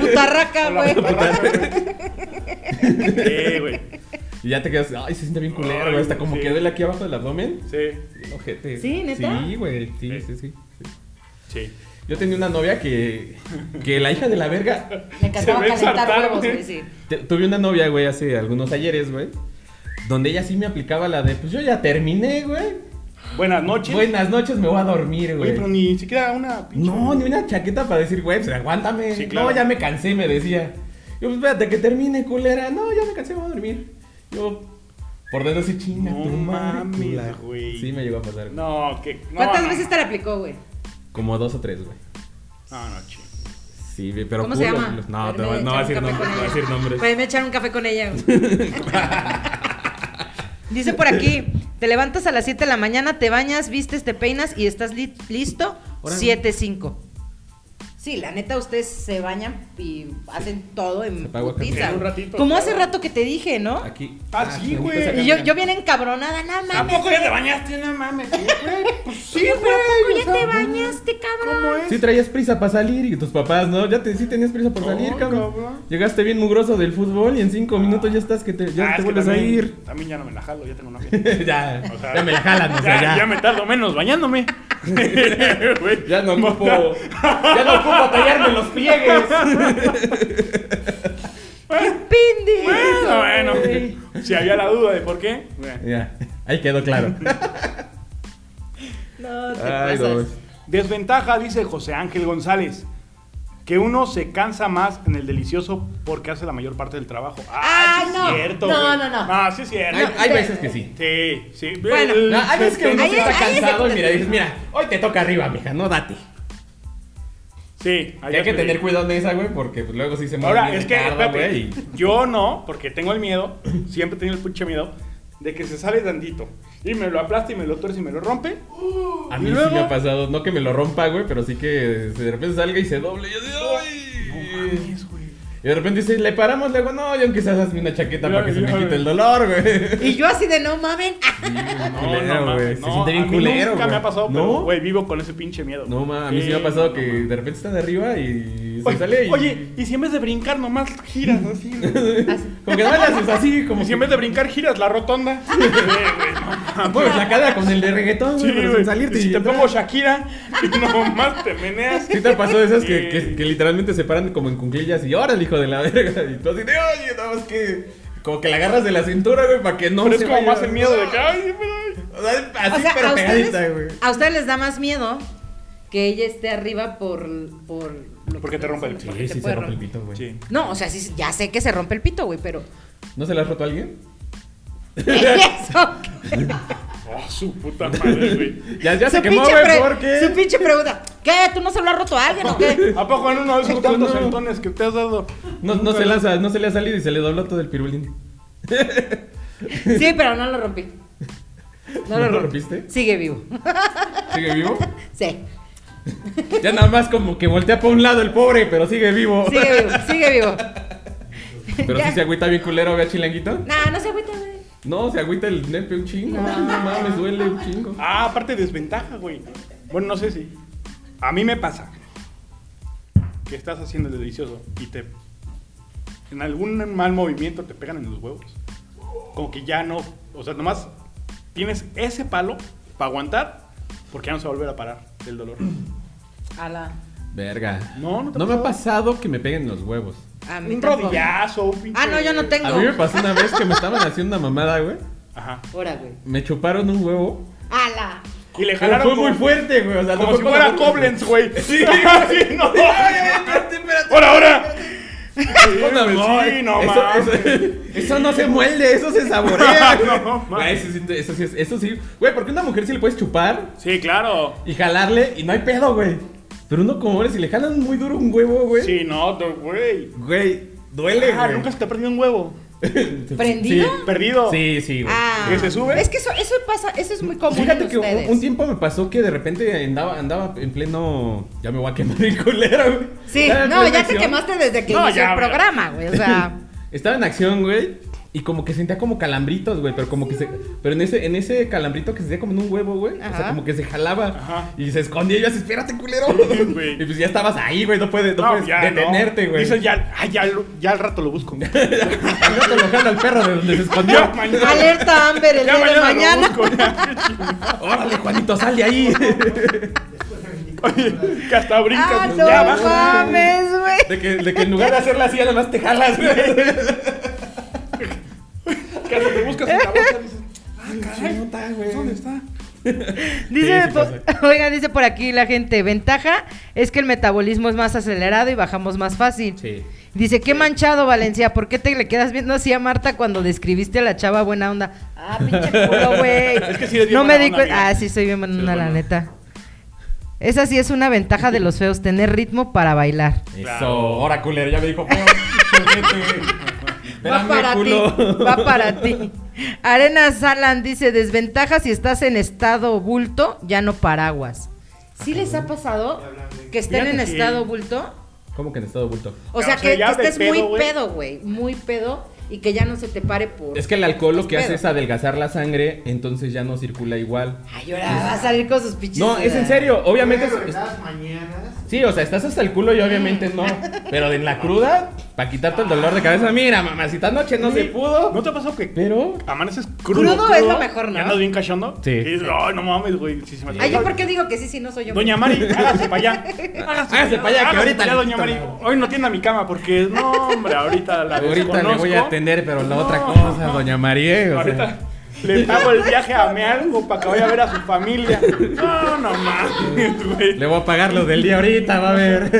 [SPEAKER 2] [LAUGHS]
[SPEAKER 3] putarraca,
[SPEAKER 2] O la
[SPEAKER 3] güey.
[SPEAKER 2] marrana, güey. Sí, güey.
[SPEAKER 1] [LAUGHS] Y ya te quedas, ay, se siente bien culero,
[SPEAKER 2] Ay,
[SPEAKER 1] güey. Hasta como
[SPEAKER 2] sí.
[SPEAKER 1] que duele aquí abajo del abdomen.
[SPEAKER 2] Sí,
[SPEAKER 1] Bien Ojete.
[SPEAKER 3] Sí, ¿neta?
[SPEAKER 1] Sí, güey. Sí,
[SPEAKER 2] Sí.
[SPEAKER 1] sí, sí, sí.
[SPEAKER 2] sí.
[SPEAKER 1] Yo tenía una novia que. que la hija de la verga.
[SPEAKER 3] Le encantaba
[SPEAKER 2] Se ve
[SPEAKER 3] calentar
[SPEAKER 2] exaltar,
[SPEAKER 3] huevos,
[SPEAKER 2] güey.
[SPEAKER 3] güey, sí.
[SPEAKER 1] Te- tuve una novia, güey, hace algunos ayeres, güey. Donde ella sí me aplicaba la de, pues yo ya terminé, güey.
[SPEAKER 2] Buenas noches.
[SPEAKER 1] Buenas noches, me voy a dormir,
[SPEAKER 2] Oye,
[SPEAKER 1] güey.
[SPEAKER 2] pero ni siquiera una pinche-
[SPEAKER 1] No, ni una chaqueta para decir, güey, pues aguántame.
[SPEAKER 2] Sí, claro.
[SPEAKER 1] No, ya me cansé, me decía. Yo, pues espérate que termine, culera. No, ya me cansé, me voy a dormir. Yo, por dentro así, chinga,
[SPEAKER 2] No
[SPEAKER 1] tu madre,
[SPEAKER 2] mames,
[SPEAKER 1] culera.
[SPEAKER 2] güey.
[SPEAKER 1] Sí, me llegó a pasar. güey.
[SPEAKER 2] No, que. no,
[SPEAKER 3] ¿Cuántas
[SPEAKER 2] no.
[SPEAKER 3] veces te la aplicó, güey?
[SPEAKER 1] Como dos o tres, güey.
[SPEAKER 2] No, no, ching.
[SPEAKER 1] Sí, güey, pero
[SPEAKER 3] ¿Cómo se
[SPEAKER 1] culo.
[SPEAKER 3] llama?
[SPEAKER 1] No,
[SPEAKER 3] Para
[SPEAKER 1] te
[SPEAKER 3] irme
[SPEAKER 1] voy- no va a decir
[SPEAKER 3] echar un
[SPEAKER 1] nombres,
[SPEAKER 3] café con
[SPEAKER 1] no va a
[SPEAKER 3] ella.
[SPEAKER 1] decir nombres.
[SPEAKER 3] Para irme a echar un café con ella. güey.
[SPEAKER 1] [LAUGHS]
[SPEAKER 3] Dice por aquí, te levantas a las 7 de la mañana, te bañas, vistes, te peinas y estás li- listo
[SPEAKER 1] Órale.
[SPEAKER 3] 7-5. Sí, la neta, ustedes se bañan y hacen todo en
[SPEAKER 1] paga
[SPEAKER 3] putiza.
[SPEAKER 2] En un ratito,
[SPEAKER 3] Como
[SPEAKER 2] claro.
[SPEAKER 3] hace rato que te dije, ¿no?
[SPEAKER 1] Aquí.
[SPEAKER 2] Ah, sí,
[SPEAKER 1] me gusta
[SPEAKER 2] güey.
[SPEAKER 1] esa
[SPEAKER 3] Y yo,
[SPEAKER 1] camisa.
[SPEAKER 3] yo bien encabronada, no mames.
[SPEAKER 2] ¿Tampoco ya te bañaste? No mames. güey. Pues sí,
[SPEAKER 3] Oye, pero ¿a poco
[SPEAKER 2] güey.
[SPEAKER 3] ya te bañaste, cabrón?
[SPEAKER 2] ¿Cómo es?
[SPEAKER 1] Sí traías prisa para salir y tus papás, ¿no? Ya te, sí tenías prisa por
[SPEAKER 2] Ay,
[SPEAKER 1] salir, cabrón.
[SPEAKER 2] cabrón.
[SPEAKER 1] Llegaste bien mugroso del fútbol y en cinco minutos ya estás que te, ya
[SPEAKER 2] Ah,
[SPEAKER 1] te
[SPEAKER 2] es que
[SPEAKER 1] vuelves
[SPEAKER 2] también-
[SPEAKER 1] a
[SPEAKER 2] [LAUGHS]
[SPEAKER 1] ir.
[SPEAKER 2] También ya no me la jalo, ya tengo
[SPEAKER 1] [LAUGHS]
[SPEAKER 2] novia.
[SPEAKER 1] ya,
[SPEAKER 2] O sea,
[SPEAKER 1] ya me la jalan, o sea,
[SPEAKER 2] ya,
[SPEAKER 1] ya.
[SPEAKER 2] ya me tardo
[SPEAKER 1] [LAUGHS]
[SPEAKER 2] menos bañándome. Güey.
[SPEAKER 1] Ya
[SPEAKER 2] [LAUGHS]
[SPEAKER 1] no ocupo. ya no ocupo tallarme [LAUGHS] los pliegues.
[SPEAKER 3] Pendejo.
[SPEAKER 2] Bueno, bueno. Si había la duda de por qué. bueno.
[SPEAKER 1] ya, ahí quedó claro.
[SPEAKER 3] No, te
[SPEAKER 1] Ay,
[SPEAKER 3] pasas.
[SPEAKER 1] no.
[SPEAKER 2] Desventaja, dice José Ángel González, que uno se cansa más en el delicioso porque hace la mayor parte del trabajo.
[SPEAKER 3] Ah,
[SPEAKER 2] Ah, sí es
[SPEAKER 3] no.
[SPEAKER 2] cierto.
[SPEAKER 3] No,
[SPEAKER 2] güey.
[SPEAKER 3] no, no.
[SPEAKER 2] No, sí es cierto.
[SPEAKER 1] Hay, hay veces que sí.
[SPEAKER 2] Sí, sí.
[SPEAKER 3] Bueno.
[SPEAKER 2] El-
[SPEAKER 1] No, hay veces que uno
[SPEAKER 3] Ahí
[SPEAKER 1] se
[SPEAKER 3] es-
[SPEAKER 1] está
[SPEAKER 3] ahí es
[SPEAKER 1] cansado y mira,
[SPEAKER 3] el-
[SPEAKER 1] dices, mira, hoy te toca arriba, mija, no date.
[SPEAKER 2] Sí,
[SPEAKER 1] Y hay que tener cuidado en esa, güey, porque pues, luego sí se mueve.
[SPEAKER 2] Ahora,
[SPEAKER 1] bien de
[SPEAKER 2] es que,
[SPEAKER 1] carga,
[SPEAKER 2] espérate,
[SPEAKER 1] güey, y-
[SPEAKER 2] yo no, porque tengo el miedo, [CLEARS THROAT] siempre he tenido el pinche miedo, de que se sale dandito. Y me lo aplasta y me lo tuerce y me lo rompe.
[SPEAKER 1] A
[SPEAKER 2] ¿Y
[SPEAKER 1] mí
[SPEAKER 2] luego?
[SPEAKER 1] sí me ha pasado, no que me lo rompa, güey, pero sí que de repente salga y se doble. Y yo digo,
[SPEAKER 2] No
[SPEAKER 1] ¡ay!
[SPEAKER 2] mames, güey.
[SPEAKER 1] y de repente dice, le paramos, le digo, no, yo aunque seas hazme una chaqueta
[SPEAKER 2] Ya,
[SPEAKER 1] para que se
[SPEAKER 2] ya,
[SPEAKER 1] me
[SPEAKER 2] ya.
[SPEAKER 1] quite el dolor, [LAUGHS] güey.
[SPEAKER 3] Y yo así de no mamen.
[SPEAKER 2] No,
[SPEAKER 1] Culero,
[SPEAKER 2] no,
[SPEAKER 1] güey,
[SPEAKER 2] mames,
[SPEAKER 1] Se
[SPEAKER 2] no,
[SPEAKER 1] siente bien
[SPEAKER 2] a mí
[SPEAKER 1] culero,
[SPEAKER 2] Nunca me
[SPEAKER 1] güey.
[SPEAKER 2] ha pasado, pero,
[SPEAKER 1] ¿No?
[SPEAKER 2] güey, vivo con ese pinche miedo.
[SPEAKER 1] No, ma, a mí sí me ha pasado que de repente está de arriba y se
[SPEAKER 2] Oye,
[SPEAKER 1] sale y... [LAUGHS]
[SPEAKER 2] Oye, y si en vez de brincar nomás giras así, güey?
[SPEAKER 1] Como que no le haces así, como
[SPEAKER 2] Y si en vez de brincar giras la rotonda. Sí, güey, no mames.
[SPEAKER 1] [LAUGHS] Mueves la cara con el de reggaetón, güey,
[SPEAKER 2] Sí,
[SPEAKER 1] pero
[SPEAKER 2] güey.
[SPEAKER 1] sin salirte.
[SPEAKER 2] Y si
[SPEAKER 1] y-
[SPEAKER 2] te pongo Shakira [LAUGHS] y nomás te meneas.
[SPEAKER 1] ¿Sí te pasó de esas que,
[SPEAKER 2] Sí.
[SPEAKER 1] que- que literalmente se paran como en cunclillas y ahora el hijo de la verga? Y tú así de, oye, nada más que... Como que la agarras de la cintura, güey, para que no
[SPEAKER 2] Pero
[SPEAKER 1] se
[SPEAKER 2] es como
[SPEAKER 1] vaya.
[SPEAKER 2] más el miedo de que, ay, pero...
[SPEAKER 1] O sea,
[SPEAKER 3] O
[SPEAKER 1] así,
[SPEAKER 3] sea,
[SPEAKER 1] pero
[SPEAKER 3] a,
[SPEAKER 1] pegadita, güey.
[SPEAKER 3] ustedes, a ustedes les da más miedo que ella esté arriba por. por lo
[SPEAKER 2] Porque
[SPEAKER 3] que-
[SPEAKER 2] te rompe el-
[SPEAKER 3] porque te puede romper.
[SPEAKER 1] pito, güey.
[SPEAKER 2] Sí.
[SPEAKER 3] No, o sea, sí, ya sé que se rompe el pito, güey, pero.
[SPEAKER 1] ¿No se la has roto a alguien?
[SPEAKER 3] [LAUGHS] Eso.
[SPEAKER 2] Oh, su puta madre, güey.
[SPEAKER 1] [LAUGHS] Ya, ya se
[SPEAKER 3] Su
[SPEAKER 1] quemó,
[SPEAKER 3] pinche
[SPEAKER 1] güey,
[SPEAKER 3] pre-
[SPEAKER 1] porque...
[SPEAKER 3] Su pinche pregunta. ¿Qué? ¿Tú no se lo has roto a alguien
[SPEAKER 2] [LAUGHS]
[SPEAKER 3] o qué?
[SPEAKER 2] ¿A poco en uno de esos
[SPEAKER 1] ¿A poco
[SPEAKER 2] tantos
[SPEAKER 1] no?
[SPEAKER 2] sentones que te has dado?
[SPEAKER 1] No, no, se la, no se le ha salido y se le dobló todo el pirulín.
[SPEAKER 3] Sí, pero no lo rompí.
[SPEAKER 1] ¿No
[SPEAKER 3] No lo
[SPEAKER 1] lo
[SPEAKER 3] rompí.
[SPEAKER 1] rompiste?
[SPEAKER 3] Sigue vivo. [LAUGHS]
[SPEAKER 1] ¿Sigue vivo?
[SPEAKER 3] Sí.
[SPEAKER 1] Ya nada más como que voltea para un lado el pobre, pero sigue vivo.
[SPEAKER 3] Sigue vivo. Sigue vivo.
[SPEAKER 1] [LAUGHS] Pero
[SPEAKER 3] Ya.
[SPEAKER 1] si se agüita bien culero, vea chilanguito.
[SPEAKER 3] Nah, no se agüita, güey.
[SPEAKER 1] No, se agüita el nepe un chingo. No, mames, duele un chingo.
[SPEAKER 2] Ah, aparte desventaja, güey. Bueno, no sé si. A mí me pasa que estás haciendo el delicioso y te. En algún mal movimiento te pegan en los huevos. Como que ya no. O sea, nomás tienes ese palo para aguantar porque ya no se va a volver a parar del dolor.
[SPEAKER 3] A la.
[SPEAKER 1] Verga.
[SPEAKER 2] No, no te
[SPEAKER 1] No me
[SPEAKER 2] ha
[SPEAKER 1] ha pasado que me peguen los huevos.
[SPEAKER 3] A mí
[SPEAKER 2] Un
[SPEAKER 3] tampoco.
[SPEAKER 2] rodillazo, un pinche-
[SPEAKER 3] Ah, no, yo no tengo.
[SPEAKER 1] A mí me pasó una vez que me estaban haciendo una mamada, güey.
[SPEAKER 2] Ajá.
[SPEAKER 3] Ahora, güey.
[SPEAKER 1] Me chuparon un huevo.
[SPEAKER 3] A la.
[SPEAKER 2] Y
[SPEAKER 1] Pero
[SPEAKER 2] le jalaron.
[SPEAKER 1] fue
[SPEAKER 2] como-
[SPEAKER 1] muy fuerte, güey. O sea,
[SPEAKER 2] Como
[SPEAKER 1] no
[SPEAKER 2] si
[SPEAKER 1] fue
[SPEAKER 2] fuera
[SPEAKER 1] como- [LAUGHS]
[SPEAKER 2] Koblenz, güey.
[SPEAKER 1] Sí.
[SPEAKER 2] Así, no.
[SPEAKER 1] Espérate, espérate.
[SPEAKER 2] ¡Ahora,
[SPEAKER 1] [LAUGHS]
[SPEAKER 2] ahora! Sí,
[SPEAKER 1] Con amor.
[SPEAKER 2] sí,
[SPEAKER 1] [LAUGHS]
[SPEAKER 2] no
[SPEAKER 1] eso,
[SPEAKER 2] mames.
[SPEAKER 1] eso-
[SPEAKER 2] [LAUGHS]
[SPEAKER 1] eso no se muelde, eso se saborea. güey.
[SPEAKER 2] No, mames.
[SPEAKER 1] Güey, eso, sí, eso sí, es- eso sí. Güey, ¿por qué a una mujer sí le puedes chupar
[SPEAKER 2] Sí, claro.
[SPEAKER 1] y jalarle y no hay pedo, güey? Pero uno como hombre, si le jalan muy duro un huevo, güey.
[SPEAKER 2] Sí, no, no, güey.
[SPEAKER 1] Güey, duele,
[SPEAKER 2] Ah,
[SPEAKER 1] güey.
[SPEAKER 2] nunca se te ha perdido un huevo.
[SPEAKER 1] [LAUGHS]
[SPEAKER 3] ¿Prendido?
[SPEAKER 2] Perdido.
[SPEAKER 1] Sí, sí, sí, güey.
[SPEAKER 3] Ah,
[SPEAKER 2] ¿Que se sube?
[SPEAKER 3] Es que eso, eso pasa, eso es muy común.
[SPEAKER 1] Fíjate
[SPEAKER 3] en
[SPEAKER 1] que
[SPEAKER 3] ustedes.
[SPEAKER 1] un, un tiempo me pasó que de repente andaba, andaba en pleno. Ya me voy a quemar el culero, güey.
[SPEAKER 3] Sí,
[SPEAKER 1] Estaba en
[SPEAKER 3] no,
[SPEAKER 1] plena
[SPEAKER 3] ya te
[SPEAKER 1] acción.
[SPEAKER 3] quemaste desde que
[SPEAKER 2] No,
[SPEAKER 3] inició
[SPEAKER 2] ya,
[SPEAKER 3] el
[SPEAKER 2] güey.
[SPEAKER 3] programa, güey. O
[SPEAKER 1] [LAUGHS]
[SPEAKER 3] sea,
[SPEAKER 1] Estaba en acción, güey. Y como que sentía como calambritos, güey. Pero como que se. Pero en ese, en ese calambrito que se sentía como en un huevo, güey. O sea,
[SPEAKER 3] Ajá.
[SPEAKER 1] como que se jalaba.
[SPEAKER 2] Ajá.
[SPEAKER 1] Y se escondía. Y yo así, espérate, culero.
[SPEAKER 2] Sí,
[SPEAKER 1] [LAUGHS]
[SPEAKER 2] güey.
[SPEAKER 1] y pues ya estabas ahí, güey. No puedes, no
[SPEAKER 2] No,
[SPEAKER 1] puedes
[SPEAKER 2] ya, no.
[SPEAKER 1] detenerte, güey.
[SPEAKER 2] Eso ya, ah, ya, lo- ya al rato lo
[SPEAKER 1] [LAUGHS]
[SPEAKER 2] busco.
[SPEAKER 1] Al rato lo jala al perro de donde se escondió.
[SPEAKER 2] [LAUGHS] Ya mañana.
[SPEAKER 3] alerta Amber el
[SPEAKER 2] ya
[SPEAKER 3] día de mañana.
[SPEAKER 2] lo busco.
[SPEAKER 1] Órale, Juanito, sal de ahí.
[SPEAKER 2] [LAUGHS] Oye, que hasta brincas.
[SPEAKER 3] Ah,
[SPEAKER 2] pues,
[SPEAKER 3] no
[SPEAKER 2] ya, bájale.
[SPEAKER 3] mames, güey.
[SPEAKER 1] De que, de que en lugar de hacerla así, además te jalas, güey.
[SPEAKER 2] Que hasta te buscas en la bolsa. dices, ¿Dónde está?
[SPEAKER 1] Sí,
[SPEAKER 3] Dice,
[SPEAKER 1] sí
[SPEAKER 3] po-
[SPEAKER 1] pasa.
[SPEAKER 3] oiga, dice por [LAUGHS] aquí la gente, ventaja es que el metabolismo es más acelerado y bajamos más fácil.
[SPEAKER 1] Sí.
[SPEAKER 3] Dice, qué manchado, Valencia, ¿por qué te le quedas viendo así a Marta cuando describiste a la chava buena onda?
[SPEAKER 2] [LAUGHS]
[SPEAKER 3] Ah, pinche culo, güey.
[SPEAKER 2] Es que sí eres bien
[SPEAKER 3] No me
[SPEAKER 2] buena
[SPEAKER 3] di
[SPEAKER 2] onda,
[SPEAKER 3] cuenta.
[SPEAKER 2] amiga.
[SPEAKER 3] Ah, sí, soy bien buena
[SPEAKER 1] Sí,
[SPEAKER 3] onda, la
[SPEAKER 1] bueno.
[SPEAKER 3] neta. Esa sí es una ventaja de los feos, tener ritmo para bailar.
[SPEAKER 1] Eso,
[SPEAKER 2] Claro.
[SPEAKER 1] ahora culero, ya me dijo feo.
[SPEAKER 3] Va
[SPEAKER 1] Espérame,
[SPEAKER 3] para ti,
[SPEAKER 1] culo.
[SPEAKER 3] va
[SPEAKER 2] [LAUGHS]
[SPEAKER 3] para ti. Arena Salan dice, desventaja si estás en estado bulto, ya no paraguas. ¿Sí les ha pasado que estén
[SPEAKER 2] Fíjate
[SPEAKER 3] en
[SPEAKER 2] que-
[SPEAKER 3] estado bulto?
[SPEAKER 1] ¿Cómo que en estado bulto?
[SPEAKER 3] O sea,
[SPEAKER 2] O sea,
[SPEAKER 3] que,
[SPEAKER 2] ya
[SPEAKER 3] que
[SPEAKER 2] de
[SPEAKER 3] estés
[SPEAKER 2] pedo,
[SPEAKER 3] muy
[SPEAKER 2] güey.
[SPEAKER 3] pedo, güey, muy pedo y que ya no se te pare por...
[SPEAKER 1] Es que el alcohol lo
[SPEAKER 3] Pues
[SPEAKER 1] que hace
[SPEAKER 3] pedo.
[SPEAKER 1] es adelgazar la sangre, entonces ya no circula igual.
[SPEAKER 3] Ay, ahora va a salir con sus pinches...
[SPEAKER 1] No, es en serio, obviamente. es- es-
[SPEAKER 5] las mañanas.
[SPEAKER 1] sí, o sea, estás hasta el culo y obviamente no. Pero en
[SPEAKER 3] [LAUGHS]
[SPEAKER 1] la cruda, para quitarte el dolor de cabeza, mira, mamacita, anoche no se
[SPEAKER 2] ¿No
[SPEAKER 1] pudo.
[SPEAKER 2] te ha pasado que
[SPEAKER 1] Pero.
[SPEAKER 2] amaneces crudo?
[SPEAKER 3] Crudo es lo mejor, ¿no?
[SPEAKER 2] ¿Y andas bien cachondo?
[SPEAKER 1] Sí.
[SPEAKER 2] Y dices, ay, no mames, güey. sí se me-
[SPEAKER 3] Ay, ¿yo por qué digo que sí si no soy yo?
[SPEAKER 2] Doña
[SPEAKER 3] [LAUGHS]
[SPEAKER 2] Mari, hágase para allá.
[SPEAKER 3] Ah,
[SPEAKER 1] Hágase pa' allá, que
[SPEAKER 2] Hágase
[SPEAKER 1] ahorita
[SPEAKER 2] pa' allá,
[SPEAKER 1] le-
[SPEAKER 2] Doña Mari. Hoy no tiene a mi cama porque, no, hombre, ahorita la
[SPEAKER 1] Ahorita le voy a
[SPEAKER 2] desconozco.
[SPEAKER 1] atender, pero la
[SPEAKER 2] No,
[SPEAKER 1] otra cosa, doña María. o sea.
[SPEAKER 2] Ahorita le pago el viaje a Mealgo para que vaya a ver a su familia. No, no mames, güey.
[SPEAKER 1] Le voy a pagar lo del día ahorita, va a ver.
[SPEAKER 3] [LAUGHS]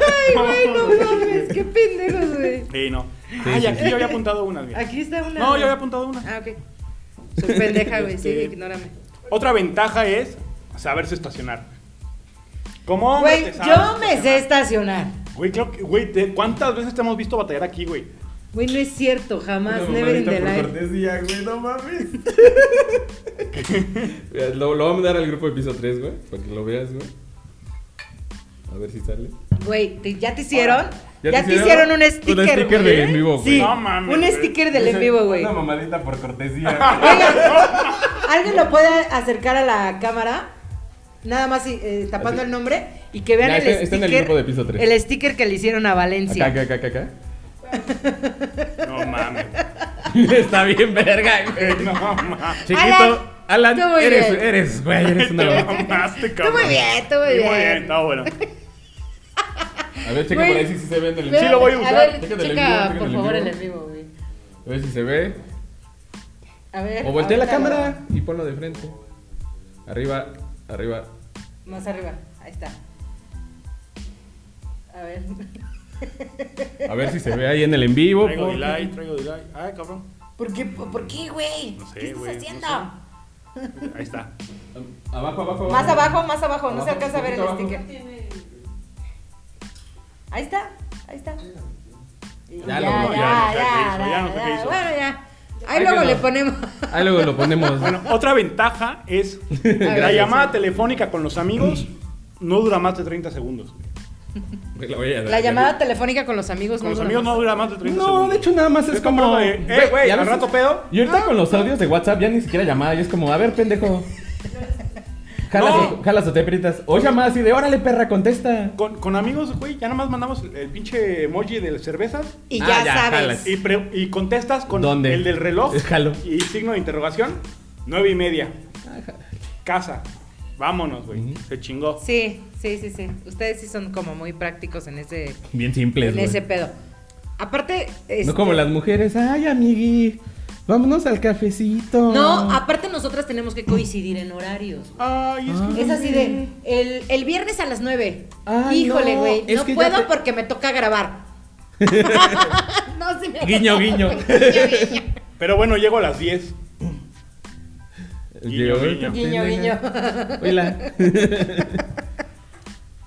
[SPEAKER 3] Ay, güey, no mames, qué pendejos, güey.
[SPEAKER 2] Sí, no.
[SPEAKER 1] Sí,
[SPEAKER 2] Ay,
[SPEAKER 1] sí,
[SPEAKER 2] aquí
[SPEAKER 1] sí.
[SPEAKER 2] yo había apuntado una. mira.
[SPEAKER 3] Aquí está una...
[SPEAKER 2] No, yo había apuntado una.
[SPEAKER 3] Ah, ok. Soy pendeja, güey, sí,
[SPEAKER 2] Este-
[SPEAKER 3] ignórame.
[SPEAKER 2] Otra ventaja es saberse estacionar. Como hombre
[SPEAKER 3] Güey,
[SPEAKER 2] te sabes
[SPEAKER 3] yo me sé estacionar.
[SPEAKER 2] Güey, creo que, güey, te- ¿cuántas veces te hemos visto batallar aquí, güey?
[SPEAKER 3] Güey, no es cierto, jamás, never in the life.
[SPEAKER 1] güey, no [LAUGHS] mames. lo, lo voy a mandar al grupo de piso 3, güey, para que lo veas, güey. A ver si sale.
[SPEAKER 3] Güey, te- ¿ya te hicieron?
[SPEAKER 1] ¿Ya
[SPEAKER 3] ¿Ya,
[SPEAKER 1] te
[SPEAKER 3] te,
[SPEAKER 1] hicieron?
[SPEAKER 3] hicieron un sticker,
[SPEAKER 1] Un sticker
[SPEAKER 3] güey?
[SPEAKER 1] de en vivo, güey.
[SPEAKER 3] Sí,
[SPEAKER 2] No mames,
[SPEAKER 3] un
[SPEAKER 2] güey.
[SPEAKER 3] sticker del en vivo, güey.
[SPEAKER 1] Una mamadita por
[SPEAKER 2] [LAUGHS]
[SPEAKER 1] cortesía.
[SPEAKER 3] Oigan, ¿alguien lo puede acercar a la cámara? Nada más eh, tapando
[SPEAKER 1] Así.
[SPEAKER 3] el nombre y que vean
[SPEAKER 1] Ya,
[SPEAKER 3] el
[SPEAKER 1] está-
[SPEAKER 3] sticker.
[SPEAKER 1] está en el grupo de piso tres.
[SPEAKER 3] El sticker que le hicieron a Valencia.
[SPEAKER 1] acá, acá, acá, acá, acá.
[SPEAKER 2] No mames.
[SPEAKER 1] [LAUGHS] Está bien, verga, güey.
[SPEAKER 2] No mames.
[SPEAKER 1] Chiquito, Alan,
[SPEAKER 3] tú muy
[SPEAKER 1] eres,
[SPEAKER 3] bien.
[SPEAKER 1] eres, güey, eres
[SPEAKER 2] Te
[SPEAKER 1] una mamá.
[SPEAKER 2] mamaste,
[SPEAKER 3] Tú
[SPEAKER 2] cabrón.
[SPEAKER 3] muy bien, tú muy
[SPEAKER 2] Sí, Muy
[SPEAKER 3] bien.
[SPEAKER 2] bien, está bueno.
[SPEAKER 1] A ver, checa
[SPEAKER 3] Güey.
[SPEAKER 1] por ahí si sí se ve en el
[SPEAKER 3] Pero,
[SPEAKER 2] Sí, lo voy a
[SPEAKER 1] usar.
[SPEAKER 3] ver,
[SPEAKER 1] Checa
[SPEAKER 3] checa,
[SPEAKER 1] del en vivo, checa
[SPEAKER 3] por
[SPEAKER 1] del en
[SPEAKER 3] favor,
[SPEAKER 1] vivo.
[SPEAKER 3] el en vivo, güey.
[SPEAKER 1] A ver si se ve.
[SPEAKER 3] A ver.
[SPEAKER 1] O voltea la
[SPEAKER 3] ahorita lo-
[SPEAKER 1] cámara y ponlo de frente. Arriba, arriba.
[SPEAKER 3] Más arriba, ahí está. A ver. [LAUGHS]
[SPEAKER 1] A ver si se ve ahí en el en vivo.
[SPEAKER 2] Traigo
[SPEAKER 1] por-
[SPEAKER 2] delay, traigo delay. Ay, cabrón.
[SPEAKER 3] ¿Por qué, por qué güey?
[SPEAKER 2] No sé,
[SPEAKER 3] ¿Qué estás
[SPEAKER 2] güey, no
[SPEAKER 3] haciendo?
[SPEAKER 2] Ahí está.
[SPEAKER 1] Abajo, abajo, abajo.
[SPEAKER 3] Más abajo, más abajo, no se
[SPEAKER 1] Abajo,
[SPEAKER 3] alcanza a ver el
[SPEAKER 1] poquito abajo.
[SPEAKER 3] sticker. Ahí está, ahí está. Y
[SPEAKER 1] Ya lo- ya, ya,
[SPEAKER 2] ya hizo, ya no sé qué hizo.
[SPEAKER 3] Bueno, ya. Ahí,
[SPEAKER 1] Ahí
[SPEAKER 3] luego
[SPEAKER 1] quedó.
[SPEAKER 3] le ponemos.
[SPEAKER 1] Ahí luego lo ponemos.
[SPEAKER 2] [LAUGHS] Bueno, otra ventaja
[SPEAKER 3] [LAUGHS]
[SPEAKER 2] es la
[SPEAKER 3] Gracias.
[SPEAKER 2] llamada telefónica con los amigos no dura más de 30 segundos. güey.
[SPEAKER 3] Pues
[SPEAKER 1] La, voy a-
[SPEAKER 3] La llamada telefónica con los amigos
[SPEAKER 2] Con los
[SPEAKER 3] dura
[SPEAKER 2] amigos
[SPEAKER 3] más.
[SPEAKER 2] no dura más de 30 segundos.
[SPEAKER 1] No, de hecho nada más es
[SPEAKER 2] Está
[SPEAKER 1] como.
[SPEAKER 2] hablando de, eh, güey,
[SPEAKER 1] ya
[SPEAKER 2] al
[SPEAKER 1] ves-
[SPEAKER 2] rato pedo.
[SPEAKER 1] Y
[SPEAKER 3] Ah.
[SPEAKER 1] ahorita con los audios de WhatsApp ya ni siquiera llamada, y es como, a ver, pendejo. Jalas,
[SPEAKER 2] No.
[SPEAKER 1] o, jalas o te aprietas. O llamada así de, órale, perra, contesta.
[SPEAKER 2] Con, con amigos, güey, ya nada más mandamos el, el pinche emoji de las cervezas
[SPEAKER 3] Y
[SPEAKER 1] Ah,
[SPEAKER 3] ya,
[SPEAKER 1] ya,
[SPEAKER 3] sabes.
[SPEAKER 1] jalas.
[SPEAKER 2] y, pre- y contestas con
[SPEAKER 1] ¿Dónde?
[SPEAKER 2] el del reloj
[SPEAKER 1] Es [LAUGHS] jalo.
[SPEAKER 2] y signo de interrogación. Nueve y media. Casa. Vámonos, güey.
[SPEAKER 1] Ujú.
[SPEAKER 2] Se chingó.
[SPEAKER 3] Sí, sí, sí, sí. Ustedes sí son como muy prácticos en ese,
[SPEAKER 1] Bien simples,
[SPEAKER 3] en
[SPEAKER 1] güey.
[SPEAKER 3] ese pedo. Aparte.
[SPEAKER 1] No
[SPEAKER 3] este,
[SPEAKER 1] como las mujeres, ay, amigui, vámonos al cafecito.
[SPEAKER 3] No, aparte nosotras tenemos que coincidir en horarios.
[SPEAKER 2] Ay, es que.
[SPEAKER 3] Es así de, el, el viernes a las 9.
[SPEAKER 1] Ay,
[SPEAKER 3] Híjole,
[SPEAKER 1] no,
[SPEAKER 3] güey.
[SPEAKER 1] es
[SPEAKER 3] No,
[SPEAKER 1] que ya
[SPEAKER 3] puedo
[SPEAKER 1] te-
[SPEAKER 3] porque me
[SPEAKER 1] [LAUGHS]
[SPEAKER 3] toca grabar. [LAUGHS] no, sí me
[SPEAKER 1] Guiño,
[SPEAKER 3] [LAUGHS]
[SPEAKER 1] guiño.
[SPEAKER 2] Pero bueno, llego a las 10.
[SPEAKER 1] Llegó,
[SPEAKER 2] Guiño,
[SPEAKER 3] guiño. [LAUGHS]
[SPEAKER 1] pendeja. Hola.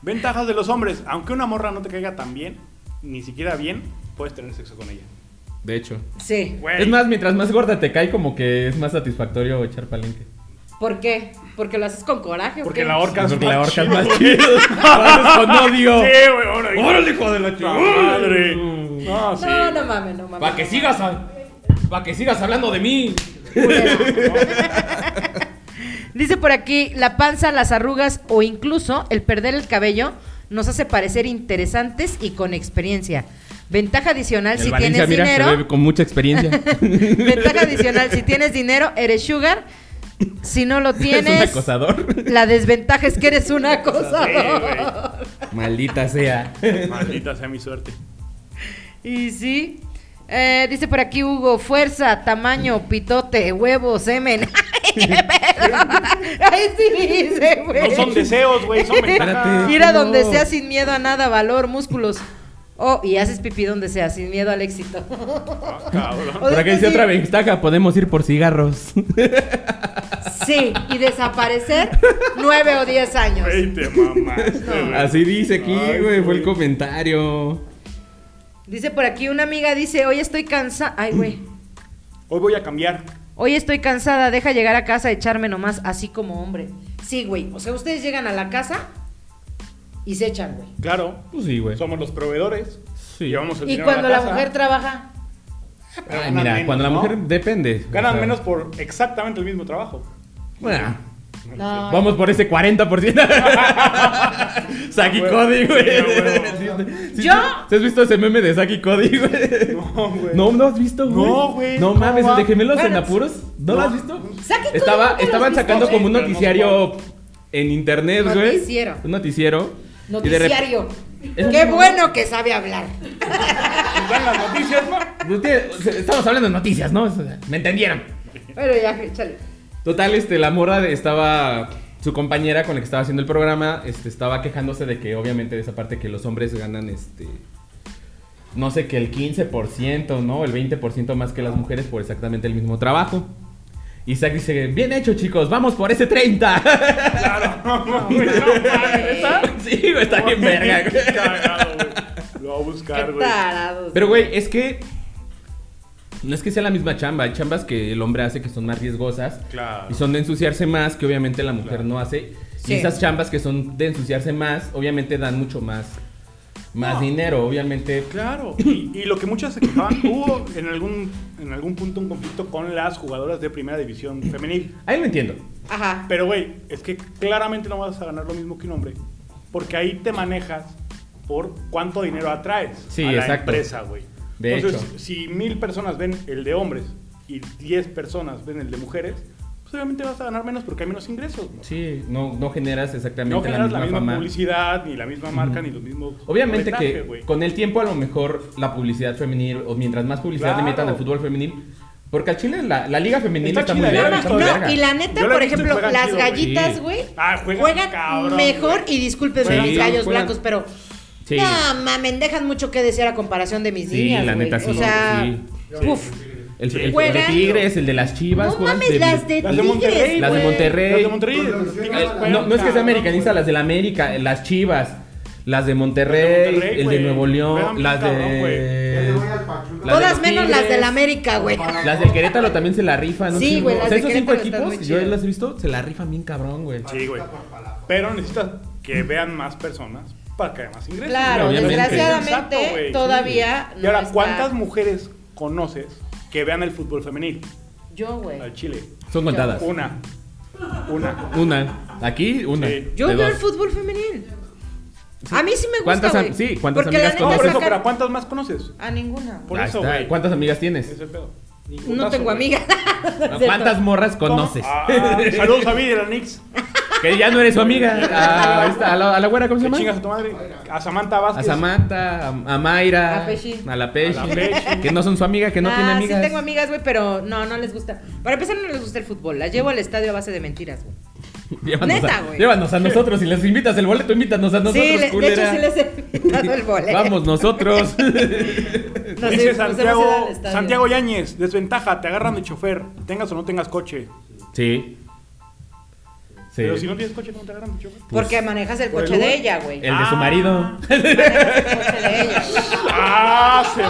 [SPEAKER 2] Ventajas de los hombres. Aunque una morra no te caiga tan bien, ni siquiera bien, puedes tener sexo con ella.
[SPEAKER 1] De hecho.
[SPEAKER 3] Sí.
[SPEAKER 2] Güey.
[SPEAKER 1] Es más, mientras más gorda te cae, como que es más satisfactorio echar palenque.
[SPEAKER 3] ¿Por qué? Porque lo haces con coraje. ¿o
[SPEAKER 2] Porque
[SPEAKER 3] qué?
[SPEAKER 2] la horca es
[SPEAKER 1] Porque la
[SPEAKER 2] más
[SPEAKER 1] horca es
[SPEAKER 2] chido,
[SPEAKER 1] más
[SPEAKER 2] güey.
[SPEAKER 1] chido.
[SPEAKER 2] [LAUGHS]
[SPEAKER 1] Pares con odio.
[SPEAKER 2] Sí, güey, órale.
[SPEAKER 1] ¡Órale, hijo de la
[SPEAKER 2] ¡Ta
[SPEAKER 1] chingada!
[SPEAKER 2] madre! No, sí.
[SPEAKER 3] No, no mames, no mames.
[SPEAKER 1] Para que
[SPEAKER 3] [LAUGHS]
[SPEAKER 1] sigas a- pa' que sigas hablando de mí. [LAUGHS]
[SPEAKER 3] Dice por aquí, la panza, las arrugas o incluso el perder el cabello nos hace parecer interesantes y con experiencia. Ventaja adicional si
[SPEAKER 1] El Valencia,
[SPEAKER 3] tienes
[SPEAKER 1] mira, se ve
[SPEAKER 3] dinero.
[SPEAKER 1] con mucha
[SPEAKER 3] [LAUGHS]
[SPEAKER 1] experiencia.
[SPEAKER 3] Ventaja adicional si tienes dinero, eres sugar.
[SPEAKER 2] [LAUGHS]
[SPEAKER 3] Si no lo tienes,
[SPEAKER 1] Es un acosador.
[SPEAKER 3] [LAUGHS] la desventaja es que eres un
[SPEAKER 2] Sí,
[SPEAKER 3] acosador.
[SPEAKER 2] güey.
[SPEAKER 1] Maldita sea.
[SPEAKER 2] Maldita sea mi suerte.
[SPEAKER 3] Y sí. Eh, dice por aquí Hugo, fuerza, tamaño, pitote, huevo, semen. [LAUGHS] ¡Ay, qué pedo! Ahí sí dice, güey.
[SPEAKER 2] No son deseos, güey,
[SPEAKER 3] eh,
[SPEAKER 2] son ventajas.
[SPEAKER 1] Espérate.
[SPEAKER 3] Ir a
[SPEAKER 1] No.
[SPEAKER 3] donde sea sin miedo a nada, valor, músculos. Oh, y haces pipí donde sea, sin miedo al éxito.
[SPEAKER 2] [LAUGHS] Ah, cabrón.
[SPEAKER 1] [LAUGHS]
[SPEAKER 3] O
[SPEAKER 1] Por acá
[SPEAKER 3] después
[SPEAKER 1] dice
[SPEAKER 3] sí.
[SPEAKER 1] otra ventaja, podemos ir por cigarros.
[SPEAKER 3] Sí, y desaparecer nueve o diez años.
[SPEAKER 2] Güey, te mamaste, güey.
[SPEAKER 1] Así dice aquí,
[SPEAKER 2] Ay,
[SPEAKER 1] güey, fue el
[SPEAKER 2] güey.
[SPEAKER 1] comentario.
[SPEAKER 3] Dice por aquí una amiga, dice, hoy estoy cansada. Ay, güey.
[SPEAKER 2] Hoy voy a cambiar.
[SPEAKER 3] Hoy estoy cansada, deja llegar a casa, echarme nomás, así como hombre. Sí, güey. O sea, ustedes llegan a la casa y se echan, güey.
[SPEAKER 2] Claro.
[SPEAKER 1] Pues sí, güey.
[SPEAKER 2] Somos los proveedores.
[SPEAKER 1] Sí.
[SPEAKER 2] Llevamos el
[SPEAKER 3] Y
[SPEAKER 2] dinero a
[SPEAKER 3] cuando la,
[SPEAKER 2] casa.
[SPEAKER 3] mujer trabaja,
[SPEAKER 2] Pero
[SPEAKER 1] Ay,
[SPEAKER 2] ganan
[SPEAKER 1] mira,
[SPEAKER 2] menos,
[SPEAKER 1] cuando la
[SPEAKER 2] ¿no?
[SPEAKER 1] mujer depende. o
[SPEAKER 2] Ganan
[SPEAKER 1] sea,
[SPEAKER 2] menos por exactamente el mismo trabajo.
[SPEAKER 1] bueno,
[SPEAKER 3] no.
[SPEAKER 1] vamos por ese
[SPEAKER 2] [LAUGHS]
[SPEAKER 1] 40%. Saki
[SPEAKER 2] Ah,
[SPEAKER 1] Cody,
[SPEAKER 2] güey.
[SPEAKER 1] güey.
[SPEAKER 2] Sí, ah,
[SPEAKER 1] Sí,
[SPEAKER 2] güey.
[SPEAKER 1] sí,
[SPEAKER 3] Yo-
[SPEAKER 1] ¿sí has visto ese meme de Saki Cody, güey?
[SPEAKER 2] No, güey.
[SPEAKER 1] No, no has visto, güey.
[SPEAKER 2] No, güey,
[SPEAKER 1] No
[SPEAKER 2] ¿cómo
[SPEAKER 1] mames, el
[SPEAKER 2] va?
[SPEAKER 1] de gemelos en
[SPEAKER 3] Bueno,
[SPEAKER 1] apuros. ¿No, lo has visto?
[SPEAKER 3] Saki Cody
[SPEAKER 1] Estaba,
[SPEAKER 3] nunca lo
[SPEAKER 1] estaban
[SPEAKER 3] has visto,
[SPEAKER 1] sacando
[SPEAKER 3] güey.
[SPEAKER 1] como un
[SPEAKER 2] Pero no
[SPEAKER 1] noticiario en internet, güey.
[SPEAKER 3] Noticiero.
[SPEAKER 1] Un noticiero. Y de rep-
[SPEAKER 3] ¿eh? noticiario.
[SPEAKER 1] Es-
[SPEAKER 3] Qué bueno que sabe hablar.
[SPEAKER 2] Nos dan las noticias, ¿no?
[SPEAKER 1] Usted- Pues Estamos hablando de noticias, ¿no? Me entendieron.
[SPEAKER 3] Bueno, ya, échale.
[SPEAKER 1] Total, este, la morra de- estaba. Su compañera con la que estaba haciendo el programa este, estaba quejándose de que, obviamente, de esa parte que los hombres ganan este. No sé, que el 15%, ¿no? El 20% más que las mujeres por exactamente el mismo trabajo. Y Zack dice: Bien hecho, chicos, vamos por ese 30.
[SPEAKER 2] Claro, [LAUGHS] no, güey, no, mames.
[SPEAKER 1] [LAUGHS] sí, güey, está bien verga,
[SPEAKER 2] Qué
[SPEAKER 1] güey.
[SPEAKER 2] [LAUGHS] cagado, güey. Lo voy a buscar,
[SPEAKER 3] Qué
[SPEAKER 2] güey.
[SPEAKER 3] tarados.
[SPEAKER 1] Pero, güey, es que. No es que sea la misma chamba. Hay chambas que el hombre hace que son más riesgosas.
[SPEAKER 2] Claro.
[SPEAKER 1] Y son de ensuciarse más, que obviamente la mujer
[SPEAKER 2] Claro.
[SPEAKER 1] no hace.
[SPEAKER 3] Sí.
[SPEAKER 1] Y esas chambas que son de ensuciarse más, obviamente dan mucho más. Más
[SPEAKER 2] No.
[SPEAKER 1] dinero, obviamente.
[SPEAKER 2] Claro. Y, y lo que muchas se quejaban, hubo en algún, en algún punto un conflicto con las jugadoras de primera división femenil.
[SPEAKER 1] Ahí lo entiendo.
[SPEAKER 3] Ajá.
[SPEAKER 2] Pero, güey, es que claramente no vas a ganar lo mismo que un hombre. Porque ahí te manejas por cuánto dinero atraes
[SPEAKER 1] Sí,
[SPEAKER 2] a la
[SPEAKER 1] exacto.
[SPEAKER 2] empresa, güey.
[SPEAKER 1] De
[SPEAKER 2] Entonces,
[SPEAKER 1] hecho.
[SPEAKER 2] si mil personas ven el de hombres y diez personas ven el de mujeres, pues obviamente vas a ganar menos porque hay menos ingresos. ¿no?
[SPEAKER 1] Sí, no, no generas exactamente
[SPEAKER 2] No
[SPEAKER 1] la
[SPEAKER 2] generas
[SPEAKER 1] misma,
[SPEAKER 2] la misma,
[SPEAKER 1] fama.
[SPEAKER 2] publicidad, ni la misma marca, ni los mismos.
[SPEAKER 1] Obviamente
[SPEAKER 2] boletaje,
[SPEAKER 1] que
[SPEAKER 2] güey.
[SPEAKER 1] con el tiempo a lo mejor la publicidad femenil, o mientras más publicidad
[SPEAKER 2] Claro.
[SPEAKER 1] le metan al fútbol femenil, porque al Chile la, la liga femenil está,
[SPEAKER 2] Está
[SPEAKER 1] muy
[SPEAKER 2] chida, yo la he
[SPEAKER 1] bien.
[SPEAKER 3] No,
[SPEAKER 2] visto,
[SPEAKER 1] muy
[SPEAKER 2] güey.
[SPEAKER 1] verga.
[SPEAKER 3] no, y la neta,
[SPEAKER 2] Yo la he
[SPEAKER 3] por
[SPEAKER 2] visto y
[SPEAKER 3] ejemplo,
[SPEAKER 2] juegan
[SPEAKER 3] las
[SPEAKER 2] chido, güey.
[SPEAKER 3] gallitas,
[SPEAKER 1] Sí.
[SPEAKER 3] güey,
[SPEAKER 2] Ah,
[SPEAKER 3] juegan,
[SPEAKER 2] juegan cabrón,
[SPEAKER 3] mejor
[SPEAKER 2] güey.
[SPEAKER 3] y discúlpenme
[SPEAKER 1] Sí,
[SPEAKER 3] mis gallos
[SPEAKER 1] juegan.
[SPEAKER 3] blancos, pero
[SPEAKER 1] Sí.
[SPEAKER 3] no mamen, dejan mucho que desear a comparación de mis
[SPEAKER 1] Sí,
[SPEAKER 3] niñas,
[SPEAKER 1] la
[SPEAKER 3] güey.
[SPEAKER 1] neta sí,
[SPEAKER 3] O sea,
[SPEAKER 1] sí.
[SPEAKER 3] uf.
[SPEAKER 1] El, el- el de
[SPEAKER 3] Juegan.
[SPEAKER 1] Tigres, el de las Chivas.
[SPEAKER 3] No
[SPEAKER 1] juegan
[SPEAKER 3] mames, las de
[SPEAKER 2] Las de Monterrey.
[SPEAKER 3] Tigres.
[SPEAKER 1] Las de
[SPEAKER 2] güey.
[SPEAKER 1] Monterrey.
[SPEAKER 2] Las de Monterrey.
[SPEAKER 1] Eh, no, no es que sea americanista, las de la América, eh, las Chivas, las de Monterrey,
[SPEAKER 2] Las de Monterrey,
[SPEAKER 1] el de
[SPEAKER 2] güey.
[SPEAKER 1] Nuevo León,
[SPEAKER 2] Juegan
[SPEAKER 1] las
[SPEAKER 2] bien cabrón,
[SPEAKER 1] de...
[SPEAKER 2] güey.
[SPEAKER 1] la de
[SPEAKER 3] Todas
[SPEAKER 1] los
[SPEAKER 3] menos las de
[SPEAKER 1] Tigres.
[SPEAKER 3] la América, güey.
[SPEAKER 1] Las del Querétaro también se la rifan. un
[SPEAKER 3] Sí,
[SPEAKER 1] chingo.
[SPEAKER 3] güey, las
[SPEAKER 1] O sea,
[SPEAKER 3] de
[SPEAKER 1] esos cinco
[SPEAKER 3] Querétaro están
[SPEAKER 1] equipos,
[SPEAKER 3] muy
[SPEAKER 1] yo
[SPEAKER 3] chidas.
[SPEAKER 1] las he visto, se la rifan bien cabrón, güey.
[SPEAKER 2] Sí, güey. Pero necesitas que vean más personas para que haya más ingresos.
[SPEAKER 3] Claro,
[SPEAKER 1] Obviamente.
[SPEAKER 3] desgraciadamente
[SPEAKER 2] Exacto, güey.
[SPEAKER 3] todavía
[SPEAKER 2] Y ahora,
[SPEAKER 3] no está-
[SPEAKER 2] ¿cuántas mujeres conoces que vean el fútbol femenil
[SPEAKER 3] Yo, güey.
[SPEAKER 2] al Chile?
[SPEAKER 1] Son contadas.
[SPEAKER 2] Una.
[SPEAKER 3] [LAUGHS]
[SPEAKER 2] Una.
[SPEAKER 1] Una. Aquí, una.
[SPEAKER 2] Sí.
[SPEAKER 3] Yo
[SPEAKER 1] De
[SPEAKER 3] veo el
[SPEAKER 1] dos.
[SPEAKER 3] fútbol femenil. A mí sí me gusta,
[SPEAKER 1] ¿Cuántas am-
[SPEAKER 3] güey.
[SPEAKER 1] sí, cuántas
[SPEAKER 3] Porque
[SPEAKER 1] amigas
[SPEAKER 3] la
[SPEAKER 2] No,
[SPEAKER 1] conoces?
[SPEAKER 3] neta
[SPEAKER 2] por eso,
[SPEAKER 3] sacan-
[SPEAKER 2] pero ¿a ¿cuántas más conoces?
[SPEAKER 3] A ninguna. güey.
[SPEAKER 2] Por
[SPEAKER 1] Ahí
[SPEAKER 2] eso,
[SPEAKER 1] está.
[SPEAKER 2] güey.
[SPEAKER 1] ¿Cuántas amigas
[SPEAKER 3] [LAUGHS]
[SPEAKER 1] tienes?
[SPEAKER 2] Es el pedo.
[SPEAKER 3] No
[SPEAKER 2] Putazo,
[SPEAKER 3] tengo
[SPEAKER 2] güey.
[SPEAKER 3] amigas.
[SPEAKER 1] ¿Cuántas morras conoces? [LAUGHS]
[SPEAKER 2] Ah, saludos a Vidi de la Nix.
[SPEAKER 1] Que ya no eres su
[SPEAKER 2] [LAUGHS]
[SPEAKER 1] amiga. Ah, ahí está, a, la, a la güera, ¿cómo se
[SPEAKER 2] Que
[SPEAKER 1] llama?
[SPEAKER 2] chingas a tu madre. A Samantha
[SPEAKER 1] A
[SPEAKER 2] Vázquez.
[SPEAKER 1] Samantha, a, a Mayra,
[SPEAKER 3] A Pechi.
[SPEAKER 1] a la Pechi,
[SPEAKER 2] A la Pechi.
[SPEAKER 1] que no son su amiga, que no
[SPEAKER 3] Ah,
[SPEAKER 1] tiene amigas.
[SPEAKER 3] Sí tengo amigas, güey, pero no, no les gusta. Para empezar, no les gusta el fútbol. Las llevo al estadio a base de mentiras, güey.
[SPEAKER 1] [LAUGHS] Llévanos,
[SPEAKER 3] Neta,
[SPEAKER 1] a,
[SPEAKER 3] güey.
[SPEAKER 1] llévanos a nosotros, si les invitas el boleto, invítanos a nosotros,
[SPEAKER 3] Sí, le- de
[SPEAKER 1] culera.
[SPEAKER 3] hecho sí les he dado el boleto.
[SPEAKER 1] Vamos
[SPEAKER 3] [LAUGHS]
[SPEAKER 1] nosotros.
[SPEAKER 3] Nos
[SPEAKER 2] Dice
[SPEAKER 3] hemos- nos hemos ido al
[SPEAKER 2] Santiago,
[SPEAKER 3] estadio.
[SPEAKER 2] Santiago Yáñez, desventaja, te agarran de chofer, tengas o no tengas coche.
[SPEAKER 1] sí.
[SPEAKER 2] Pero si no tienes coche, ¿cómo te agarran? Choco?
[SPEAKER 3] Porque manejas el
[SPEAKER 1] ¿por el
[SPEAKER 3] coche de
[SPEAKER 1] Uber?
[SPEAKER 3] ella, güey.
[SPEAKER 1] El de su marido. [LAUGHS]
[SPEAKER 3] Manejas el coche de ella. güey.
[SPEAKER 2] ¡Ah! ¡Se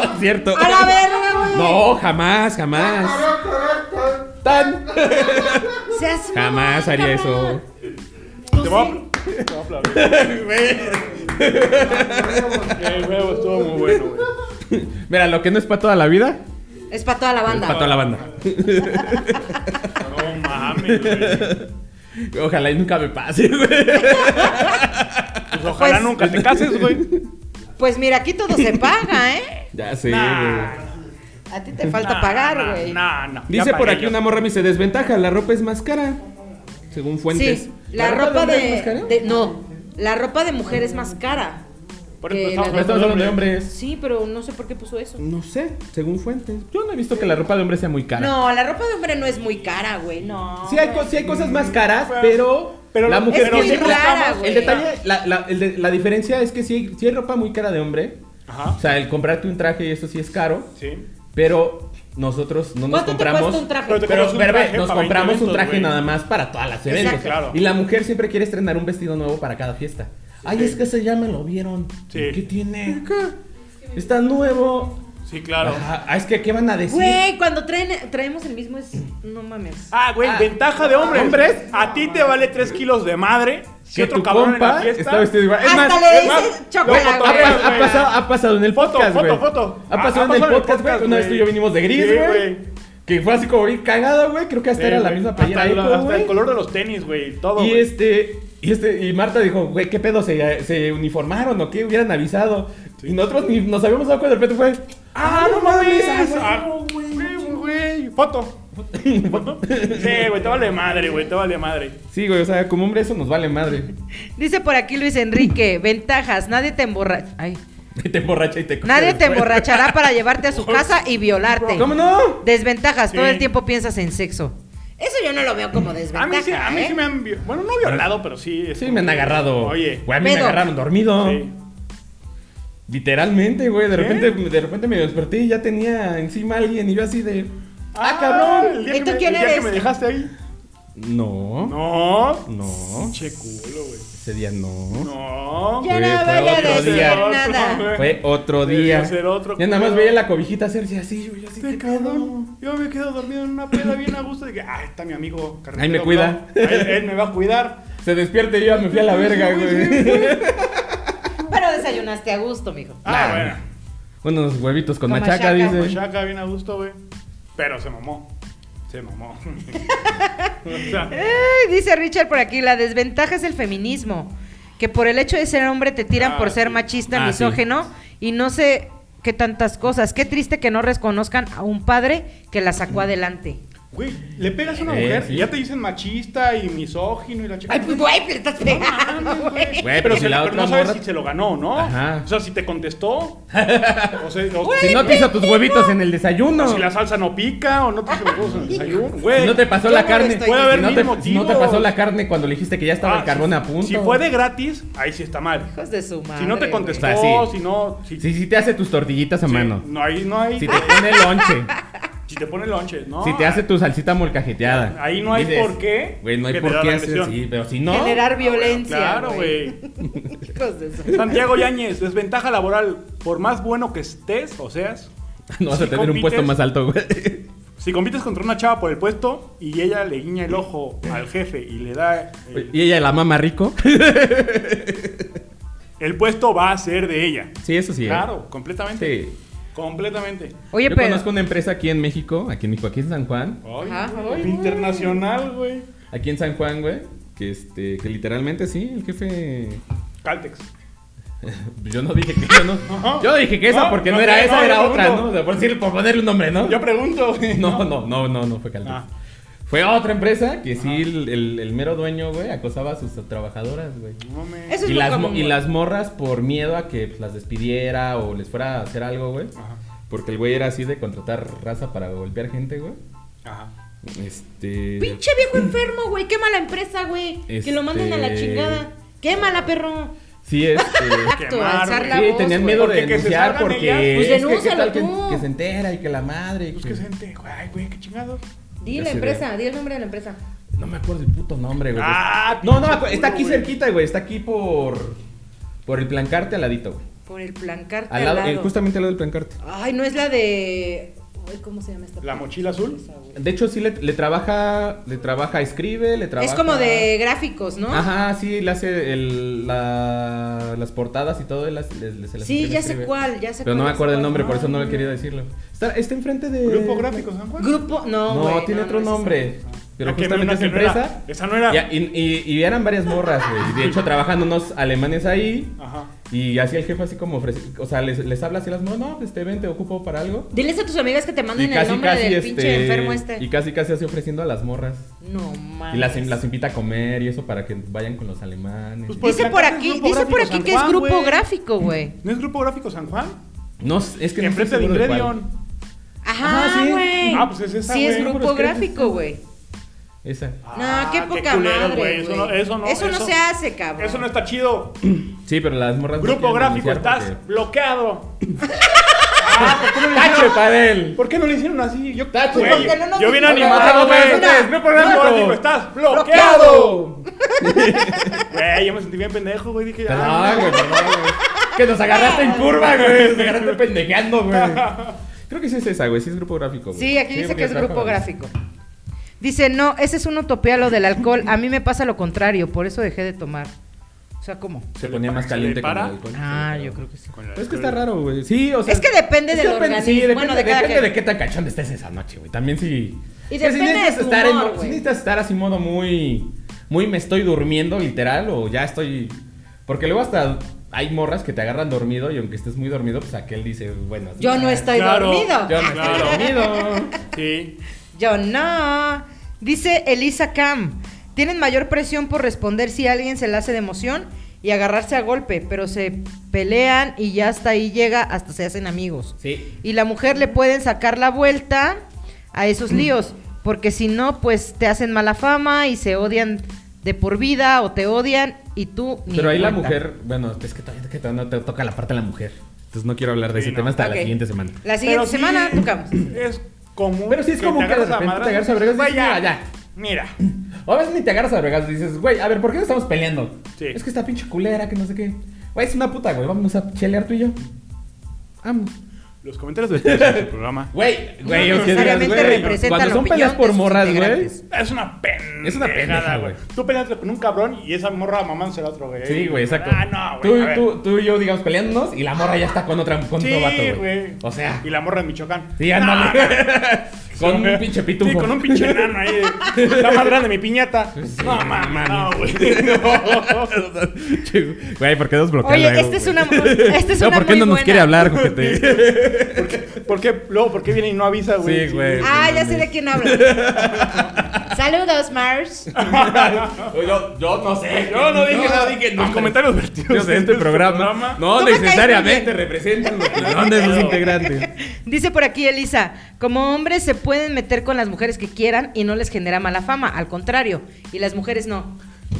[SPEAKER 2] mamó!
[SPEAKER 1] Cierto.
[SPEAKER 3] A la verga, güey.
[SPEAKER 1] No, jamás, jamás. Tan. [LAUGHS]
[SPEAKER 3] Seas
[SPEAKER 1] Jamás
[SPEAKER 3] mamón,
[SPEAKER 1] haría eso. [LAUGHS]
[SPEAKER 3] cabrón.
[SPEAKER 2] Te voy a- te voy a aplaudir. Qué huevo, estuvo muy bueno, güey.
[SPEAKER 1] Mira, lo que no es para toda la vida,
[SPEAKER 3] Es para toda la
[SPEAKER 1] es para
[SPEAKER 3] banda.
[SPEAKER 1] toda la banda.
[SPEAKER 2] No mames, güey.
[SPEAKER 1] Ojalá y nunca me pase, güey.
[SPEAKER 2] Pues ojalá
[SPEAKER 3] Pues-
[SPEAKER 2] nunca te cases, güey.
[SPEAKER 3] Pues mira, aquí todo
[SPEAKER 1] [LAUGHS]
[SPEAKER 3] se paga, ¿eh?
[SPEAKER 1] Ya sé,
[SPEAKER 2] Nah,
[SPEAKER 1] güey.
[SPEAKER 3] A ti te falta
[SPEAKER 2] nah, nah,
[SPEAKER 3] pagar, güey.
[SPEAKER 2] nah, nah.
[SPEAKER 1] Dice
[SPEAKER 2] Ya
[SPEAKER 1] por
[SPEAKER 2] pagué
[SPEAKER 1] aquí
[SPEAKER 2] yo.
[SPEAKER 1] una morra, me dice, desventaja, la ropa es más cara. Según fuentes.
[SPEAKER 3] Sí, la, ropa
[SPEAKER 1] hombre
[SPEAKER 3] de,
[SPEAKER 1] es más cara?
[SPEAKER 3] de- No, la ropa de mujer es más cara.
[SPEAKER 2] Por
[SPEAKER 3] que
[SPEAKER 2] eso
[SPEAKER 3] la
[SPEAKER 2] estamos
[SPEAKER 1] Pero estamos
[SPEAKER 2] hablando de hombre.
[SPEAKER 1] hombres.
[SPEAKER 3] Sí, pero no sé por qué puso eso.
[SPEAKER 1] No sé, según fuentes. Yo no he visto que la ropa de hombre sea muy cara.
[SPEAKER 3] No, la ropa de hombre no es muy cara, güey. No.
[SPEAKER 1] Sí hay, co- sí hay cosas más caras,
[SPEAKER 2] Bueno,
[SPEAKER 1] pero,
[SPEAKER 2] Pues, pero
[SPEAKER 1] la
[SPEAKER 2] lo-
[SPEAKER 1] mujer
[SPEAKER 3] es muy
[SPEAKER 1] sí
[SPEAKER 3] rara,
[SPEAKER 1] buscamos-
[SPEAKER 3] güey.
[SPEAKER 1] El detalle, la, la- el de- la diferencia es que sí, hay- sí hay ropa muy cara de hombre. O
[SPEAKER 2] Ajá.
[SPEAKER 1] sea, el comprarte un traje y eso sí es caro.
[SPEAKER 2] Sí.
[SPEAKER 1] Pero nosotros no nos
[SPEAKER 3] ¿Cuánto te
[SPEAKER 1] compramos.
[SPEAKER 3] cuesta un traje?
[SPEAKER 2] Pero te
[SPEAKER 1] Pero,
[SPEAKER 2] compras un
[SPEAKER 1] pero, ve,
[SPEAKER 2] traje
[SPEAKER 1] nos
[SPEAKER 2] para 20
[SPEAKER 1] compramos un
[SPEAKER 2] eventos,
[SPEAKER 1] traje
[SPEAKER 2] güey.
[SPEAKER 1] nada más para todas las
[SPEAKER 3] Exacto.
[SPEAKER 1] eventos.
[SPEAKER 2] Claro.
[SPEAKER 1] Y la mujer siempre quiere estrenar un vestido nuevo para cada fiesta. Ay, es que ese ya me lo vieron.
[SPEAKER 2] Sí.
[SPEAKER 1] ¿Qué tiene? Está nuevo.
[SPEAKER 2] Sí, claro.
[SPEAKER 1] Ajá. Ah, es que ¿qué van a decir?
[SPEAKER 3] Güey, cuando traen, traemos el mismo es. No mames.
[SPEAKER 2] Ah, güey,
[SPEAKER 1] Ah.
[SPEAKER 2] ventaja de hombres.
[SPEAKER 1] Hombres.
[SPEAKER 2] A ti te vale 3 kilos de madre. Si
[SPEAKER 1] Que
[SPEAKER 2] otro
[SPEAKER 1] tu
[SPEAKER 2] cabrón en la
[SPEAKER 1] compa
[SPEAKER 2] fiesta.
[SPEAKER 1] está vestido igual. Ah, Es
[SPEAKER 3] Hasta
[SPEAKER 1] más,
[SPEAKER 3] le
[SPEAKER 1] es más,
[SPEAKER 3] dices chocolate,
[SPEAKER 1] ha,
[SPEAKER 2] güey.
[SPEAKER 1] pas- ha pasado, ha pasado en el
[SPEAKER 2] Foto,
[SPEAKER 1] podcast,
[SPEAKER 2] foto,
[SPEAKER 1] güey.
[SPEAKER 2] foto.
[SPEAKER 1] Ha
[SPEAKER 2] Ah,
[SPEAKER 1] pasado
[SPEAKER 2] ha
[SPEAKER 1] en el
[SPEAKER 2] pasado en el
[SPEAKER 1] podcast, güey.
[SPEAKER 2] podcast,
[SPEAKER 1] Una vez tú y yo
[SPEAKER 2] güey.
[SPEAKER 1] vinimos de gris,
[SPEAKER 2] Sí,
[SPEAKER 1] güey.
[SPEAKER 2] güey.
[SPEAKER 1] que fue así como bien cagada, güey. Creo que hasta
[SPEAKER 2] Sí,
[SPEAKER 1] era la
[SPEAKER 2] güey.
[SPEAKER 1] misma
[SPEAKER 2] Hasta
[SPEAKER 1] playera.
[SPEAKER 2] el-
[SPEAKER 1] Eco,
[SPEAKER 2] Hasta,
[SPEAKER 1] güey.
[SPEAKER 2] el color de los tenis, güey. Todo.
[SPEAKER 1] Y
[SPEAKER 2] güey.
[SPEAKER 1] este, y este, y Marta dijo, güey, ¿qué pedo? ¿Se, se uniformaron o qué? Hubieran avisado. Y nosotros ni nos habíamos dado cuenta, de repente fue.
[SPEAKER 2] Ah, no mames.
[SPEAKER 1] ah,
[SPEAKER 2] Ah, güey, güey. Foto. ¿Foto? Sí, güey, te vale madre, güey, te vale madre.
[SPEAKER 1] Sí, güey, o sea, como hombre eso nos vale madre.
[SPEAKER 3] Dice por aquí Luis Enrique, ventajas, nadie te emborracha. Ay.
[SPEAKER 1] te emborracha y te coge
[SPEAKER 3] Nadie te
[SPEAKER 1] después.
[SPEAKER 3] emborrachará para llevarte
[SPEAKER 1] [LAUGHS]
[SPEAKER 3] a su casa y violarte.
[SPEAKER 1] ¿Cómo no?
[SPEAKER 3] Desventajas, todo
[SPEAKER 2] Sí.
[SPEAKER 3] el tiempo piensas en sexo. Eso yo no lo veo como desventaja.
[SPEAKER 2] A mí sí, a mí
[SPEAKER 3] ¿eh?
[SPEAKER 2] sí me han. vi- Bueno, no violado, pero sí. es
[SPEAKER 1] Sí,
[SPEAKER 2] como
[SPEAKER 1] me han
[SPEAKER 2] que-
[SPEAKER 1] agarrado.
[SPEAKER 2] Oye.
[SPEAKER 1] Güey, a mí me
[SPEAKER 3] pedo.
[SPEAKER 1] agarraron dormido.
[SPEAKER 2] Sí.
[SPEAKER 1] Literalmente, güey. De
[SPEAKER 2] ¿Qué?
[SPEAKER 1] repente, de repente me desperté y ya tenía encima a alguien y yo así de.
[SPEAKER 2] Ah,
[SPEAKER 1] cabrón.
[SPEAKER 2] El
[SPEAKER 3] ¿Y
[SPEAKER 2] día, que
[SPEAKER 3] tú
[SPEAKER 2] me,
[SPEAKER 3] quién
[SPEAKER 2] el día que
[SPEAKER 3] eres?
[SPEAKER 2] me dejaste ahí.
[SPEAKER 1] No. No.
[SPEAKER 2] No.
[SPEAKER 1] No.
[SPEAKER 2] Che culo, güey.
[SPEAKER 1] Ese día no.
[SPEAKER 2] No.
[SPEAKER 3] Yo
[SPEAKER 1] Güey,
[SPEAKER 3] no
[SPEAKER 1] fue
[SPEAKER 3] voy a
[SPEAKER 1] otro
[SPEAKER 3] decir
[SPEAKER 1] día.
[SPEAKER 3] nada.
[SPEAKER 2] Güey.
[SPEAKER 1] Fue otro
[SPEAKER 2] Debió
[SPEAKER 1] día.
[SPEAKER 2] ser otro
[SPEAKER 1] ya nada más
[SPEAKER 2] culo.
[SPEAKER 1] veía la cobijita hacerse así, yo, yo así. ¿qué pedo?
[SPEAKER 2] Pecadón. Este Yo me quedo dormido en una peda bien a gusto. De que, ah, está mi amigo carretero.
[SPEAKER 1] Ahí me cuida.
[SPEAKER 2] Blanco. Ahí- Él, me va a cuidar.
[SPEAKER 1] Se despierte y yo ya me fui a la
[SPEAKER 2] Pues
[SPEAKER 1] verga, güey.
[SPEAKER 3] Pero desayunaste a gusto, mijo.
[SPEAKER 1] Nah.
[SPEAKER 2] Ah,
[SPEAKER 1] [LAUGHS] Unos huevitos con
[SPEAKER 3] Con
[SPEAKER 1] machaca,
[SPEAKER 3] machaca.
[SPEAKER 2] bueno.
[SPEAKER 1] dice.
[SPEAKER 2] Machaca bien a gusto, güey. Pero se mamó. Se mamó. [LAUGHS] o sea,
[SPEAKER 3] Ay, dice Richard por aquí, la desventaja es el feminismo. Que por el hecho de ser hombre te tiran
[SPEAKER 2] Ah,
[SPEAKER 3] por ser
[SPEAKER 2] sí.
[SPEAKER 3] machista,
[SPEAKER 1] Ah, sí.
[SPEAKER 3] misógeno y no sé qué tantas cosas. Qué triste que no reconozcan a un padre que la
[SPEAKER 1] Mm.
[SPEAKER 3] sacó adelante.
[SPEAKER 2] güey, le pegas a una
[SPEAKER 1] Eh,
[SPEAKER 2] mujer
[SPEAKER 1] sí.
[SPEAKER 2] y ya te dicen machista y misógino y la chica.
[SPEAKER 3] Ay, pues güey, pero estás pegando, [LAUGHS] güey.
[SPEAKER 1] Güey, pero si
[SPEAKER 2] se-
[SPEAKER 1] la otra
[SPEAKER 2] no sabes
[SPEAKER 1] morra-
[SPEAKER 2] si se lo ganó, ¿no?
[SPEAKER 1] Ajá.
[SPEAKER 2] O sea, si te contestó. O sea, o-
[SPEAKER 1] Si no te hizo tus huevitos en el desayuno.
[SPEAKER 2] Pues si la salsa no pica o no te hizo los huevos en el desayuno, güey.
[SPEAKER 1] Si no te pasó
[SPEAKER 3] Yo
[SPEAKER 1] la
[SPEAKER 3] no
[SPEAKER 1] carne.
[SPEAKER 3] estoy- Puede
[SPEAKER 1] si
[SPEAKER 2] haber
[SPEAKER 1] no
[SPEAKER 2] mil
[SPEAKER 1] te,
[SPEAKER 2] motivos.
[SPEAKER 1] si no te pasó la carne cuando le dijiste que ya estaba
[SPEAKER 2] Ah,
[SPEAKER 1] el carbón
[SPEAKER 2] si-
[SPEAKER 1] a punto.
[SPEAKER 2] Si fue de gratis, ahí sí está mal.
[SPEAKER 3] Hijos de su madre.
[SPEAKER 2] si no te
[SPEAKER 3] güey.
[SPEAKER 2] contestó,
[SPEAKER 1] güey. O sea, sí.
[SPEAKER 2] si no. Si,
[SPEAKER 1] Si, si te hace tus tortillitas a
[SPEAKER 2] si-
[SPEAKER 1] mano.
[SPEAKER 2] No hay, no hay.
[SPEAKER 1] Si te pone lonche.
[SPEAKER 2] Si te pone lonches, ¿no?
[SPEAKER 1] si te hace tu salsita molcajeteada.
[SPEAKER 2] Ah. Ahí no hay
[SPEAKER 1] Dices,
[SPEAKER 2] por qué
[SPEAKER 1] Güey, no hay
[SPEAKER 2] que te
[SPEAKER 1] por
[SPEAKER 2] da
[SPEAKER 1] qué
[SPEAKER 2] la
[SPEAKER 1] hacer
[SPEAKER 2] agresión.
[SPEAKER 1] así. Pero si no.
[SPEAKER 3] Generar violencia.
[SPEAKER 2] Claro, güey.
[SPEAKER 3] Hijos de su
[SPEAKER 2] Santiago Yáñez, desventaja laboral. Por más bueno que estés, o seas,
[SPEAKER 1] [LAUGHS] No vas a
[SPEAKER 2] si
[SPEAKER 1] tener un puesto
[SPEAKER 2] compites-
[SPEAKER 1] más alto, güey. [LAUGHS]
[SPEAKER 2] si compites contra una chava por el puesto y ella le guiña el ojo al jefe y le da. El,
[SPEAKER 1] Y ella la mama rico.
[SPEAKER 2] el puesto va a ser de ella.
[SPEAKER 1] Sí, eso sí. ¿eh?
[SPEAKER 2] Claro, completamente.
[SPEAKER 1] Sí.
[SPEAKER 2] Completamente.
[SPEAKER 3] Oye,
[SPEAKER 1] Yo
[SPEAKER 3] pero.
[SPEAKER 1] conozco una empresa aquí en México, aquí en México, aquí en San Juan.
[SPEAKER 2] Ay,
[SPEAKER 3] Ajá,
[SPEAKER 2] güey,
[SPEAKER 3] ay,
[SPEAKER 2] internacional, güey.
[SPEAKER 1] Aquí en San Juan, güey. Que este, que literalmente sí, el jefe. [LAUGHS]
[SPEAKER 2] Caltex.
[SPEAKER 1] Yo no dije que yo no.
[SPEAKER 2] No.
[SPEAKER 1] Yo dije que esa
[SPEAKER 2] No,
[SPEAKER 1] porque no,
[SPEAKER 2] no,
[SPEAKER 1] era
[SPEAKER 2] no,
[SPEAKER 1] esa,
[SPEAKER 2] no,
[SPEAKER 1] era
[SPEAKER 2] yo
[SPEAKER 1] otra,
[SPEAKER 2] pregunto.
[SPEAKER 1] ¿no? O sea, por decir, por ponerle un nombre, ¿no? [LAUGHS]
[SPEAKER 2] Yo pregunto, güey.
[SPEAKER 1] No, no, no, no, no fue Caltex.
[SPEAKER 2] Ah.
[SPEAKER 1] Fue otra empresa que sí, el, el- el mero dueño, güey, acosaba a sus trabajadoras, güey.
[SPEAKER 2] No me-
[SPEAKER 3] Eso es
[SPEAKER 1] Y
[SPEAKER 3] muy
[SPEAKER 1] las,
[SPEAKER 3] común,
[SPEAKER 1] mo- y
[SPEAKER 3] güey.
[SPEAKER 1] las morras por miedo a que pues, las despidiera o les fuera a hacer algo, güey.
[SPEAKER 2] Ajá.
[SPEAKER 1] Porque el güey era así de contratar raza para golpear gente, güey.
[SPEAKER 2] Ajá.
[SPEAKER 1] Este.
[SPEAKER 3] Pinche viejo enfermo, güey. Qué mala empresa, güey. Que lo manden a la
[SPEAKER 1] Este-
[SPEAKER 3] chingada. Qué mala, perro.
[SPEAKER 1] Sí, este.
[SPEAKER 2] Quemar,
[SPEAKER 3] Tú, alzar
[SPEAKER 2] güey.
[SPEAKER 3] [LAUGHS] la
[SPEAKER 1] Sí,
[SPEAKER 3] voz,
[SPEAKER 1] tenían
[SPEAKER 3] güey.
[SPEAKER 1] miedo
[SPEAKER 2] Porque
[SPEAKER 1] de
[SPEAKER 2] que se
[SPEAKER 1] denunciar
[SPEAKER 2] salgan
[SPEAKER 1] porque
[SPEAKER 2] ellas.
[SPEAKER 3] Pues
[SPEAKER 1] es que qué
[SPEAKER 3] denúncialo
[SPEAKER 1] tal que,
[SPEAKER 3] tú.
[SPEAKER 1] que se entera y que la madre.
[SPEAKER 2] Pues
[SPEAKER 1] que-
[SPEAKER 2] que gente, güey, güey, qué chingado.
[SPEAKER 3] Di
[SPEAKER 1] Ya
[SPEAKER 3] la
[SPEAKER 1] se
[SPEAKER 3] empresa, di el nombre de la empresa.
[SPEAKER 1] No me acuerdo el puto nombre, güey.
[SPEAKER 2] Ah,
[SPEAKER 1] pues- no, no, me
[SPEAKER 2] pinche
[SPEAKER 1] acuerdo. Está
[SPEAKER 2] culo,
[SPEAKER 1] aquí
[SPEAKER 2] güey.
[SPEAKER 1] cerquita, güey. Está aquí por. Por el plancarte al ladito, güey.
[SPEAKER 3] Por el plancarte
[SPEAKER 1] Al lado, eh, justamente al lado del plancarte.
[SPEAKER 3] Ay, no es la de. Ay, ¿Cómo se llama esta?
[SPEAKER 2] ¿La
[SPEAKER 3] película?
[SPEAKER 2] mochila azul?
[SPEAKER 3] Esa, güey.
[SPEAKER 1] De hecho, sí le, le trabaja. Le trabaja, escribe, le trabaja.
[SPEAKER 3] Es como de gráficos, ¿no?
[SPEAKER 1] Ajá, sí, le hace el- la- las portadas y todo. él las- les- les- se las
[SPEAKER 3] Sí,
[SPEAKER 1] escribe,
[SPEAKER 3] ya sé
[SPEAKER 1] escribe.
[SPEAKER 3] cuál, ya sé
[SPEAKER 1] Pero
[SPEAKER 3] cuál.
[SPEAKER 1] no me
[SPEAKER 3] ya sé
[SPEAKER 1] acuerdo el
[SPEAKER 3] cuál. Ah.
[SPEAKER 1] nombre, por
[SPEAKER 3] Ay,
[SPEAKER 1] eso no le
[SPEAKER 3] güey.
[SPEAKER 1] quería decirlo. Está, está enfrente de.
[SPEAKER 2] Grupo gráfico, ¿saben cuál?
[SPEAKER 3] Grupo, no.
[SPEAKER 1] No,
[SPEAKER 3] güey,
[SPEAKER 1] tiene otro
[SPEAKER 3] no, esa-
[SPEAKER 1] nombre. Pero
[SPEAKER 2] Ah, que
[SPEAKER 1] justamente
[SPEAKER 2] no,
[SPEAKER 1] esa
[SPEAKER 2] que no era.
[SPEAKER 1] empresa.
[SPEAKER 2] Esa no era.
[SPEAKER 1] Y, y- y eran varias morras, güey. De hecho, trabajan unos alemanes ahí.
[SPEAKER 2] Ajá.
[SPEAKER 1] Y así el jefe así como ofrece, o sea, les, les habla así las morras, no, pues te ven, te ocupo para algo.
[SPEAKER 3] Diles a tus amigas que te manden
[SPEAKER 1] Y
[SPEAKER 3] el
[SPEAKER 1] casi
[SPEAKER 3] nombre
[SPEAKER 1] casi
[SPEAKER 3] del
[SPEAKER 1] este,
[SPEAKER 3] pinche enfermo este. Ah,
[SPEAKER 1] y casi casi así ofreciendo a las morras.
[SPEAKER 3] No mames.
[SPEAKER 1] Y las, las invita a comer y eso para que vayan con los alemanes.
[SPEAKER 2] Pues, pues,
[SPEAKER 3] Dice por
[SPEAKER 2] Plancarte
[SPEAKER 3] aquí,
[SPEAKER 2] es grupo
[SPEAKER 3] dice por
[SPEAKER 2] gráfico
[SPEAKER 3] aquí
[SPEAKER 2] San
[SPEAKER 3] que es
[SPEAKER 2] Juan,
[SPEAKER 3] grupo
[SPEAKER 2] güey.
[SPEAKER 3] gráfico, güey.
[SPEAKER 2] ¿No es Grupo Gráfico San Juan?
[SPEAKER 1] no, es que no estoy
[SPEAKER 2] Enfrente de
[SPEAKER 1] seguro cuál.
[SPEAKER 2] Ingredion.
[SPEAKER 1] Ajá,
[SPEAKER 3] Ajá,
[SPEAKER 1] sí.
[SPEAKER 3] güey.
[SPEAKER 2] Ah, pues es esa,
[SPEAKER 3] Sí, es
[SPEAKER 2] güey.
[SPEAKER 1] Pero
[SPEAKER 3] grupo
[SPEAKER 1] es que-
[SPEAKER 3] gráfico, güey.
[SPEAKER 1] Esa.
[SPEAKER 2] Ah,
[SPEAKER 3] no, qué poca
[SPEAKER 2] culero,
[SPEAKER 3] madre.
[SPEAKER 2] güey. Eso no,
[SPEAKER 3] güey.
[SPEAKER 2] eso no,
[SPEAKER 3] no se hace, cabrón.
[SPEAKER 2] Eso no está chido.
[SPEAKER 1] Sí, pero las morras no
[SPEAKER 2] Grupo
[SPEAKER 1] quieren
[SPEAKER 2] Gráfico,
[SPEAKER 1] renunciar
[SPEAKER 2] estás
[SPEAKER 1] porque- [LAUGHS]
[SPEAKER 2] bloqueado. Ah, ¿por qué no le
[SPEAKER 1] ¡Tache
[SPEAKER 2] hicieron-
[SPEAKER 1] para él!
[SPEAKER 2] ¿Por qué no le hicieron así? Yo,
[SPEAKER 1] Tacho.
[SPEAKER 2] Güey,
[SPEAKER 3] Porque no nos
[SPEAKER 2] yo bien
[SPEAKER 3] dijeron.
[SPEAKER 2] animado,
[SPEAKER 1] Otra vez,
[SPEAKER 2] güey.
[SPEAKER 1] otra vez, Grupo Gráfico.
[SPEAKER 2] Gráfico, estás bloqueado. Güey, yo me sentí bien pendejo, güey. Dije, ah,
[SPEAKER 1] Perdón, güey, perdón, güey. Que nos agarraste en curva, güey. Nos agarraste pendejeando, güey. Creo que sí es esa, güey. Sí es grupo gráfico, güey.
[SPEAKER 3] Sí, aquí dice
[SPEAKER 1] porque
[SPEAKER 3] que es
[SPEAKER 1] trabaja-
[SPEAKER 3] grupo gráfico. Dice, no, esa es una utopía lo del alcohol. A mí me pasa lo contrario, por eso dejé de tomar. O sea, ¿cómo?
[SPEAKER 1] Se ponía más
[SPEAKER 2] ¿Se le
[SPEAKER 1] caliente con el
[SPEAKER 2] para?
[SPEAKER 1] alcohol.
[SPEAKER 3] Ah, yo creo que sí.
[SPEAKER 2] Con la-
[SPEAKER 1] Es que está raro, güey. Sí, o sea.
[SPEAKER 3] Es que depende
[SPEAKER 1] es
[SPEAKER 3] del
[SPEAKER 1] Sí,
[SPEAKER 3] organismo.
[SPEAKER 1] depende,
[SPEAKER 3] Bueno, de cada
[SPEAKER 1] depende
[SPEAKER 3] quien.
[SPEAKER 1] de qué tan cachón estés esa noche, güey. También sí.
[SPEAKER 3] Y
[SPEAKER 1] Es que
[SPEAKER 3] depende de tu
[SPEAKER 1] estar en-
[SPEAKER 3] humor,
[SPEAKER 1] si
[SPEAKER 3] güey.
[SPEAKER 1] necesitas estar así modo muy. Muy me estoy durmiendo, literal, o ya estoy. Porque luego hasta hay morras que te agarran dormido y aunque estés muy dormido, pues aquel dice, bueno.
[SPEAKER 3] Yo no estoy
[SPEAKER 2] Claro,
[SPEAKER 3] dormido.
[SPEAKER 1] Yo no
[SPEAKER 2] Claro.
[SPEAKER 1] estoy dormido.
[SPEAKER 2] Sí.
[SPEAKER 3] Yo no. Dice Elisa Cam, tienen mayor presión por responder si alguien se la hace de emoción y agarrarse a golpe, pero se pelean y ya hasta ahí llega, hasta se hacen amigos.
[SPEAKER 1] Sí.
[SPEAKER 3] Y la mujer le pueden sacar la vuelta a esos líos, porque si no, pues te hacen mala fama y se odian de por vida o te odian y tú... ni
[SPEAKER 1] Pero ahí la
[SPEAKER 3] cuenta.
[SPEAKER 1] mujer, bueno, es que todavía que todavía no te toca la parte de la mujer. Entonces no quiero hablar de
[SPEAKER 2] Sí,
[SPEAKER 1] ese
[SPEAKER 2] no.
[SPEAKER 1] tema hasta
[SPEAKER 3] Ok.
[SPEAKER 1] la siguiente semana.
[SPEAKER 3] La siguiente
[SPEAKER 2] Pero sí
[SPEAKER 3] semana tocamos.
[SPEAKER 2] Es común.
[SPEAKER 1] Pero sí es común que de
[SPEAKER 2] agarres a
[SPEAKER 1] repente te
[SPEAKER 2] madrazos.
[SPEAKER 1] agarres a vergas y
[SPEAKER 2] Güey,
[SPEAKER 1] dices,
[SPEAKER 2] ya,
[SPEAKER 1] "Mira, ya".
[SPEAKER 2] Mira.
[SPEAKER 1] O a veces ni te agarras a vergas y dices, güey, a ver, ¿por qué nos estamos peleando?
[SPEAKER 2] Sí.
[SPEAKER 1] Es que esta pinche culera, que no sé qué. Güey, es una puta, güey, vamos a chelear tú y yo. Vamos.
[SPEAKER 2] Los comentarios de este programa.
[SPEAKER 1] [LAUGHS] Güey, güey,
[SPEAKER 3] No
[SPEAKER 1] o que digas,
[SPEAKER 3] necesariamente
[SPEAKER 1] güey,
[SPEAKER 3] representan
[SPEAKER 1] Cuando
[SPEAKER 3] la
[SPEAKER 1] son
[SPEAKER 3] opinión
[SPEAKER 1] peleas
[SPEAKER 3] de
[SPEAKER 1] por
[SPEAKER 3] sus
[SPEAKER 1] morras, güey.
[SPEAKER 3] integrantes.
[SPEAKER 2] Es una pendejada.
[SPEAKER 1] Es una pendeja, güey.
[SPEAKER 2] Tú peleaste con un cabrón y esa morra mamándose al otro, güey.
[SPEAKER 1] Sí, güey, exacto.
[SPEAKER 2] Ah, no,
[SPEAKER 1] tú,
[SPEAKER 2] güey. a ver.
[SPEAKER 1] tú, tú y yo, digamos, peleándonos y la morra ya está con otra, con otro
[SPEAKER 2] Sí,
[SPEAKER 1] vato,
[SPEAKER 2] güey.
[SPEAKER 1] güey. O sea,
[SPEAKER 2] Y la morra de Michoacán.
[SPEAKER 1] sí,
[SPEAKER 2] No,
[SPEAKER 1] ándale.
[SPEAKER 2] no,
[SPEAKER 1] [LAUGHS] con un pinche pitufo.
[SPEAKER 2] Sí, con un pinche enano ahí. La más grande, mi piñata.
[SPEAKER 1] Sí,
[SPEAKER 2] no, mames.
[SPEAKER 1] mames.
[SPEAKER 2] No, güey. No.
[SPEAKER 1] [LAUGHS] Che, Güey, ¿por qué nos bloquean
[SPEAKER 3] Oye,
[SPEAKER 1] luego,
[SPEAKER 3] esta es
[SPEAKER 1] güey?
[SPEAKER 3] una,
[SPEAKER 1] [LAUGHS]
[SPEAKER 3] esta es
[SPEAKER 1] No,
[SPEAKER 3] una
[SPEAKER 1] ¿por qué
[SPEAKER 3] muy
[SPEAKER 1] no nos
[SPEAKER 3] buena.
[SPEAKER 1] quiere hablar, gente?
[SPEAKER 2] [LAUGHS] ¿Por qué? Luego, ¿por qué viene y no avisa, güey?
[SPEAKER 1] Sí, güey.
[SPEAKER 3] Ah, ya sé de quién habla.
[SPEAKER 2] [LAUGHS]
[SPEAKER 3] Saludos, Mars.
[SPEAKER 1] yo, yo no sé.
[SPEAKER 2] Yo no dije nada, dije
[SPEAKER 1] no.
[SPEAKER 2] los [LAUGHS] comentarios vertidos
[SPEAKER 1] Yo de este programa no
[SPEAKER 3] Tú me caes
[SPEAKER 1] necesariamente
[SPEAKER 3] [LAUGHS] muy bien.
[SPEAKER 1] representan la opinión de sus integrantes.
[SPEAKER 3] Dice por aquí Elisa, como hombres se pueden meter con las mujeres que quieran y no les genera mala fama, al contrario, y las mujeres no.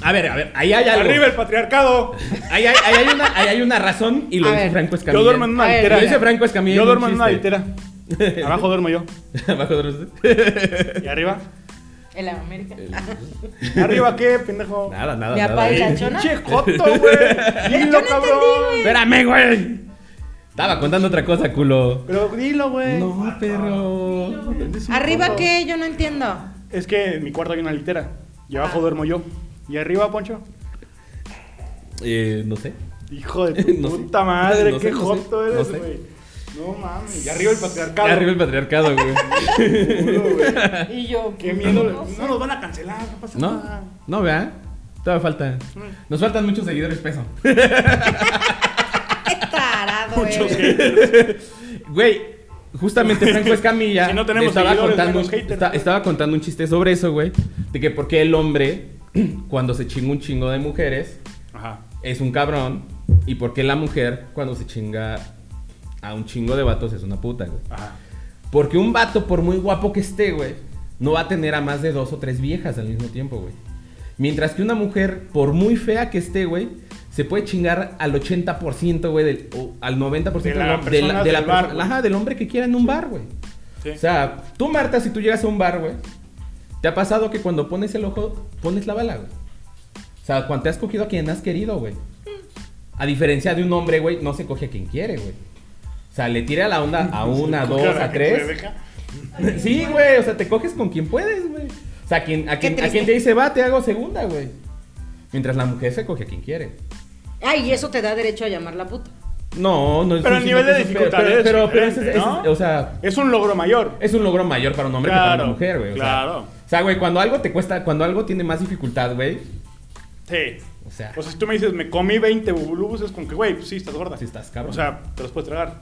[SPEAKER 1] A ver, a ver, ahí hay algo.
[SPEAKER 2] Arriba el patriarcado.
[SPEAKER 1] Ahí hay, ahí hay una, ahí hay una razón y lo
[SPEAKER 3] A
[SPEAKER 1] dice
[SPEAKER 3] ver,
[SPEAKER 1] Franco Escamilla.
[SPEAKER 2] Yo duermo en una
[SPEAKER 3] A ver,
[SPEAKER 2] litera.
[SPEAKER 1] Lo dice Franco Escamilla.
[SPEAKER 2] Yo
[SPEAKER 1] un
[SPEAKER 2] duermo en una
[SPEAKER 1] chiste.
[SPEAKER 2] litera. Abajo duermo yo.
[SPEAKER 1] [LAUGHS] Abajo de los-
[SPEAKER 2] ¿Y arriba?
[SPEAKER 3] En América.
[SPEAKER 2] ¿Arriba qué, pendejo?
[SPEAKER 1] [LAUGHS] Nada, nada,
[SPEAKER 3] Mi
[SPEAKER 1] nada.
[SPEAKER 3] papá y la
[SPEAKER 1] Eh,
[SPEAKER 3] chona.
[SPEAKER 2] Pinche joto,
[SPEAKER 1] [LAUGHS]
[SPEAKER 2] güey. Dilo, cabrón.
[SPEAKER 1] Espérame, güey. Estaba contando otra cosa, culo.
[SPEAKER 2] Pero dilo, güey.
[SPEAKER 1] No, perro.
[SPEAKER 3] ¿Arriba qué? Yo no entiendo.
[SPEAKER 2] Es que en mi cuarto hay una litera. Y
[SPEAKER 1] Ah.
[SPEAKER 2] abajo duermo yo. ¿Y arriba, Poncho?
[SPEAKER 1] Eh, no sé.
[SPEAKER 2] Hijo de
[SPEAKER 1] [LAUGHS]
[SPEAKER 2] tu
[SPEAKER 1] No sé.
[SPEAKER 2] puta madre,
[SPEAKER 1] No
[SPEAKER 2] qué
[SPEAKER 1] sé, no sé,
[SPEAKER 2] joto
[SPEAKER 1] no
[SPEAKER 2] eres,
[SPEAKER 1] sé.
[SPEAKER 2] güey. No mames. Y arriba el patriarcado.
[SPEAKER 1] Ya arriba el patriarcado, güey.
[SPEAKER 2] [LAUGHS] Culo, güey.
[SPEAKER 3] Y yo.
[SPEAKER 2] [LAUGHS] Qué miedo.
[SPEAKER 3] [LAUGHS]
[SPEAKER 2] No nos van a cancelar, no pasa
[SPEAKER 1] No,
[SPEAKER 2] nada.
[SPEAKER 1] no, vea. Todavía falta. Nos faltan muchos seguidores, peso.
[SPEAKER 3] Qué tarado
[SPEAKER 2] Muchos
[SPEAKER 3] eres.
[SPEAKER 2] haters.
[SPEAKER 1] Güey,
[SPEAKER 2] [LAUGHS]
[SPEAKER 1] justamente Franco Escamilla
[SPEAKER 2] Si no tenemos
[SPEAKER 1] estaba,
[SPEAKER 2] seguidores,
[SPEAKER 1] contando,
[SPEAKER 2] menos haters.
[SPEAKER 1] esta- estaba contando un chiste sobre eso, güey. De que por qué el hombre, [CLEARS THROAT] cuando se chinga un chingo de mujeres,
[SPEAKER 2] Ajá.
[SPEAKER 1] es un cabrón. Y por qué la mujer, cuando se chinga a un chingo de vatos, es una puta, güey.
[SPEAKER 2] Ajá.
[SPEAKER 1] Porque un vato, por muy guapo que esté, güey, no va a tener a más de dos o tres viejas al mismo tiempo, güey. Mientras que una mujer, por muy fea que esté, güey, se puede chingar al 80%, güey, del- o al 90%
[SPEAKER 2] De la
[SPEAKER 1] del- de
[SPEAKER 2] persona
[SPEAKER 1] de la
[SPEAKER 2] del bar,
[SPEAKER 1] persona-
[SPEAKER 2] güey.
[SPEAKER 1] ajá, del hombre que quiera en un bar, güey.
[SPEAKER 2] Sí.
[SPEAKER 1] O sea, tú, Marta, si tú llegas a un bar, güey, ¿Te ha pasado que cuando pones el ojo, pones la bala, güey? O sea, cuando te has cogido a quien has querido, güey. A diferencia de un hombre, güey, no se coge a quien quiere, güey. O sea, le tira la onda
[SPEAKER 2] [LAUGHS]
[SPEAKER 1] a una, dos,
[SPEAKER 2] Claro,
[SPEAKER 1] a
[SPEAKER 2] que te
[SPEAKER 1] tres.
[SPEAKER 2] deja.
[SPEAKER 1] [LAUGHS] Sí, güey, o sea, te coges con quien puedes, güey. O sea, a quien, a
[SPEAKER 3] Qué
[SPEAKER 1] quien, a
[SPEAKER 3] triste.
[SPEAKER 1] quien te dice, va, te hago segunda, güey. Mientras la mujer se coge a quien quiere.
[SPEAKER 3] Ay, y eso te da derecho a llamarla puta.
[SPEAKER 1] No, no es
[SPEAKER 2] Pero el
[SPEAKER 1] sino
[SPEAKER 2] nivel de
[SPEAKER 1] que es- pero-
[SPEAKER 2] dificultad
[SPEAKER 1] Pero,
[SPEAKER 2] es
[SPEAKER 1] pero, pero ese es- ese
[SPEAKER 2] diferente,
[SPEAKER 1] es-
[SPEAKER 2] ¿no?
[SPEAKER 1] o sea,
[SPEAKER 2] Es un logro mayor.
[SPEAKER 1] es un logro mayor para un hombre que para
[SPEAKER 2] Claro,
[SPEAKER 1] una mujer, güey. o sea.
[SPEAKER 2] claro.
[SPEAKER 1] O sea, güey, cuando algo te cuesta, cuando algo tiene más dificultad, güey,
[SPEAKER 2] Sí.
[SPEAKER 1] o sea,
[SPEAKER 2] O sea, si tú me dices, me comí 20 bubulubus, es como que, güey, pues sí, estás gorda.
[SPEAKER 1] Sí, estás cabrón.
[SPEAKER 2] O sea, te los puedes tragar.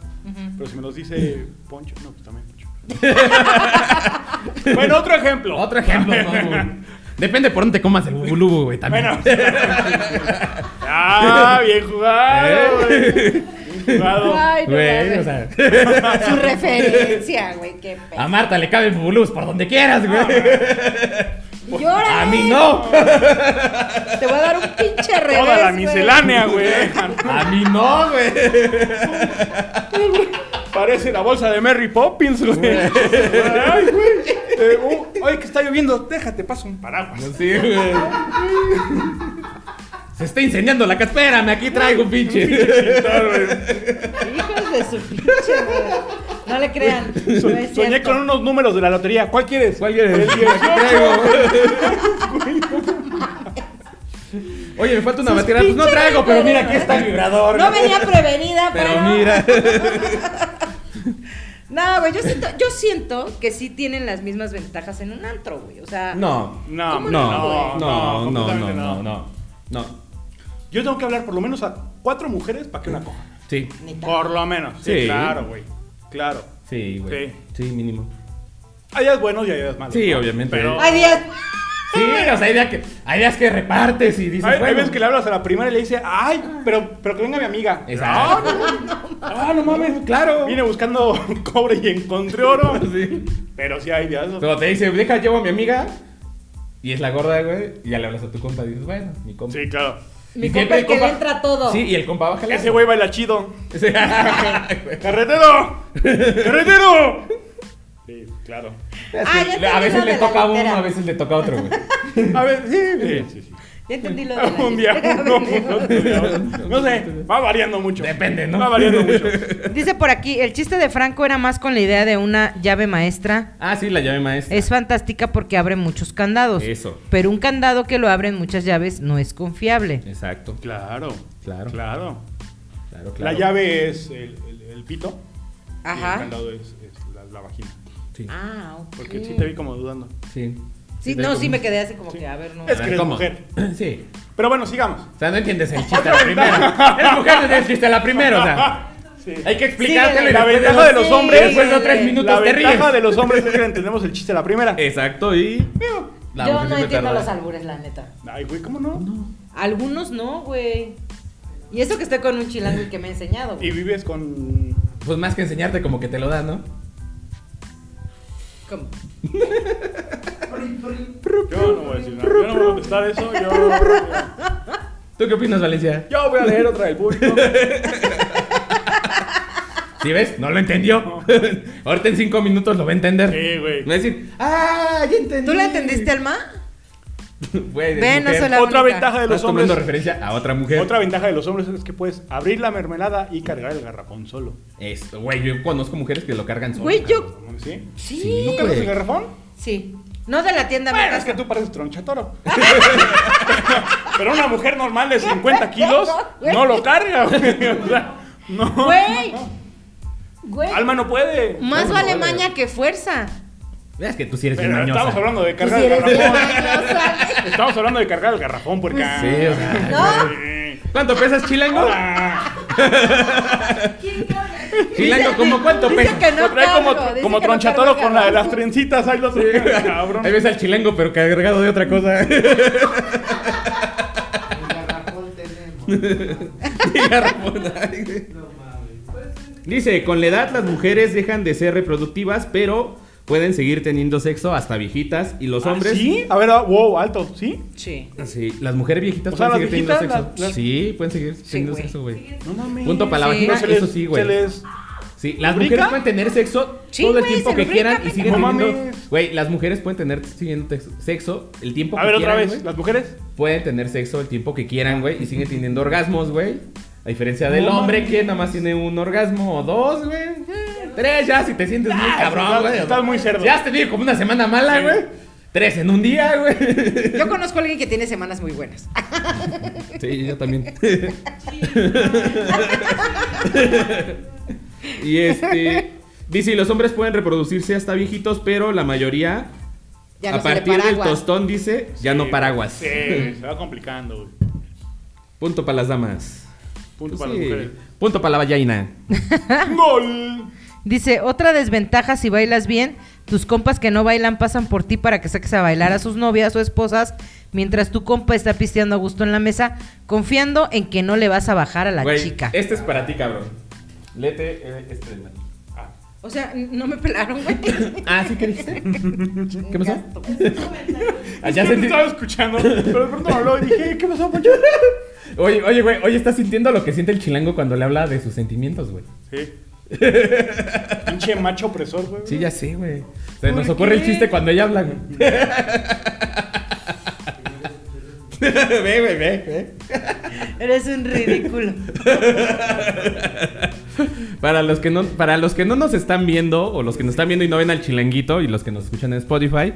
[SPEAKER 2] Pero si me los dice Poncho, no, pues también
[SPEAKER 1] [LAUGHS]
[SPEAKER 2] Poncho. bueno, otro ejemplo.
[SPEAKER 1] otro ejemplo,
[SPEAKER 2] [LAUGHS]
[SPEAKER 1] mamón. Depende por dónde te comas el bubulubu, güey, también.
[SPEAKER 2] Bueno. ah, bien jugado,
[SPEAKER 1] ¿Eh?
[SPEAKER 2] güey. Bien jugado.
[SPEAKER 3] Ay,
[SPEAKER 1] [LAUGHS]
[SPEAKER 3] no
[SPEAKER 1] Güey,
[SPEAKER 3] mames.
[SPEAKER 1] o sea, Ah,
[SPEAKER 3] Su referencia, güey, qué pe...
[SPEAKER 1] a Marta le cabe el bubulubus por donde quieras, güey.
[SPEAKER 3] Llórale.
[SPEAKER 1] A mí no,
[SPEAKER 3] Te voy a dar un pinche revés,
[SPEAKER 2] Toda la
[SPEAKER 3] güey.
[SPEAKER 2] miscelánea, güey.
[SPEAKER 1] a mí no, güey.
[SPEAKER 2] Parece la bolsa de Mary Poppins, güey. Ay, güey.
[SPEAKER 1] [LAUGHS]
[SPEAKER 2] Eh, uh, ay, que está lloviendo. Déjate, paso un paraguas.
[SPEAKER 1] Sí, güey. Se está incendiando la casa. Espérame, aquí traigo un pinche.
[SPEAKER 3] Hijos de su pinche, güey. No le crean. no es
[SPEAKER 2] Soñé
[SPEAKER 3] cierto.
[SPEAKER 2] con unos números de la lotería. ¿Cuál quieres?
[SPEAKER 1] ¿Cuál quieres?
[SPEAKER 2] El 18.
[SPEAKER 1] Oye, me falta una batería. Pues no traigo, pero mira, aquí está el vibrador.
[SPEAKER 3] No venía prevenida, pero...
[SPEAKER 1] Pero mira.
[SPEAKER 3] No, güey, yo siento, yo siento que sí tienen las mismas ventajas en un antro, güey. O sea...
[SPEAKER 1] No.
[SPEAKER 2] No,
[SPEAKER 3] ¿Cómo
[SPEAKER 1] No, no,
[SPEAKER 3] no,
[SPEAKER 1] no, no,
[SPEAKER 2] completamente
[SPEAKER 1] no, no. No.
[SPEAKER 2] Yo tengo que hablar por lo menos a cuatro mujeres para que una coja.
[SPEAKER 1] Sí,
[SPEAKER 3] neta.
[SPEAKER 2] Por lo menos. Sí,
[SPEAKER 1] Sí.
[SPEAKER 2] claro, güey. Claro.
[SPEAKER 1] sí, güey.
[SPEAKER 2] Sí.
[SPEAKER 1] Sí, mínimo.
[SPEAKER 2] Hay días buenos y hay días malos.
[SPEAKER 1] Sí,
[SPEAKER 2] ¿no?
[SPEAKER 1] obviamente.
[SPEAKER 2] Pero
[SPEAKER 3] Ay, Dios.
[SPEAKER 1] Sí, o sea, hay días que, hay días que repartes y dices,
[SPEAKER 2] hay, hay
[SPEAKER 1] bueno.
[SPEAKER 2] veces que le hablas a la primera y le dice, ay, pero, pero que venga mi amiga.
[SPEAKER 1] Exacto.
[SPEAKER 2] No, no, no, ah, no mames, claro. Vine buscando [LAUGHS] cobre y encontré oro.
[SPEAKER 1] [LAUGHS] Sí.
[SPEAKER 2] Pero sí hay días.
[SPEAKER 1] Cuando te dice, deja, llevo a mi amiga. Y es la gorda, güey. Y ya le hablas a tu compa y dices, bueno, mi compa.
[SPEAKER 2] Sí, claro.
[SPEAKER 3] Mi
[SPEAKER 1] Y
[SPEAKER 3] compa
[SPEAKER 1] siempre
[SPEAKER 3] el que le entra todo.
[SPEAKER 1] Sí, y el compa bájale.
[SPEAKER 2] Ese güey baila chido.
[SPEAKER 1] [LAUGHS] Sí. [LAUGHS]
[SPEAKER 2] ¡Carretero! ¡Carretero! Sí, claro.
[SPEAKER 3] Ah, ya entendí
[SPEAKER 1] a veces
[SPEAKER 3] lo
[SPEAKER 1] le
[SPEAKER 3] de la
[SPEAKER 1] toca a uno,
[SPEAKER 3] litera.
[SPEAKER 1] a veces le toca a otro, güey.
[SPEAKER 2] A ver, sí, sí, sí. sí.
[SPEAKER 3] Ya entendí lo de la
[SPEAKER 2] [LAUGHS] un día pues,
[SPEAKER 3] litera,
[SPEAKER 2] uno,
[SPEAKER 3] pendejo.
[SPEAKER 2] otro día otro. No sé, va variando mucho.
[SPEAKER 1] Depende, ¿no?
[SPEAKER 2] Va
[SPEAKER 1] [LAUGHS]
[SPEAKER 2] variando mucho.
[SPEAKER 3] Dice por aquí, el chiste de Franco era más con la idea de una llave maestra.
[SPEAKER 1] Ah, sí, la llave maestra.
[SPEAKER 3] Es fantástica porque abre muchos candados.
[SPEAKER 1] Eso.
[SPEAKER 3] Pero un candado que lo abren muchas llaves no es confiable.
[SPEAKER 1] Exacto.
[SPEAKER 2] Claro,
[SPEAKER 1] Claro, claro,
[SPEAKER 2] claro.
[SPEAKER 1] claro.
[SPEAKER 2] La llave es el, el- el pito. Y el
[SPEAKER 3] Ajá.
[SPEAKER 2] candado es, es la, la vagina.
[SPEAKER 1] Sí.
[SPEAKER 3] Ah, ok.
[SPEAKER 2] Porque sí te vi como dudando.
[SPEAKER 1] Sí.
[SPEAKER 3] Sí,
[SPEAKER 1] te
[SPEAKER 3] no,
[SPEAKER 1] digo,
[SPEAKER 3] sí me quedé así como que, a ver, no.
[SPEAKER 2] Es que eres
[SPEAKER 1] ¿Cómo?
[SPEAKER 2] mujer.
[SPEAKER 1] [LAUGHS] Sí.
[SPEAKER 2] Pero bueno, sigamos.
[SPEAKER 1] O sea, no entiendes el chiste a
[SPEAKER 2] [LAUGHS]
[SPEAKER 1] la primera. Eres mujer, no entiendes el chiste a la primera, o sea.
[SPEAKER 2] Sí.
[SPEAKER 1] Hay que explicártelo
[SPEAKER 3] Síguele.
[SPEAKER 1] y
[SPEAKER 2] La
[SPEAKER 1] después
[SPEAKER 2] ventaja de los hombres-
[SPEAKER 1] Después de tres
[SPEAKER 3] Síguele.
[SPEAKER 1] minutos
[SPEAKER 2] La
[SPEAKER 1] te
[SPEAKER 2] ventaja
[SPEAKER 1] ríes.
[SPEAKER 2] de los hombres es que entendemos el chiste a la primera.
[SPEAKER 1] Exacto, y. La mujer
[SPEAKER 3] Yo no
[SPEAKER 1] siempre
[SPEAKER 3] entiendo
[SPEAKER 1] tarda.
[SPEAKER 3] los albures, la neta.
[SPEAKER 2] Ay, güey, ¿cómo no?
[SPEAKER 3] Algunos no, güey. Y eso que estoy con un chilango y que me ha enseñado,
[SPEAKER 2] Y
[SPEAKER 3] güey.
[SPEAKER 2] vives con.
[SPEAKER 1] Pues más que enseñarte, como que te lo dan, ¿no?
[SPEAKER 3] ¿Cómo?
[SPEAKER 2] Yo no voy a decir nada. Yo no voy a contestar eso. Yo.
[SPEAKER 1] ¿Tú qué opinas, Valencia?
[SPEAKER 2] Yo voy a leer otra del público.
[SPEAKER 1] ¿Sí ves? No lo entendió. [LAUGHS] Ahorita en cinco minutos lo va a entender.
[SPEAKER 2] Sí, güey.
[SPEAKER 1] Va a decir, ¡ah! Ya entendí.
[SPEAKER 3] ¿Tú la entendiste, Alma?
[SPEAKER 1] Güey, de
[SPEAKER 3] Ve, no
[SPEAKER 1] mujer.
[SPEAKER 3] se la-
[SPEAKER 2] Otra
[SPEAKER 3] única.
[SPEAKER 2] ventaja de los
[SPEAKER 1] Estás tomando
[SPEAKER 2] hombres.
[SPEAKER 1] referencia a otra mujer.
[SPEAKER 2] Otra ventaja de los hombres es que puedes abrir la mermelada y cargar el garrafón solo.
[SPEAKER 1] Esto, güey, yo conozco mujeres que lo cargan solas.
[SPEAKER 3] Güey, yo.
[SPEAKER 2] ¿Sí?
[SPEAKER 1] Sí,
[SPEAKER 3] Sí.
[SPEAKER 2] ¿Tú cargas el
[SPEAKER 1] güey.
[SPEAKER 2] garrafón?
[SPEAKER 3] Sí. No de la tienda,
[SPEAKER 2] Bueno,
[SPEAKER 3] mi
[SPEAKER 2] es
[SPEAKER 3] casa.
[SPEAKER 2] que tú pareces tronchatoro. [LAUGHS] Pero una mujer normal de 50 kilos no lo carga, güey. O sea, no.
[SPEAKER 3] Güey. Güey.
[SPEAKER 2] Alma no puede.
[SPEAKER 3] Más
[SPEAKER 1] No,
[SPEAKER 3] vale
[SPEAKER 1] no,
[SPEAKER 3] maña que fuerza.
[SPEAKER 1] Es que tú sí eres bien
[SPEAKER 2] Pero
[SPEAKER 1] mañosa.
[SPEAKER 2] estamos hablando de
[SPEAKER 3] Pues
[SPEAKER 2] cargar
[SPEAKER 3] si
[SPEAKER 2] el
[SPEAKER 3] eres bien
[SPEAKER 2] garrafón.
[SPEAKER 3] mañosa, güey.
[SPEAKER 2] Estamos hablando de cargar el garrafón, porque.
[SPEAKER 1] Sí, o sea.
[SPEAKER 3] ¿No?
[SPEAKER 1] ¿Cuánto pesas, chilango? Chilango,
[SPEAKER 3] Dice-
[SPEAKER 1] ¿cómo cuánto
[SPEAKER 3] dice
[SPEAKER 1] pesas?
[SPEAKER 3] que no
[SPEAKER 2] trae como,
[SPEAKER 3] cargo, dice
[SPEAKER 2] como
[SPEAKER 3] que no
[SPEAKER 2] tronchatoro
[SPEAKER 3] cargo
[SPEAKER 2] con la de las
[SPEAKER 3] garrafón.
[SPEAKER 2] trencitas. Ahí los
[SPEAKER 1] Sí.
[SPEAKER 2] cabrón.
[SPEAKER 1] Ahí ves al chilango, pero cargado de otra cosa. El garrafón tenemos. [LAUGHS] Dice, con la edad las mujeres dejan de ser reproductivas, pero pueden seguir teniendo sexo hasta viejitas y los
[SPEAKER 2] ¿Ah,
[SPEAKER 1] hombres...
[SPEAKER 2] ¿Sí? A ver, ah, wow, alto, ¿sí?
[SPEAKER 3] Sí.
[SPEAKER 1] Sí, las mujeres viejitas
[SPEAKER 2] O sea,
[SPEAKER 1] pueden seguir
[SPEAKER 2] las
[SPEAKER 1] teniendo
[SPEAKER 2] viejitas,
[SPEAKER 1] sexo.
[SPEAKER 2] las- las-
[SPEAKER 1] Sí, pueden seguir teniendo
[SPEAKER 3] güey.
[SPEAKER 1] sexo, güey.
[SPEAKER 2] No mames.
[SPEAKER 1] Punto para la
[SPEAKER 3] Sí.
[SPEAKER 1] vagina,
[SPEAKER 2] Pero se les-
[SPEAKER 1] eso sí, güey.
[SPEAKER 2] Se les
[SPEAKER 1] Sí, Sí, las
[SPEAKER 2] ¿Lubrica?
[SPEAKER 1] mujeres pueden tener sexo
[SPEAKER 3] Sí,
[SPEAKER 1] todo el
[SPEAKER 3] güey,
[SPEAKER 1] tiempo
[SPEAKER 3] se
[SPEAKER 1] que
[SPEAKER 3] lubrica,
[SPEAKER 1] quieran y
[SPEAKER 3] pendejo.
[SPEAKER 1] siguen
[SPEAKER 2] No
[SPEAKER 1] teniendo.
[SPEAKER 2] mames.
[SPEAKER 1] Güey, las mujeres pueden tener siguiendo tex- sexo el tiempo
[SPEAKER 2] A
[SPEAKER 1] que
[SPEAKER 2] ver, otra
[SPEAKER 1] quieran.
[SPEAKER 2] vez,
[SPEAKER 1] güey.
[SPEAKER 2] ¿las mujeres?
[SPEAKER 1] Pueden tener sexo el tiempo que quieran, güey, y siguen teniendo orgasmos, güey. A diferencia del
[SPEAKER 2] No
[SPEAKER 1] hombre
[SPEAKER 2] mames.
[SPEAKER 1] que nada más tiene un orgasmo o dos, güey. Eh, Tres ya, si te sientes muy
[SPEAKER 2] Ah,
[SPEAKER 1] cabrón,
[SPEAKER 2] estás-
[SPEAKER 1] güey.
[SPEAKER 2] estás muy cerdo.
[SPEAKER 1] Ya has tenido como una semana mala,
[SPEAKER 2] Sí.
[SPEAKER 1] güey. Tres en un día, güey.
[SPEAKER 3] Yo conozco a alguien que tiene semanas muy buenas. Ah,
[SPEAKER 1] Sí, yo también. [LAUGHS] y este. Dice, y los hombres pueden reproducirse hasta viejitos, pero la mayoría,
[SPEAKER 3] Ya no
[SPEAKER 1] a
[SPEAKER 3] se le
[SPEAKER 1] partir del
[SPEAKER 3] paraguas.
[SPEAKER 1] tostón, dice, ya no
[SPEAKER 2] Sí,
[SPEAKER 1] paraguas.
[SPEAKER 2] Sí, se va complicando, güey.
[SPEAKER 1] Punto para las damas.
[SPEAKER 2] Punto
[SPEAKER 1] Pues
[SPEAKER 2] para
[SPEAKER 1] sí.
[SPEAKER 2] las
[SPEAKER 1] [LAUGHS]
[SPEAKER 2] mujeres. [LAUGHS]
[SPEAKER 1] Punto para la vallaina.
[SPEAKER 2] ¡Gol!
[SPEAKER 3] Dice, otra desventaja si bailas bien, tus compas que no bailan pasan por ti para que saques a bailar a sus novias o esposas, mientras tu compa está pisteando a gusto en la mesa, confiando en que no le vas a bajar a la
[SPEAKER 1] Güey,
[SPEAKER 3] chica.
[SPEAKER 1] Este es para ti, cabrón. Lete eh, este de Mati.
[SPEAKER 3] O sea, n- no me pelaron, güey.
[SPEAKER 1] [LAUGHS] Ah, ¿sí que [LAUGHS] dijiste? ¿Qué pasó? Ah,
[SPEAKER 2] Ya
[SPEAKER 1] ya
[SPEAKER 2] se
[SPEAKER 1] sentí-
[SPEAKER 2] estaba escuchando, pero de pronto me habló y dije, ¿qué pasó, Poncho?
[SPEAKER 1] Oye, oye, güey, oye, estás sintiendo lo que siente el chilango cuando le habla de sus sentimientos, güey.
[SPEAKER 2] [LAUGHS] Sí. [LAUGHS] Pinche macho opresor, güey.
[SPEAKER 1] Sí, ya sé, güey. Se
[SPEAKER 2] ¿Por
[SPEAKER 1] nos ocurre el
[SPEAKER 2] qué?
[SPEAKER 1] chiste cuando ella habla, [LAUGHS] güey. ve, güey, ve,
[SPEAKER 3] Eres un ridículo.
[SPEAKER 1] ve. [LAUGHS] Para los que no, para los que no nos están viendo, o los que nos están viendo y no ven al chilanguito, y los que nos escuchan en Spotify,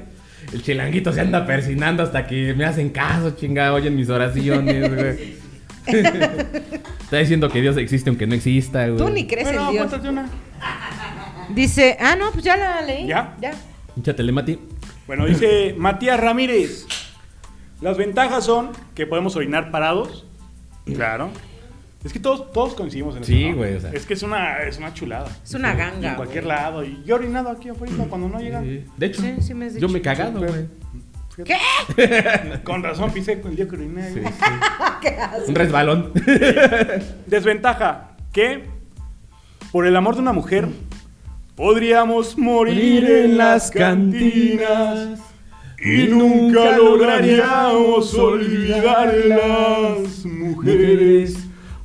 [SPEAKER 1] el chilanguito se anda persinando hasta que me hacen caso, chinga, oyen mis
[SPEAKER 3] [LAUGHS]
[SPEAKER 1] oraciones, güey. [LAUGHS] Está diciendo que Dios existe aunque no exista, güey.
[SPEAKER 3] [LAUGHS] Tú ni crees
[SPEAKER 2] Bueno,
[SPEAKER 3] en
[SPEAKER 1] pues,
[SPEAKER 3] Dios.
[SPEAKER 2] cuéntate una.
[SPEAKER 3] Dice, ah, no, pues ya la leí.
[SPEAKER 2] ¿Ya?
[SPEAKER 3] Ya.
[SPEAKER 1] Échatele, Mati.
[SPEAKER 2] Bueno, dice Matías Ramírez. Las ventajas son que podemos orinar parados. Claro. Es que todos, todos coincidimos en eso.
[SPEAKER 1] Sí,
[SPEAKER 2] ¿no?
[SPEAKER 1] güey, o sea.
[SPEAKER 2] Es que es una, es una chulada.
[SPEAKER 3] Es una
[SPEAKER 2] En
[SPEAKER 3] ganga.
[SPEAKER 2] cualquier
[SPEAKER 3] güey.
[SPEAKER 2] lado. Y yo he orinado aquí afuera cuando no llega.
[SPEAKER 1] De hecho,
[SPEAKER 3] Sí, sí me has
[SPEAKER 1] yo
[SPEAKER 3] dicho.
[SPEAKER 1] me he cagado,
[SPEAKER 2] Sí,
[SPEAKER 1] güey.
[SPEAKER 2] ¿Qué? Con razón pisé el día que oriné.
[SPEAKER 1] Sí,
[SPEAKER 3] [LAUGHS]
[SPEAKER 1] sí. Un resbalón.
[SPEAKER 2] Desventaja, que por el amor de una mujer podríamos morir en las cantinas y nunca lograríamos olvidar las mujeres.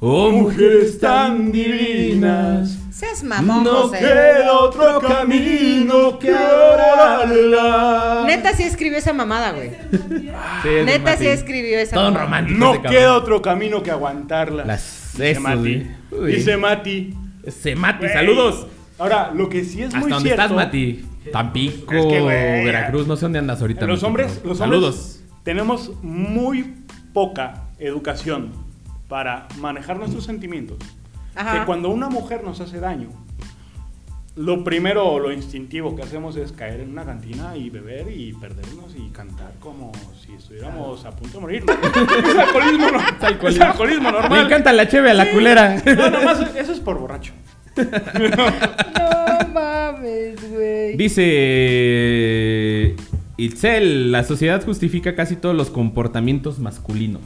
[SPEAKER 1] Oh,
[SPEAKER 2] Mujeres tan divinas,
[SPEAKER 3] Seas mamón,
[SPEAKER 2] no
[SPEAKER 3] José.
[SPEAKER 2] queda otro camino que orarlas.
[SPEAKER 3] Neta sí escribió esa mamada, güey.
[SPEAKER 1] Sí, es de
[SPEAKER 3] Neta
[SPEAKER 1] Mati.
[SPEAKER 3] sí escribió esa
[SPEAKER 1] Todo un
[SPEAKER 3] mamada.
[SPEAKER 1] romántico.
[SPEAKER 2] No
[SPEAKER 1] ese cabrón.
[SPEAKER 2] queda otro camino que aguantarlas.
[SPEAKER 1] Las-
[SPEAKER 2] dice
[SPEAKER 1] eso,
[SPEAKER 2] Mati.
[SPEAKER 1] sí. Uy.
[SPEAKER 2] Dice Mati.
[SPEAKER 1] Ese eh, Mati,
[SPEAKER 2] Güey.
[SPEAKER 1] saludos.
[SPEAKER 2] Ahora, lo que sí es
[SPEAKER 1] Hasta
[SPEAKER 2] muy
[SPEAKER 1] donde
[SPEAKER 2] cierto.
[SPEAKER 1] estás, Mati. Tampico,
[SPEAKER 2] Es que, güey,
[SPEAKER 1] Veracruz, no sé dónde andas ahorita.
[SPEAKER 2] eh, Los
[SPEAKER 1] Mati,
[SPEAKER 2] hombres,
[SPEAKER 1] pero
[SPEAKER 2] los
[SPEAKER 1] saludos.
[SPEAKER 2] hombres tenemos muy poca educación para manejar nuestros sentimientos.
[SPEAKER 3] Ajá.
[SPEAKER 2] Que cuando una mujer nos hace daño, lo primero o lo instintivo que hacemos es caer en una cantina y beber y perdernos y cantar como si estuviéramos a punto de morir. [LAUGHS] es alcoholismo, ¿no?
[SPEAKER 1] Es alcoholismo.
[SPEAKER 2] Es alcoholismo normal.
[SPEAKER 1] Me encanta la cheve a la
[SPEAKER 2] [LAUGHS]
[SPEAKER 1] culera.
[SPEAKER 2] No, nomás eso es por borracho.
[SPEAKER 3] No mames, güey.
[SPEAKER 1] Dice Itzel, la sociedad justifica casi todos los comportamientos masculinos.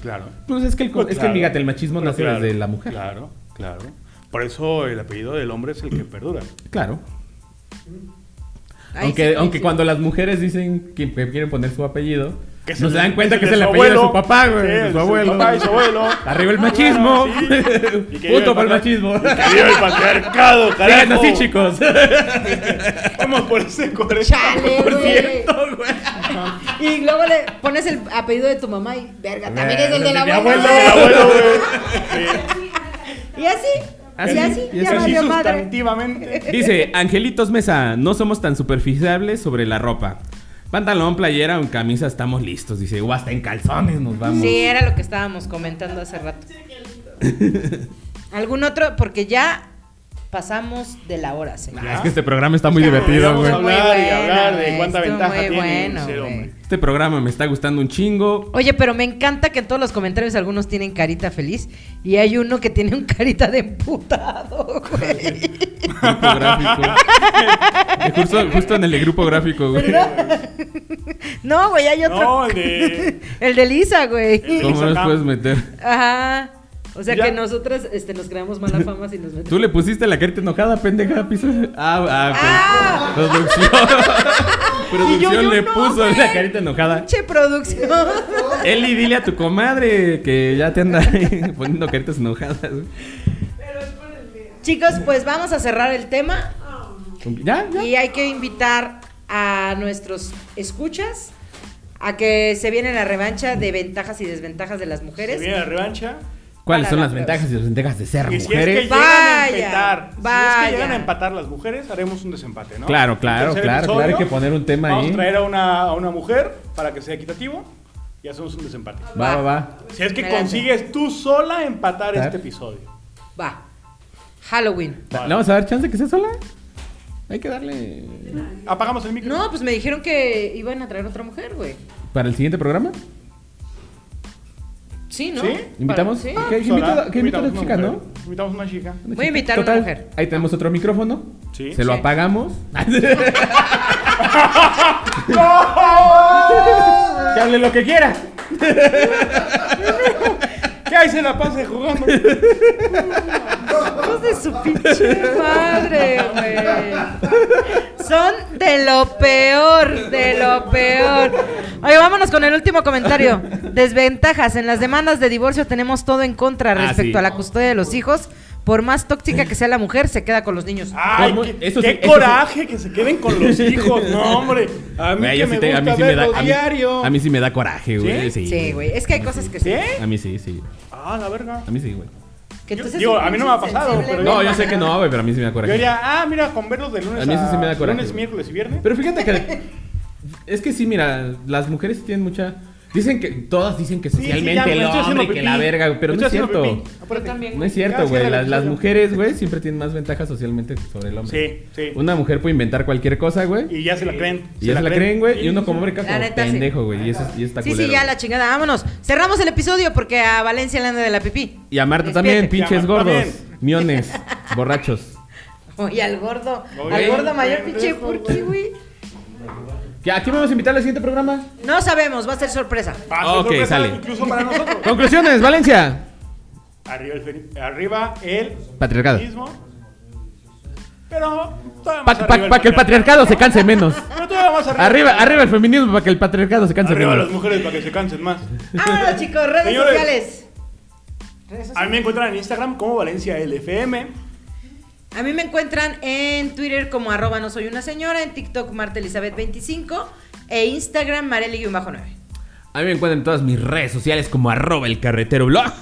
[SPEAKER 2] Claro.
[SPEAKER 1] Pues es que, el, co- es que
[SPEAKER 2] Claro.
[SPEAKER 1] fíjate, el machismo
[SPEAKER 2] Pero
[SPEAKER 1] nace
[SPEAKER 2] claro,
[SPEAKER 1] desde la mujer. Claro.
[SPEAKER 2] Claro, claro. Por eso el apellido del hombre es el que perdura.
[SPEAKER 3] Ay,
[SPEAKER 1] aunque
[SPEAKER 3] sí,
[SPEAKER 1] aunque
[SPEAKER 3] sí.
[SPEAKER 1] cuando las mujeres dicen que que quieren poner su apellido,
[SPEAKER 2] Que
[SPEAKER 1] no
[SPEAKER 2] es
[SPEAKER 1] se
[SPEAKER 2] el-
[SPEAKER 1] dan cuenta
[SPEAKER 2] es
[SPEAKER 1] que es
[SPEAKER 2] de
[SPEAKER 1] el
[SPEAKER 2] su
[SPEAKER 1] apellido de
[SPEAKER 2] abuelo.
[SPEAKER 1] su papá, güey.
[SPEAKER 2] Sí,
[SPEAKER 1] de
[SPEAKER 2] es
[SPEAKER 1] su
[SPEAKER 2] de
[SPEAKER 1] abuelo.
[SPEAKER 2] papá y su abuelo.
[SPEAKER 1] Arriba el
[SPEAKER 2] Ah,
[SPEAKER 1] machismo.
[SPEAKER 2] bueno, sí. Y que viva
[SPEAKER 1] Punto para el
[SPEAKER 2] patriar-
[SPEAKER 1] machismo.
[SPEAKER 2] y que viva el patriarcado, carajo.
[SPEAKER 1] [LAUGHS] Sigan así, chicos.
[SPEAKER 2] Vamos por ese correo.
[SPEAKER 3] Chale,
[SPEAKER 1] Por [LAUGHS]
[SPEAKER 3] güey.
[SPEAKER 1] cierto, güey.
[SPEAKER 3] Y luego le pones el apellido de tu mamá y verga, también es el de la
[SPEAKER 1] Eh, Mi
[SPEAKER 3] abuela.
[SPEAKER 1] abuelo,
[SPEAKER 2] El abuelo, güey.
[SPEAKER 3] Y así,
[SPEAKER 1] Así,
[SPEAKER 3] y así,
[SPEAKER 1] y
[SPEAKER 3] ya
[SPEAKER 1] así.
[SPEAKER 3] valió madre.
[SPEAKER 2] sustantivamente.
[SPEAKER 1] Dice Angelitos Mesa, no somos tan superficiales sobre la ropa. Pantalón, playera o en camisa estamos listos. Dice, o hasta en calzones nos vamos.
[SPEAKER 3] Sí, era lo que estábamos comentando hace rato. ¿Algún otro? Porque ya pasamos de la hora, señor.
[SPEAKER 1] Ah, Es que este programa está muy
[SPEAKER 3] Ya,
[SPEAKER 1] divertido,
[SPEAKER 3] estuvo
[SPEAKER 2] Vamos
[SPEAKER 1] güey.
[SPEAKER 2] a hablar y
[SPEAKER 3] bueno,
[SPEAKER 2] hablar de
[SPEAKER 3] güey,
[SPEAKER 2] cuánta
[SPEAKER 3] estuvo
[SPEAKER 2] ventaja
[SPEAKER 3] muy
[SPEAKER 2] tiene
[SPEAKER 3] bueno,
[SPEAKER 2] ser
[SPEAKER 3] güey.
[SPEAKER 2] hombre.
[SPEAKER 1] Este programa me está gustando un chingo.
[SPEAKER 3] Oye, pero me encanta que en todos los comentarios algunos tienen carita feliz y hay uno que tiene un carita de emputado,
[SPEAKER 1] [LAUGHS]
[SPEAKER 3] güey.
[SPEAKER 1] Grupo gráfico. Justo, justo en el de grupo gráfico, güey.
[SPEAKER 3] No, güey, hay otro.
[SPEAKER 2] No, el de-
[SPEAKER 3] [LAUGHS] El de Lisa, güey.
[SPEAKER 1] ¿Cómo los puedes meter?
[SPEAKER 3] Ajá. O sea
[SPEAKER 2] Ya.
[SPEAKER 3] que nosotras este, nos creamos mala fama si nos metemos.
[SPEAKER 1] Tú le pusiste la carita enojada, pendeja, piso. Ah, ah,
[SPEAKER 3] Ah.
[SPEAKER 1] pues, Producción.
[SPEAKER 3] [LAUGHS] Y yo,
[SPEAKER 1] producción
[SPEAKER 3] yo
[SPEAKER 1] le
[SPEAKER 3] no,
[SPEAKER 1] puso
[SPEAKER 3] güey.
[SPEAKER 1] la carita enojada.
[SPEAKER 3] Pinche producción.
[SPEAKER 1] Eli, dile a tu [LAUGHS] comadre que ya te anda poniendo caritas enojadas. güey.
[SPEAKER 3] Chicos, pues vamos a cerrar el tema
[SPEAKER 1] ¿Ya? ¿Ya?
[SPEAKER 3] y hay que invitar a nuestros escuchas a que se viene la revancha de ventajas y desventajas de las
[SPEAKER 2] Se
[SPEAKER 3] mujeres.
[SPEAKER 2] viene la revancha.
[SPEAKER 1] ¿Cuáles son
[SPEAKER 3] Para
[SPEAKER 1] las
[SPEAKER 3] la
[SPEAKER 1] ventajas y desventajas de ser
[SPEAKER 2] Y si es que
[SPEAKER 1] mujeres?
[SPEAKER 2] llegan a
[SPEAKER 3] Vaya,
[SPEAKER 2] empatar, si es
[SPEAKER 3] vaya.
[SPEAKER 2] que llegan a empatar las mujeres, haremos un desempate, ¿no?
[SPEAKER 1] Claro,
[SPEAKER 2] Un
[SPEAKER 1] claro,
[SPEAKER 2] tercer
[SPEAKER 1] claro, claro, hay que poner un tema
[SPEAKER 2] Vamos
[SPEAKER 1] ahí.
[SPEAKER 2] a traer a una, a una mujer para que sea equitativo y hacemos un desempate.
[SPEAKER 1] Va, va, va.
[SPEAKER 2] Si es que
[SPEAKER 3] Me late.
[SPEAKER 2] consigues tú sola empatar
[SPEAKER 1] Claro.
[SPEAKER 2] este episodio.
[SPEAKER 3] Va. Halloween.
[SPEAKER 1] ¿Le vamos a dar chance que sea sola? Hay que darle...
[SPEAKER 2] Apagamos el micro.
[SPEAKER 3] No, pues me dijeron que iban a traer otra mujer, güey.
[SPEAKER 1] ¿Para el siguiente programa?
[SPEAKER 3] Sí, ¿no?
[SPEAKER 2] ¿Sí?
[SPEAKER 1] ¿Invitamos?
[SPEAKER 3] Sí.
[SPEAKER 1] ¿Qué, qué invita,
[SPEAKER 2] Sola,
[SPEAKER 1] qué invita a las
[SPEAKER 2] invitamos
[SPEAKER 1] chicas,
[SPEAKER 2] una
[SPEAKER 1] no?
[SPEAKER 2] mujer. Invitamos a una chica.
[SPEAKER 3] Voy a invitar a una
[SPEAKER 1] Total,
[SPEAKER 3] mujer.
[SPEAKER 1] Ahí tenemos otro micrófono.
[SPEAKER 2] Sí. [LAUGHS]
[SPEAKER 1] Se lo
[SPEAKER 3] Sí. Ah.
[SPEAKER 1] apagamos. [LAUGHS] que hable lo que quiera.
[SPEAKER 2] ¿Qué hay? Se la pase jugando.
[SPEAKER 3] Hijos de su pinche madre, güey. Son de lo peor, de lo peor. Oye, vámonos con el último comentario. Desventajas. En las demandas de divorcio tenemos todo en contra
[SPEAKER 1] Ah,
[SPEAKER 3] respecto
[SPEAKER 1] sí.
[SPEAKER 3] a la custodia de los hijos. Por más tóxica que sea la mujer, se queda con los niños.
[SPEAKER 2] Ay,
[SPEAKER 1] ¿Cómo?
[SPEAKER 2] qué,
[SPEAKER 1] Eso
[SPEAKER 2] qué
[SPEAKER 1] sí, eso
[SPEAKER 2] coraje que se queden con los hijos.
[SPEAKER 1] [LAUGHS]
[SPEAKER 2] No, hombre. A mí
[SPEAKER 1] Güey,
[SPEAKER 2] que
[SPEAKER 1] yo
[SPEAKER 2] me
[SPEAKER 1] sí te-
[SPEAKER 2] gusta
[SPEAKER 1] a mí sí me da
[SPEAKER 2] verlo
[SPEAKER 1] a mí-
[SPEAKER 2] diario.
[SPEAKER 1] a mí sí me da coraje, güey. Sí,
[SPEAKER 3] Sí, güey. Es que hay cosas que sí.
[SPEAKER 2] ¿Sí?
[SPEAKER 1] A mí sí, sí.
[SPEAKER 2] Ah, la verga.
[SPEAKER 1] A mí sí, güey.
[SPEAKER 3] Que
[SPEAKER 2] Yo-
[SPEAKER 3] tú seas
[SPEAKER 2] digo,
[SPEAKER 3] un
[SPEAKER 2] a mí no me ha pasado,
[SPEAKER 3] sensible,
[SPEAKER 2] pero
[SPEAKER 3] güey.
[SPEAKER 1] No, yo sé que no, güey, pero a mí sí me da
[SPEAKER 2] Yo
[SPEAKER 1] coraje.
[SPEAKER 2] diría, ah, mira, con verlos de lunes
[SPEAKER 1] A mí eso sí me da coraje,
[SPEAKER 2] lunes,
[SPEAKER 1] güey.
[SPEAKER 2] miércoles y viernes.
[SPEAKER 1] Pero fíjate que. Es que sí, mira, las mujeres tienen mucha. Dicen que. Todas dicen que
[SPEAKER 2] Sí, sí, ya,
[SPEAKER 1] socialmente
[SPEAKER 2] me
[SPEAKER 1] el
[SPEAKER 2] estoy haciendo
[SPEAKER 1] hombre, que
[SPEAKER 2] pipí.
[SPEAKER 1] la verga, güey, pero
[SPEAKER 2] Me
[SPEAKER 1] no es
[SPEAKER 2] estoy haciendo
[SPEAKER 1] cierto.
[SPEAKER 2] pipí. Apúrate.
[SPEAKER 3] también.
[SPEAKER 1] No es cierto,
[SPEAKER 2] Ya,
[SPEAKER 1] güey.
[SPEAKER 2] cierra el
[SPEAKER 1] Las, las
[SPEAKER 2] episodio.
[SPEAKER 1] mujeres, güey, siempre tienen más ventajas socialmente sobre el hombre.
[SPEAKER 2] Sí, sí.
[SPEAKER 1] Una mujer puede inventar cualquier cosa, güey.
[SPEAKER 2] Y ya se la creen.
[SPEAKER 1] Y ya se la creen, güey. Y uno como hombre cae
[SPEAKER 3] La
[SPEAKER 1] como
[SPEAKER 3] neta, sí.
[SPEAKER 1] pendejo, güey. Y eso es- y está
[SPEAKER 3] Sí,
[SPEAKER 1] culero.
[SPEAKER 3] sí, ya la chingada. Vámonos. Cerramos el episodio porque a Valencia le anda de la pipí.
[SPEAKER 1] Y a Marta
[SPEAKER 3] Despierte.
[SPEAKER 1] también, pinches
[SPEAKER 2] Y a Marta
[SPEAKER 1] gordos,
[SPEAKER 2] también.
[SPEAKER 1] miones,
[SPEAKER 3] [LAUGHS]
[SPEAKER 1] borrachos.
[SPEAKER 3] Oye, al gordo.
[SPEAKER 2] Oye,
[SPEAKER 3] al gordo mayor
[SPEAKER 2] pendejo,
[SPEAKER 3] pinche
[SPEAKER 2] güey.
[SPEAKER 3] porque, güey.
[SPEAKER 1] ¿Qué- ¿A quién vamos a invitar al siguiente programa?
[SPEAKER 3] No sabemos, va a ser sorpresa.
[SPEAKER 2] Ah,
[SPEAKER 1] Ok,
[SPEAKER 2] sorpresa,
[SPEAKER 1] sale.
[SPEAKER 2] Incluso para nosotros.
[SPEAKER 1] Conclusiones, Valencia.
[SPEAKER 2] arriba, el, femi- arriba el
[SPEAKER 1] Patriarcado.
[SPEAKER 2] feminismo. Pero todavía más
[SPEAKER 1] Para
[SPEAKER 2] arriba
[SPEAKER 1] que el patriarcado se canse menos.
[SPEAKER 2] Pero todavía más arriba.
[SPEAKER 1] Arriba, arriba el feminismo para que el patriarcado se canse
[SPEAKER 2] Arriba
[SPEAKER 1] menos.
[SPEAKER 2] las mujeres para que se cansen más.
[SPEAKER 3] Vámonos, chicos, redes
[SPEAKER 2] Señores.
[SPEAKER 3] sociales.
[SPEAKER 2] A mí me encuentran en Instagram como Valencia LFM.
[SPEAKER 3] A mí me encuentran en Twitter como arroba no soy una señora, en TikTok Marta Elizabeth 25 e Instagram Marely-9.
[SPEAKER 1] A mí me encuentran en todas mis redes sociales como arroba el carretero blog.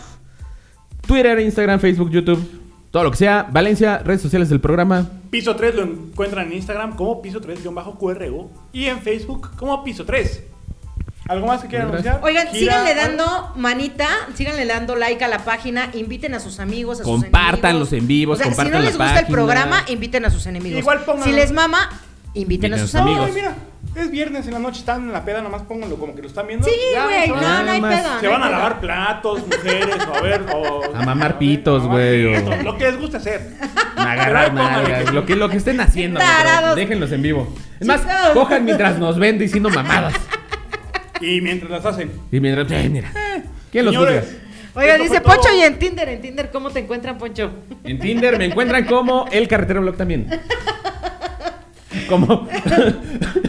[SPEAKER 1] Twitter, Instagram, Facebook, YouTube. Todo lo que sea. Valencia, redes sociales del programa.
[SPEAKER 2] Piso 3 lo encuentran en Instagram como piso 3-QRO y en Facebook como piso 3. ¿Algo más que quieran
[SPEAKER 1] Gracias.
[SPEAKER 2] anunciar?
[SPEAKER 3] Oigan,
[SPEAKER 2] Gira-
[SPEAKER 3] síganle dando manita, síganle dando like a la página, inviten a sus amigos, a
[SPEAKER 1] Compartan los
[SPEAKER 3] sus enemigos.
[SPEAKER 1] en vivos,
[SPEAKER 3] O sea,
[SPEAKER 1] compartan
[SPEAKER 3] si no les
[SPEAKER 1] la
[SPEAKER 3] gusta el
[SPEAKER 1] página.
[SPEAKER 3] programa, inviten a sus enemigos.
[SPEAKER 2] Igual pongan-
[SPEAKER 3] Si les mama, inviten, a sus amigos.
[SPEAKER 1] amigos.
[SPEAKER 2] Ay, mira, es viernes en la noche, están en la peda, nomás pónganlo como que lo están viendo.
[SPEAKER 3] Sí,
[SPEAKER 2] Ya,
[SPEAKER 3] güey,
[SPEAKER 2] se
[SPEAKER 3] no,
[SPEAKER 2] van-
[SPEAKER 1] Nada
[SPEAKER 3] no hay
[SPEAKER 1] más.
[SPEAKER 3] pedo.
[SPEAKER 2] Se
[SPEAKER 3] no hay
[SPEAKER 2] van a
[SPEAKER 3] pedo.
[SPEAKER 2] lavar platos, mujeres, o a ver, o...
[SPEAKER 1] A mamar
[SPEAKER 2] ver,
[SPEAKER 1] pitos,
[SPEAKER 2] a
[SPEAKER 1] güey,
[SPEAKER 2] ver,
[SPEAKER 1] o-
[SPEAKER 2] Lo que les gusta hacer.
[SPEAKER 1] Agarrar nalgas, lo que, lo que estén haciendo. güey, pero
[SPEAKER 3] Tarados.
[SPEAKER 1] Déjenlos en vivo. Es más,
[SPEAKER 3] Chicos.
[SPEAKER 1] cojan mientras nos ven diciendo mamadas.
[SPEAKER 2] Y mientras las hacen.
[SPEAKER 1] Y mientras, eh, mira. ¿Quién los juzga?
[SPEAKER 2] Señores,
[SPEAKER 3] Oiga,
[SPEAKER 2] esto
[SPEAKER 3] dice
[SPEAKER 2] fue todo.
[SPEAKER 3] Poncho y en Tinder, en Tinder, ¿cómo te encuentran, Poncho?
[SPEAKER 1] En Tinder me encuentran como el carretero blog también. Como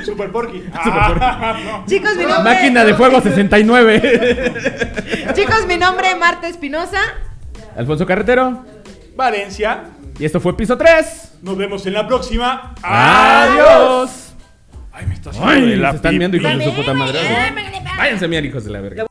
[SPEAKER 2] Super
[SPEAKER 1] [LAUGHS]
[SPEAKER 2] Porky. Ah, no.
[SPEAKER 3] Chicos, mi nombre.
[SPEAKER 1] máquina de fuego 69.
[SPEAKER 3] Chicos, mi nombre es Marta Espinosa.
[SPEAKER 1] Alfonso Carretero.
[SPEAKER 2] Valencia,
[SPEAKER 1] Y esto fue piso 3.
[SPEAKER 2] nos vemos en la próxima.
[SPEAKER 1] Adiós.
[SPEAKER 2] Ay, me está haciendo
[SPEAKER 1] Ay,
[SPEAKER 2] de la
[SPEAKER 1] Ah. se están viendo
[SPEAKER 2] pipí.
[SPEAKER 1] hijos de su puta madre. Váyanse a mirar hijos de la verga.